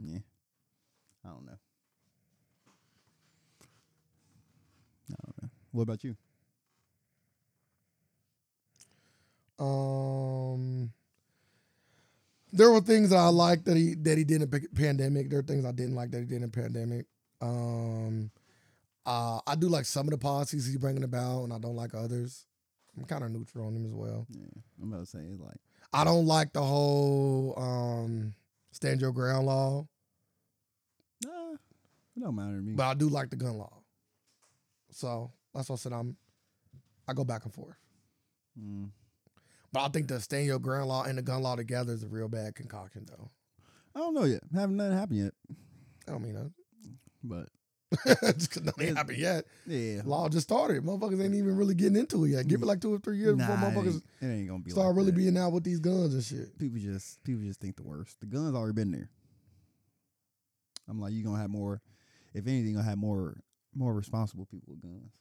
Yeah, I don't know. I don't know. What about you? Um, there were things that I liked that he that he did in the pandemic. There are things I didn't like that he did in the pandemic. Um, uh, I do like some of the policies he's bringing about, and I don't like others. I'm kind of neutral on him as well. Yeah, I'm about to say it's like I don't like the whole um, stand your ground law, nah, it don't matter to me. but I do like the gun law. So that's why I said I'm. I go back and forth, Mm. but I think the stand your ground law and the gun law together is a real bad concoction, though. I don't know yet. Haven't nothing happened yet, I don't mean that. but (laughs) just 'cause nothing It's- happened yet. yeah, Law just started. Motherfuckers ain't even really getting into it yet. Give it like two or three years nah, before it, motherfuckers ain't, it ain't gonna be start like really that. being out with these guns and shit. people just people just think the worst. The gun's already been there. I'm like, you gonna have more. If anything, gonna have more more responsible people with guns.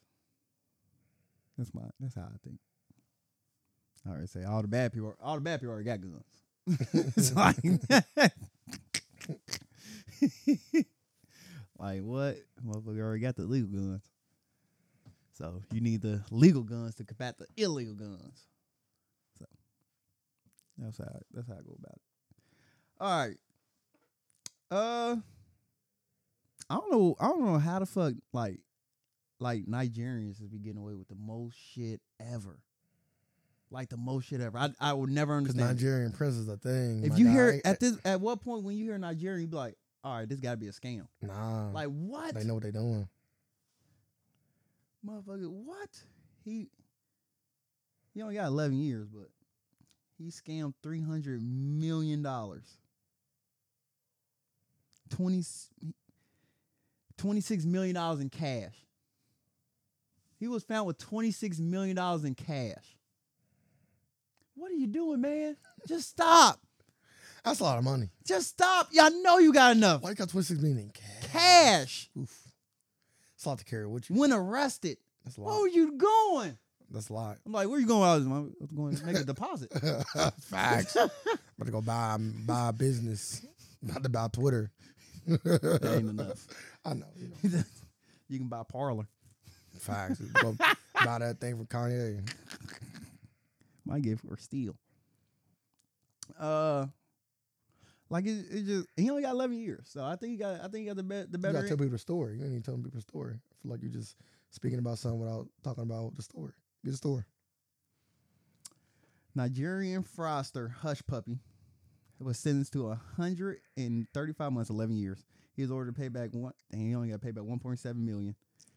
That's my that's how I think. I already say all the bad people all the bad people already got guns. (laughs) it's like (laughs) like what motherfucker already got the legal guns. So you need the legal guns to combat the illegal guns. That's how that's how I go about it. All right. Uh I don't know I don't know how the fuck like like Nigerians is be getting away with the most shit ever. Like the most shit ever. I I will never Because understand. it. Nigerian prince is a thing. If my you guy. Eh, hear at this at what point when you hear Nigerian you be like, all right, this gotta be a scam. nah, Like what? they know what they're doing. Motherfucker, what? He he only got eleven years, but he scammed three hundred million dollars. 20, 26 million dollars in cash. He was found with twenty six million dollars in cash. What are you doing, man? Just stop. That's a lot of money. Just stop. Y'all know you got enough Why you got 26 million in cash. cash? Oof. It's a lot to carry with you. When arrested, That's a where lot. were you going? That's a lot. (laughs) I'm like, where you going? I was, I was going (laughs) to make a deposit. (laughs) Facts. I'm about to go buy buy a business. Not to buy Twitter. That (laughs) ain't enough. (laughs) I know. You know. you can buy parlor. Facts. Go buy that thing from Kanye. Might get for steel. Uh, like it, it just he only got 11 years, so I think he got I think he got the be, the You better. gotta tell end. people the story. You ain't even telling people the story. I feel like you're just speaking about something without talking about the story. Get the story. Nigerian fraudster Hush Puppy was sentenced to 135 months, 11 years. He was ordered to pay back one, and he only got paid back 1.7 million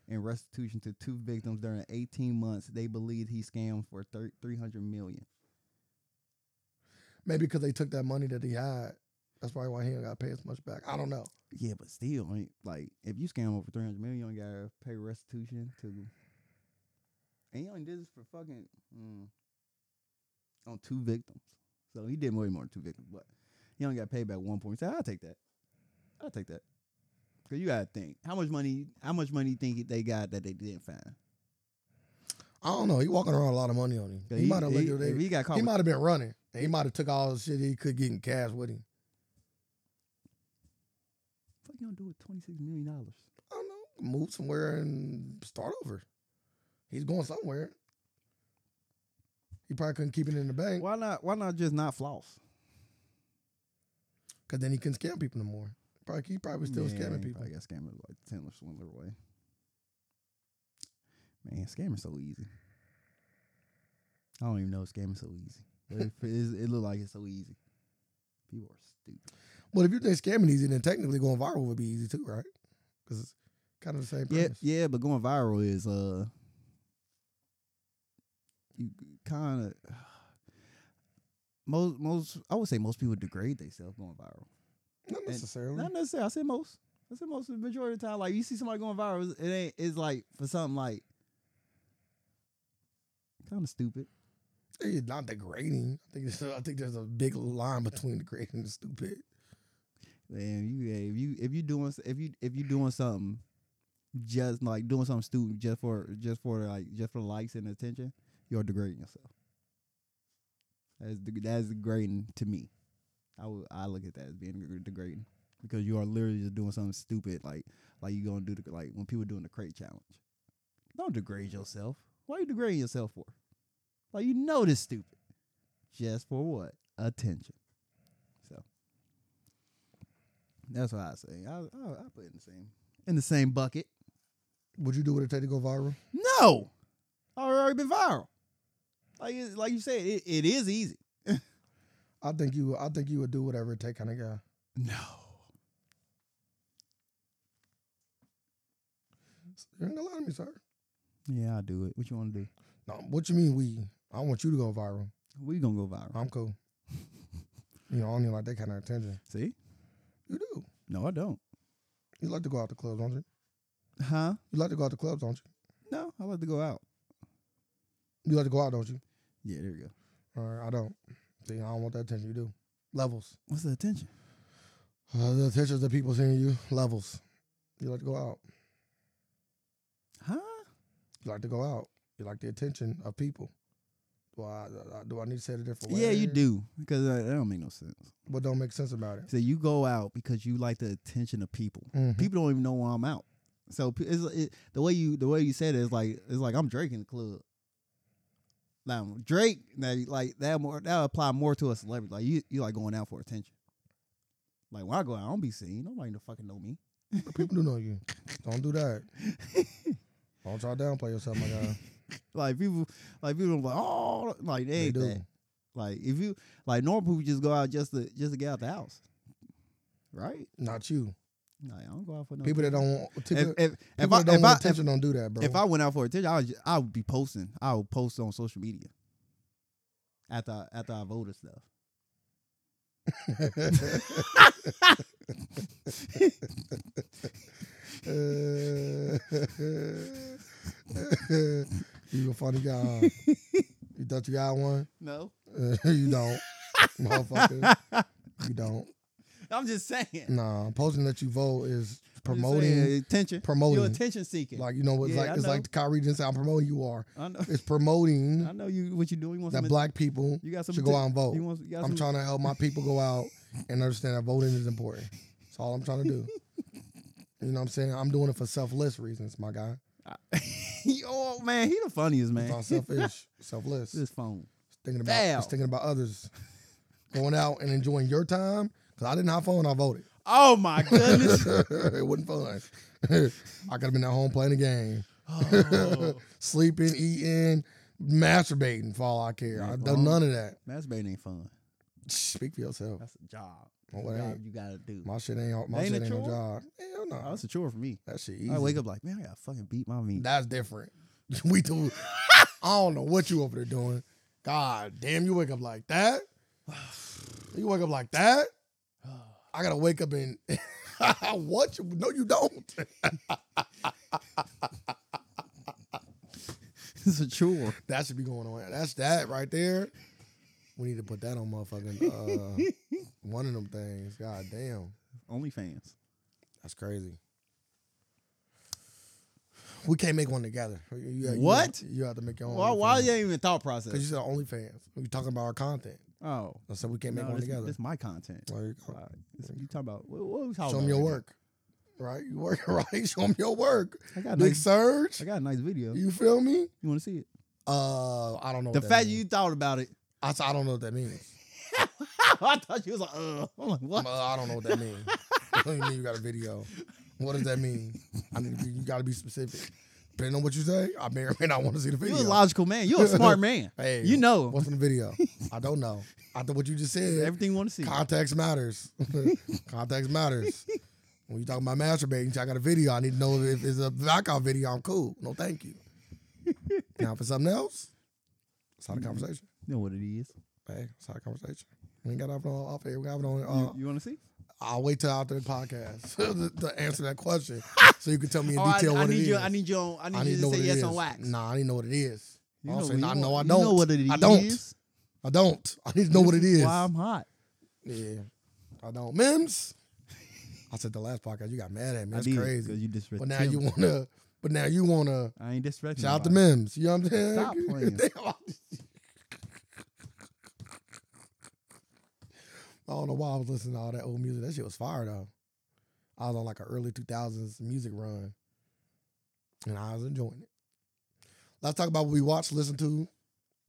in restitution to two victims during 18 months. They believed he scammed for thir- 300 million. Maybe because they took that money that he had. That's probably why he ain't got paid as much back. I don't know. Yeah, but still, I mean, like if you scam over three hundred million, you only gotta pay restitution to. And he only did this for fucking mm, on two victims, so he did way more than two victims. But he only got paid back one point. So I'll take that. I'll take that. Cause you gotta think how much money, how much money you think they got that they didn't find. I don't know. He walking around with a lot of money on him. 'Cause He might have he, literally- if he got caught. He with- might have been running. And he might have took all the shit he could get in cash with him. fuck you gonna do with twenty six million dollars? I don't know. Move somewhere and start over. He's going somewhere. You probably couldn't keep it in the bank Why not? Why not just not floss? because then he couldn't scam people no more. Probably he probably was still scamming people. I got scammers like Taylor Swindler way. Man, scamming so easy. I don't even know if scamming so easy. But it, is, it look like it's so easy. People are stupid. Well, if you think scamming easy, then technically going viral would be easy too, right? Because it's kind of the same. Yeah, premise. yeah, but going viral is uh, you kind of (sighs) most most I would say most people degrade themselves going viral. Not necessarily. Not necessarily. I said most. I said most. The majority of the time, like you see somebody going viral, it ain't. It's like for something like kind of stupid. It's not degrading. I think there's a, I think there's a big line between degrading and stupid. And you, if you, if you doing, s- if you, if you doing something, just like doing something stupid, just for, just for like, just for likes and attention, you're degrading yourself. That's de- that's degrading to me. I would, I look at that as being deg- degrading because you are literally just doing something stupid, like, like you gonna do the like when people doing the crate challenge. Don't degrade yourself. Why you degrading yourself for? Like you know this stupid, just for what attention. So. That's what I say. I, I I put it in the same in the same bucket. Would you do what it take to go viral? No, I already been viral. Like it- like you said, it, it is easy. I think you. I think you would do whatever it take kind of guy. No, You ain't gonna lie to me, sir. yeah, I'll do it. What you want to do? No, what you mean we? I want you to go viral. We gonna go viral. (laughs) I'm cool. you know, I don't even like that kind of attention. See? You do. No, I don't. You like to go out to clubs, don't you? Huh? You like to go out to clubs, don't No, I like to go out. you? You like to go out, don't you? Yeah, there you go. All right, I don't. See, I don't want that attention. You do. Levels. What's the attention? Uh, the attention of the people seeing you. Levels. You like to go out. Huh? You like to go out. You like the attention of people. Do I, I- do I need to say it a different way? Yeah, you do because uh, that don't make no sense. But don't make sense about it. So you go out because you like the attention of people. Mhm. People don't even know why I'm out. So p- it's, it, the way you the way you said it is like it's like I'm Drake in the club. Now Drake, now you- like that more that apply more to a celebrity. Like you, you like going out for attention. Like when I go out, I don't be seen. Nobody to fucking know me. But people do know you. Don't do (laughs) that. don't try to downplay yourself, my guy. Like people, like people like oh, like they, They ain't do. that. Like if you like normal people just go out just to just to get out the house, right? Not you. Like I don't go out for no People that don't want people, If, if, if people I that don't if I, want if attention don't do that, bro. If (laughs) I went out for attention, I would, ju- I would be posting. I would post on social media after I- after I voted stuff. (laughs) you a funny guy. huh? you thought you got one? (laughs) (laughs) No, you don't, motherfucker. You don't. I'm just saying. Nah, posting that you vote is I'm just promoting. saying, attention, promoting. You're attention seeking. Like you know, it's Yeah, I like it's know. like Kyrie didn't say I'm promoting you are. I know, (laughs) It's promoting I know you what you doing. You want that some- black people You got some should go atten- out and vote. You want, you got I'm some, trying to help my people go out and understand that voting is important. That's all I'm trying (laughs) to do. you know what I'm saying? I'm doing it for selfless reasons, my guy. oh man, (laughs) he the funniest It's man. not selfish, (laughs) selfless. This phone. It's thinking about Damn. it's thinking about others. Going out and enjoying your time. Cause I didn't have fun, I (laughs) voted. Oh my (laughs) goodness. (laughs) it wasn't fun. I could have been at home playing a game. oh, (laughs) Sleeping, eating, masturbating for all I care. Yeah, I've well, done none of that. masturbating ain't fun. Speak for yourself. That's a job. Oh, That's a it job ain't. you gotta do. My shit ain't my Ain't shit it ain't no chore? job. Hell no. Oh, that's a chore for me. that shit easy. I wake up like man, I gotta fucking beat my meat. That's different. (laughs) we do. I don't know what you over there doing. God damn, you wake up like that. You wake up like that. I gotta wake up and (laughs) what? You, no, you don't. (laughs) it's a (laughs) chore. That should be going on. That's that right there. We need to put that on motherfucking uh, (laughs) one of them things. God damn, OnlyFans. that's crazy. We can't make one together. You- you- you- What? You have to make your own. Why? Why you ain't even thought process? Because you said OnlyFans. We talking about our content. Oh, I said we can't make no, one this, together. this my content. There you go. Uh, this- you talking about what, what we talking Show about? them your right work. (laughs) Right? You work right. Show them your work. now? I got a Big nice. Surge. I got a nice video. You feel me? You want to see it? Uh, I don't know. The what that fact means. you thought about it, I, s- I don't know what that means. I thought you was like, uh, I'm like, what? Uh, I don't know what (laughs) that means. (laughs) what do you mean you got a video? What does that mean? I need to be, you got to be specific. Depending on what you say, I may or may not want to see the You video. a logical man. You a smart man. Hey, you know what's in (laughs) the video? I don't know. After what you just said, everything you want to see. context matters. (laughs) context matters. When you talking about masturbating, I got a video. I need to know if it's a knockout video. I'm cool. No, thank you. now for something else, it's not a conversation. You know what it is. Hey, it's not a conversation. We ain't got off on off air. We got it on. You, Uh, you want to see? I'll wait till after the podcast (laughs) to, to answer that (laughs) question, so you can tell me in Oh, I, detail I what it need is. you. I need you. On, I need you to what say it yes is. on wax. Nah, I need to know what it is. You I'll know say, what nah, you no, I want. don't. You know what it is. I don't. I don't. (laughs) I need to know what it This is. Why I'm hot. Yeah, I don't. Mims, I said the last podcast. You got mad at me. That's crazy. Because you disrespect. But now you wanna. But now you wanna I ain't disrespecting. shout out to nobody. Mims. You know what I'm saying? (laughs) Stop playing. Damn, I I don't know why I was listening to all that old music. That shit was fire though. I was on like an early 2000s music run, and I was enjoying it. Let's talk about what we watched, listened to,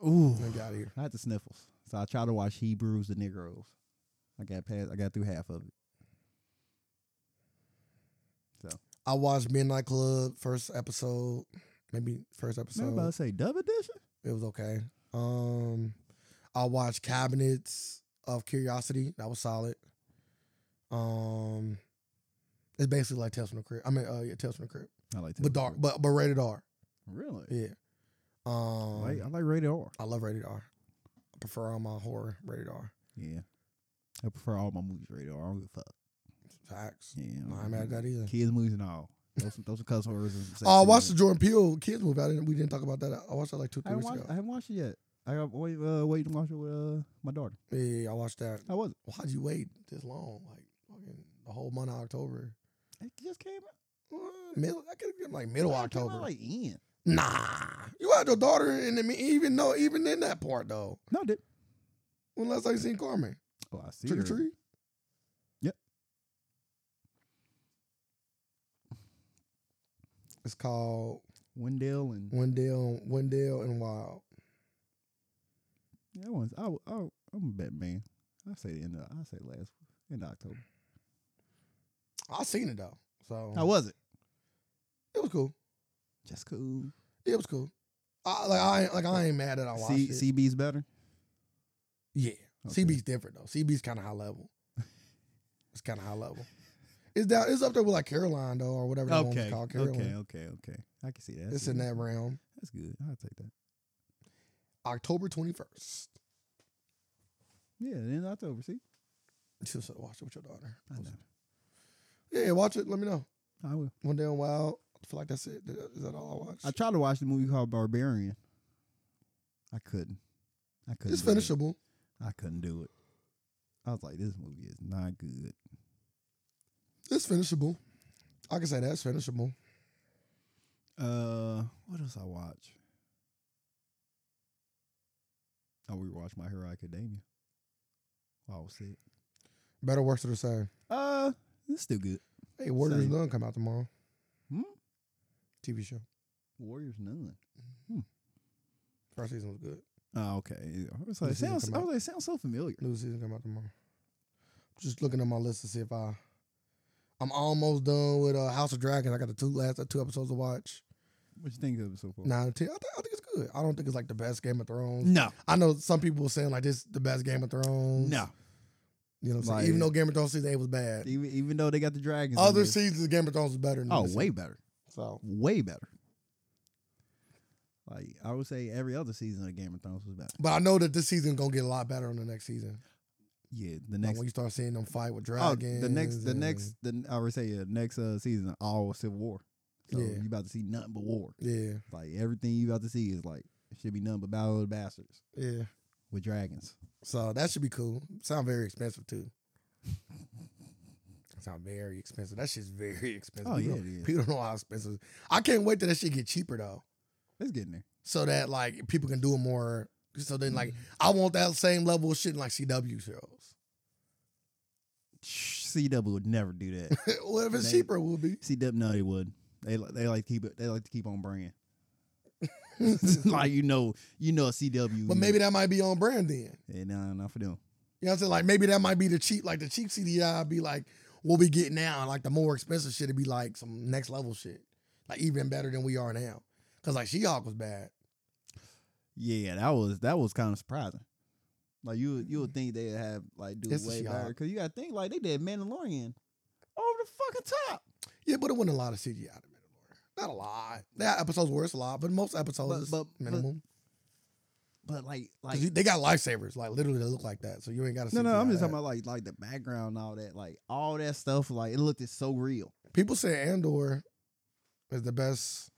Ooh, and got here. I had the sniffles, so I tried to watch Hebrews the Negroes. I got past. I got through half of it. I watched Midnight Club first episode, maybe first episode. Man, I'm about to say dub edition. It was okay. Um, I watched Cabinets of Curiosity. That was solid. Um, it's basically like Tales from the Crypt. I mean, uh, yeah, Tales from the Crypt, I like that. but dark, but but rated R. Really? Yeah. I Um, like, I like rated R. I love rated R. I prefer all my horror rated R. Yeah. I prefer all my movies rated R. I don't give a fuck. Facts. Yeah. Nah, I'm mad at that either. Kids movies and all. Those some, those some cuss words. and sex (laughs) Oh, I scenes. watched the Jordan Peele kids movie. I didn't. We didn't talk about that. I watched that like two, I three haven't weeks watched, I ago. haven't watched it yet. I got wait, uh, waiting to watch it with uh, my daughter. Yeah, yeah, I watched that. How was it? Why'd you wait this long? Like fucking the whole month of October. It just came out. Uh, Middle, I could have been like middle it came out, October. like in. Nah, you had your daughter in the even though even in that part though. No, it did. When last I seen Carmen, Oh, I see. trick or her. treat. Yep. It's called Wendell and Wendell, Wendell and Wild. yeah, that one's. I, w- I, w- I'm a Batman. I say the end. Of, I say last end of October. I seen it though, so How was it? it was cool. Just cool. It was cool. I like I ain't- like I ain't mad that I watched C, it. CB's better. yeah, Okay. CB's different though. CB's kind of high level. (laughs) it's kind of high level. It's down. It's up there with like Caroline though, or whatever that one's Okay. called. Caroline. Okay. Okay. Okay. I can see that. It's in that round. realm. That's good. I'll take that. October 21st. Yeah, the end of October. See, She said, watch it with your daughter. I know. Yeah, yeah, watch it. Let me know. I will. One day in a while. I feel like that's it. Is that all I watched? I tried to watch the movie called Barbarian. I couldn't. I couldn't. it's do it. finishable. I couldn't do it. I was like, this movie is not good. It's finishable. I can say that's finishable. Uh, what else I watch? I rewatched My Hero Academia. Wow, I was sick. Better, worse, or the same. Uh, it's still good. Hey, Warriors Same. None come out tomorrow. Hmm? TV show. Warriors None. First season was good. Oh, okay. Yeah, I was like, New it season sounds. come I out. was like, it sounds so familiar. New season come out tomorrow. Just looking at my list to see if I. I'm almost done with uh, House of Dragons. I got the two last uh, two episodes to watch. What you think of it so far? Nine and ten. I, thi- I think it's good. I don't think it's like the best Game of Thrones. No, I know some people were saying like this the best Game of Thrones. no. You know what I'm saying? Like- Even though Game of Thrones season eight was bad. Even even though they got the dragons. in Other there. seasons of Game of Thrones was better than Oh, this way season. better. So Way better. Like I would say, every other season of Game of Thrones was better. but I know that this season gonna get a lot better on the next season. Yeah, the Like, next when you start seeing them fight with Oh, dragons. the next, the and- next, the I would say yeah, next uh, season all civil war. So Yeah. you about to see nothing but war. Yeah, Like everything you about to see is like it should be nothing but battle of the bastards yeah. with dragons. So that should be cool. Sound very (laughs) expensive too. Sound very expensive. That shit's very (laughs) expensive. Oh, People yeah, don't- it is. People don't know how expensive. I can't wait till that shit get cheaper though. It's getting there. So that like people can do it more so then like Mm-hmm. I want that same level of shit in like CW shows. (laughs) CW would never do (laughs) that. well, if it's They- cheaper, it will be. (laughs) CW no, they would. They li- they like to keep it. They like to keep on brand. (laughs) (laughs) like you know, you know a CW. But maybe that might be on brand then. yeah, nah, not for them. You know what I'm saying? Like maybe that might be the cheap, like the cheap CDI be like what we get now, and like the more expensive shit would be like some next level shit, like even better than we are now. Cause like She Hulk was bad. Yeah, that was that was kind of surprising. Like you would- you would think they have like do It's a way She-Hulk. better because you got to think like they did Mandalorian over the fucking top. Yeah, but it wasn't a lot of CGI. to Mandalorian. Not a lot. There are episodes where it's a lot, but most episodes But- is but- but- minimum. But like 'Cause like you- they got lifesavers, like literally they look like that. So you ain't got to. no no I'm just talking about like like the background and all that like all that stuff like it looked so real. People say Andor is the best,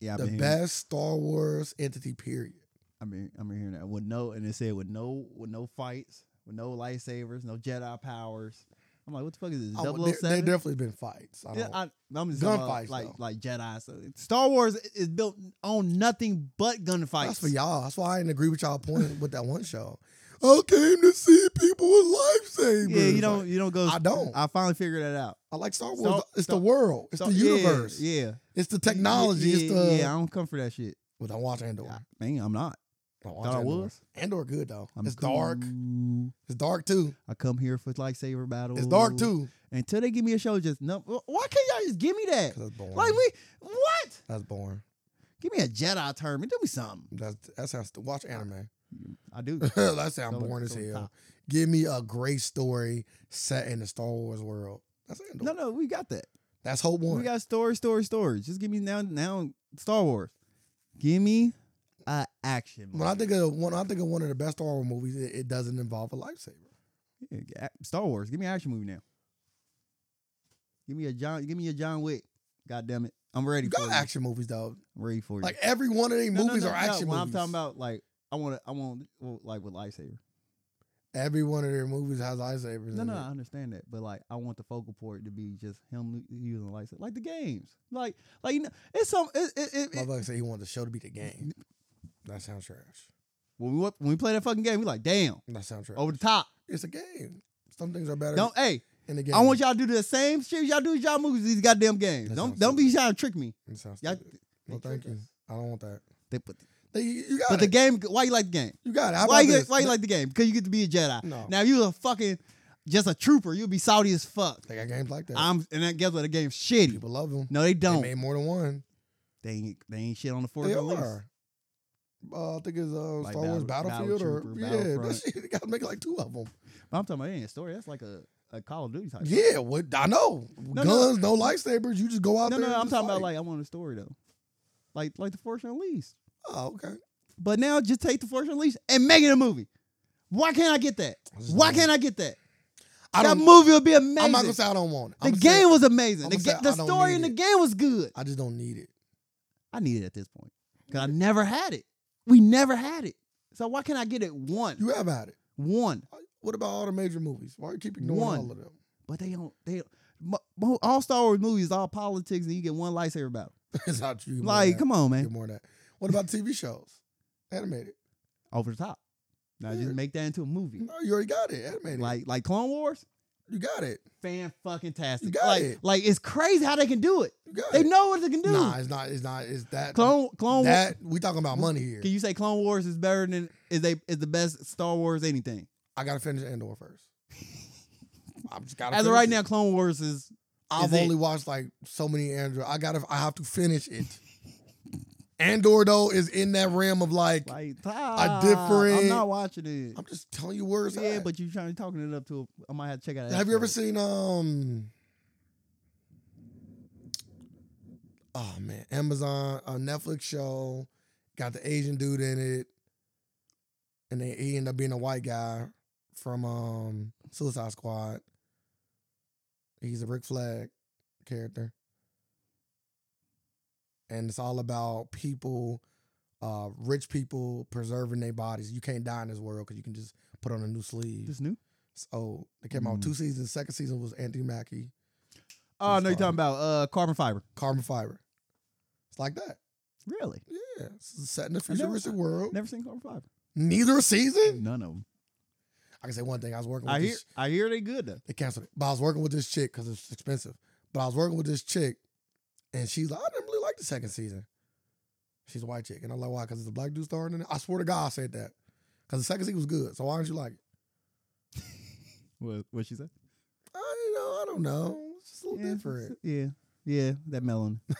Yeah, I've the been hearing, best Star Wars entity. Period. I've been I've been hearing that with no and it said with no with no fights with no lightsabers no Jedi powers. I'm like what the fuck is this? I, Double oh there, there seven. definitely been fights. I Yeah, don't- I, I'm just talking about Gunfights, like though. like Jedi. So Star Wars is built on nothing but gunfights. That's for y'all. That's why I didn't agree with y'all point with that one show. I came to see people with lifesavers. Yeah, you don't Like, you don't go. I don't. I finally figured that out. I like Star Wars. Star- it's Star- the world. It's So- the yeah, universe. Yeah, It's the technology. Yeah, it's the. yeah, I don't come for that shit. Well, don't watch Andor. I, man, I'm not. Don't watch Thought I Andor. was. Andor good though. I'm it's dark. cool. It's dark too. I come here for lightsaber battles. It's dark too. Until they give me a show, just no. Why can't y'all just give me that? 'Cause that's boring. Like we what? that's boring. Give me a Jedi term and do me something. That's that sounds. Watch anime. (laughs) I do. that sounds So- boring as so hell. top. Give me a great story set in the Star Wars world. That's Andor. No, no, we got that. That's Hope One. We got story, story, story. Just give me now, now Star Wars. Give me a action. when I think of one, I think of one of the best Star Wars movies. It, it doesn't involve a lightsaber. movie. Yeah, a- Star Wars. Give me an action movie now. Give me a John. Give me a John Wick. God damn it, I'm ready You for got you. action movies though. I'm ready for you. Like every one of these No, no, movies no, are no, action When movies. I'm talking about like, I want to, I want well, like with lightsaber. every one of their movies has lightsabers. No, in no, it. I understand that, but like, I want the focal point to be just him l- using a lightsaber, like the games, like, like you know, it's some. It, it, it, it, Motherfucker said he wanted the show to be the game. That sounds trash. when we wa- when we play that fucking game, we like, damn, That sounds trash. over the top. Oh, it's a game. Some things are better Don't hey, in the game. I want y'all to do the same shit y'all do with y'all movies, these goddamn games. That don't sounds don't be trying to trick me. That sounds Y'all, stupid. no, thank you. I don't want that. They put the, They- you you got but it. the game. Why you like the game? you got it. How Why about you this? why you like the game? Because you get to be a Jedi. No. Now if you a fucking just a trooper. You'll be salty as fuck. They got games like that. I'm and then guess what? The game's shitty. People love them. No, they They don't. They, made more than one. ain't they ain't shit on the fourth They release. are. Uh, I think it's uh, Like Star Wars Battle- Battlefield Battle or Trooper, yeah, (laughs) that Battlefront. shit, they got to make like two of them. But I'm talking about it ain't a story. That's like a, a Call of Duty type. Yeah, what I know, no. guns, no. lightsabers. You just go out No, there. no, and I'm just talking about fight. like I want a story though. Like like the Force Unleashed. Oh, okay. But now just take the Force Unleashed and make it a movie. Why can't I get that? I just Why don't- can't I get that? I that don't. movie would be amazing. I'm not gonna say I don't want it. the I'ma game say was amazing. The, I'ma ga- say the I don't story in need the it. game was good. I just don't need it. I need it at this point because I never had it. We never had it. So why can't I get it one? You have had it. One. What about all the major movies? Why you keep ignoring One. all of them? (laughs) But they don't. They don't- mo- mo- all Star Wars movies, all politics, and you get one lightsaber battle. it's not true. Like, come on, on, man, more than that. What about TV shows? Animated. over the top. Now Yeah. just make that into a movie, No, you already got it. Animated. Like like like Clone Wars. you got it. Fan fucking tastic. You got like it. like it's crazy how they can do it. You got They it. know what they can do. Nah, it's not. It's not. It's that. Clone Clone Wars. that we talking about money here. Can you say Clone Wars is better than is they is the best Star Wars anything? I gotta finish Andor (laughs) first. I'm just gotta. As of finish right it. now, Clone Wars is I've is it- only watched like so many Andor. I gotta. I have to finish it. Andor though is in that realm of like. like A a different- I'm not watching it. I'm just telling you words. yeah, but you trying to talking it up to. A, I might have to check out. that have you ever episode. seen um? Oh man, Amazon a Netflix show got the Asian dude in it, and then he ended up being a white guy from um Suicide Squad. He's a Rick Flag character, and it's all about people, uh, rich people preserving their bodies. You can't die in this world because you can just put on a new sleeve. this new? So they came out with Mm. two seasons. Second season was Anthony Mackie, Oh no, sorry. you're talking about uh carbon fiber. Carbon Fiber. It's like that. Really? Yeah. It's set in the never- futuristic world. Never seen carbon fiber. Neither season. None of them. I can say one thing. I was working with I hear. this. I hear they good though. They canceled it. But I was working with this chick because it's expensive. But I was working with this chick, and she's like, I didn't really like the second season. She's a white chick, and I'm like, why? Because it's a black dude starring in it. I swear to God, I said that. Because the second scene was good. So why didn't you like it? What what she said? I you know. I don't know. It's just a little different. Yeah, yeah, that melon. (laughs)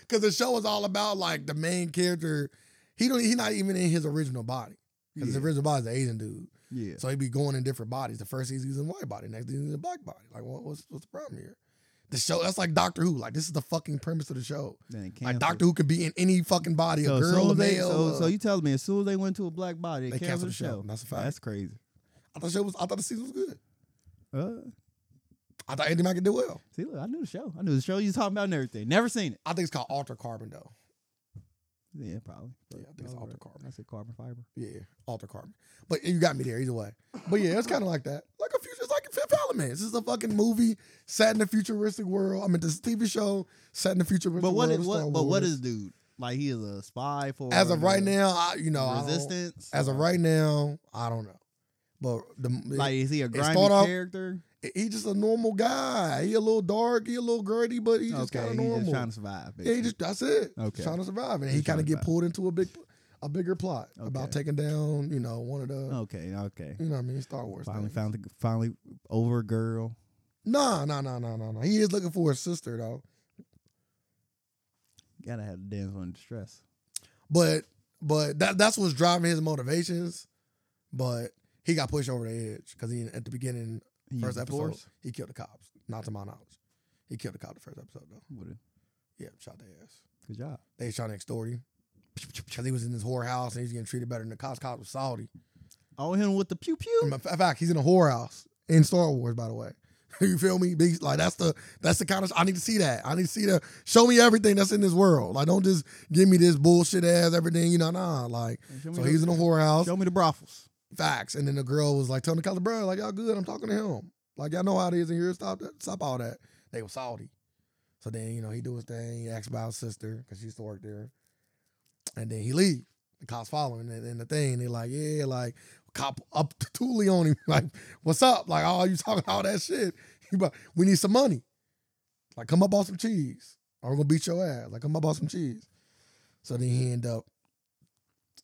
Because the show is all about like the main character. He don't. He's not even in his original body. Because Yeah, his original body is an Asian dude. yeah. So he be going in different bodies. The first season he's in white body, next season he's in black body. Like, what, what's what's the problem here? The show that's like Doctor Who. Like, this is the fucking premise of the show. Then it Like canceled. Doctor Who could be in any fucking body, a So as girl, soon a as they- male. So, so uh, you telling me as soon as they went to a black body, they, they canceled, canceled the show. That's a fact. That's crazy. I thought the show was. I thought the season was good. Uh, I thought Andy Mack could do well. see, look, I knew the show. I knew the show you was talking about and everything. Never seen it. I think it's called Alter Carbon though. Yeah, probably. Yeah, I think it's But- alter carbon. I said carbon fiber. Yeah, Alter Carbon. But you got me there either way. But yeah, it's kind of like that. Like a future, it's like a Fifth Element. This is a fucking movie set in a futuristic world. I mean, this TV show set in a futuristic But what? world. Is, of what? Star But what Wars. is dude? Like he is a spy for as of right the now? I, you know, I don't- resistance. As of right now, I don't know. But the like is he a grimy start off- character? he just a normal guy. He a little dark. He a little gritty, but he just okay, kind he's of normal. just trying to survive. yeah, he Basically. just that's it. Okay. Just trying to survive, and He's he kind trying of to get survive. pulled into a big, a bigger plot Okay. about taking down, you know, one of the, okay, okay. you know, what I mean, Star Wars. Finally things. found the finally over girl. Nah, nah, nah, nah, nah, nah. He is looking for his sister though. Gotta have the damsel in distress. But but that that's what's driving his motivations. But he got pushed over the edge because he at the beginning He used first the episode force? he killed the cops. Not to my knowledge, he killed the cop the first episode though. Would've- Yeah, shot their ass. Good job. They was trying to extort him because he was in this whorehouse and he was getting treated better than the cops. Cops was salty. Oh, him with the pew In pew. fact, he's in a whorehouse in Star Wars, by the way. (laughs) You feel me? Be- Like that's the that's the kind of I need to see that. I need to see the show me everything that's in this world. Like don't just give me this bullshit ass everything. You know, nah. Like Show me so the- he's in a whorehouse. Show me the brothels. Facts. And then the girl was like telling the color, bro, like y'all good. I'm talking to him. Like y'all know how it is in here. Stop that. Stop all that. They were salty. So then you know he do his thing. He asks about his sister because she used to work there. And then he leave. The cops following and, and the thing. They like yeah like cop up to Thule on him (laughs) like what's up like oh you talking all that shit (laughs) but we need some money like come up on some cheese or I'm gonna beat your ass like come up on some cheese. So then he end up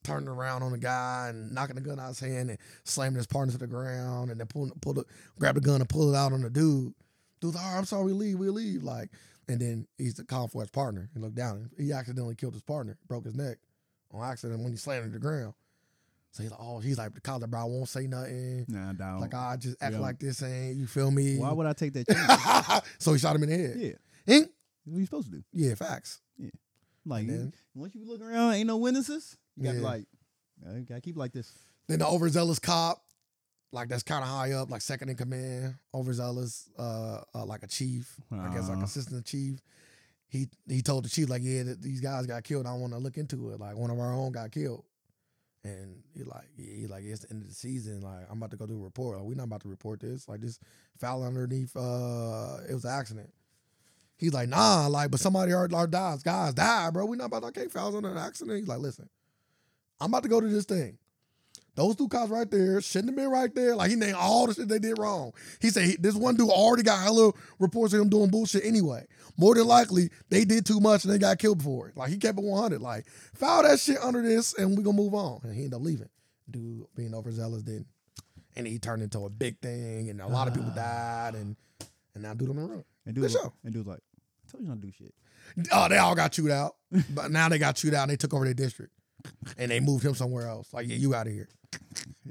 turning around on the guy and knocking the gun out of his hand and slamming his partner to the ground and then pulling, pull the, grab the gun and pull it out on the dude. Dude's like, all right, I'm sorry, we leave, we leave. Like, and then he's the calling for his partner. He looked down and he accidentally killed his partner, broke his neck on accident when he slammed him to the ground. So he's like, oh, he's like, the collar, bro, I won't say nothing. Nah, dog. Like, I just act Oh, Yeah. like this ain't, you feel me? (laughs) Why would I take that chance? so he shot him in the head. yeah. Yeah, What are you supposed to do? yeah facts. Like, And then- once you look around, ain't no witnesses. You gotta be Yeah. like, I gotta keep it like this. Then the overzealous cop, like that's kind of high up, like second in command, overzealous, uh, uh like a chief, I guess like Uh-huh. assistant chief. He he told the chief like, yeah, th- these guys got killed. I want to look into it. Like one of our own got killed, and he like he he like it's the end of the season. Like I'm about to go do a report. Like we not about to report this. Like this foul underneath. Uh, it was an accident. He's like, nah, like, but somebody already already dies. Guys die, bro. We not about to I can't foul under an accident. He's like, listen, I'm about to go to this thing. Those two cops right there shouldn't have been right there. Like he named all the shit they did wrong. He said he, this one dude already got hella reports of him doing bullshit anyway. More than likely, they did too much and they got killed for it. Like he kept it 100. Like foul that shit under this and we gonna move on. And he ended up leaving. Dude being overzealous didn't. And he turned into a big thing and a lot of people Ah. died and and now dude on the run. And do Good it. show. And do it like, I told you not to do shit. Oh, they all got chewed out. But now they got chewed out and they took over their district. And they moved him somewhere else. Like, yeah, you out of here.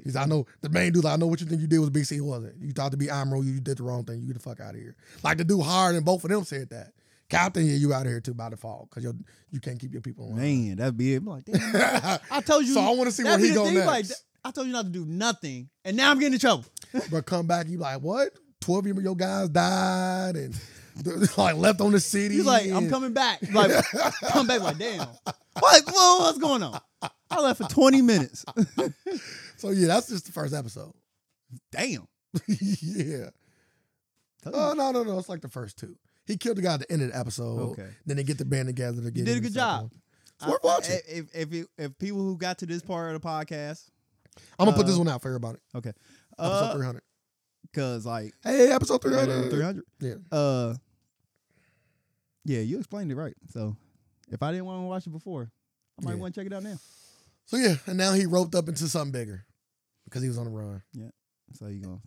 He's I know the main dude, like, I know what you think you did was BC wasn't. You thought to be Amro, you did the wrong thing. You get the fuck out of here. Like the dude hired and both of them said that. Captain, yeah, you out of here too by default. Cause you you can't keep your people on. Man, that'd be it. I'm like, damn. so I told you. I want to see where that'd be he the go thing, next. like, I told you not to do nothing, and now I'm getting in trouble. (laughs) but come back, you like, what? Twelve of your guys died and (laughs) like left on the city. He's like, I'm and- coming back. Like, (laughs) come back. Like, damn. Like, whoa, what's going on? I left for 20 minutes. (laughs) So yeah, that's just the first episode. damn. (laughs) yeah. Told you. Oh no, no, no! It's like the first two. He killed the guy at the end of the episode. Okay. Then they get the band together to get. did a in the good second job. one. It's I- worth watching. I- Uh, If if you- if people who got to this part of the podcast, I'm gonna put this uh, one out for everybody. okay, Episode because 300. like Hey, episode 300. three hundred, Yeah. uh, yeah, you explained it right. So if I didn't want to watch it before, I might Yeah. want to check it out now. So yeah, and now he roped up into something bigger because he was on the run. So you going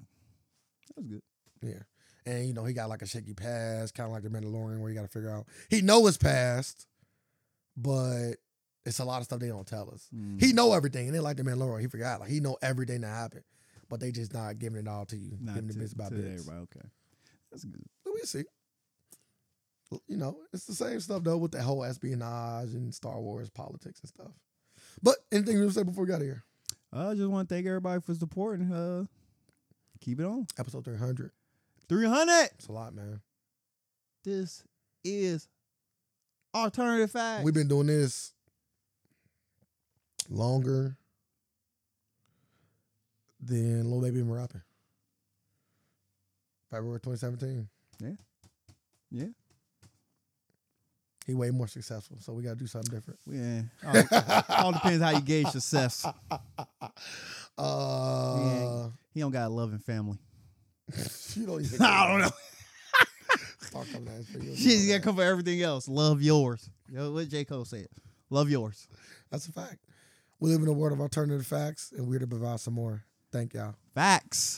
That's good. Yeah. And you know, he got like a shaky past, kind of like the Mandalorian where you got to figure out. He know his past, but it's a lot of stuff they don't tell us. Mm. He know everything, and then like the Mandalorian, he forgot. Like he know everything that happened, but they just not giving it all to you, Not giving to, it bits by to bits. everybody. Okay. That's good. But we see. You know, it's the same stuff though with the whole espionage and Star Wars politics and stuff. But anything you want to say before we got here? I just want to thank everybody for supporting. Uh, keep it on. Episode three hundred. 300. It's a lot, man. This is Alternative Facts. We've been doing this longer than Lil Baby been rapping. February 2017. Yeah. Yeah. He way more successful, so we got to do something (laughs) different. yeah. All, (laughs) all depends how you gauge success. (laughs) Uh, (laughs) He don't got a loving family. (laughs) you don't even. I don't know. (laughs) Stop coming to us for you. Shit, you gotta cover everything else. Love yours. Yo, what J. Cole said. Love yours. That's a fact. We live in a world of alternative facts, and we're to provide some more. Thank y'all. Facts.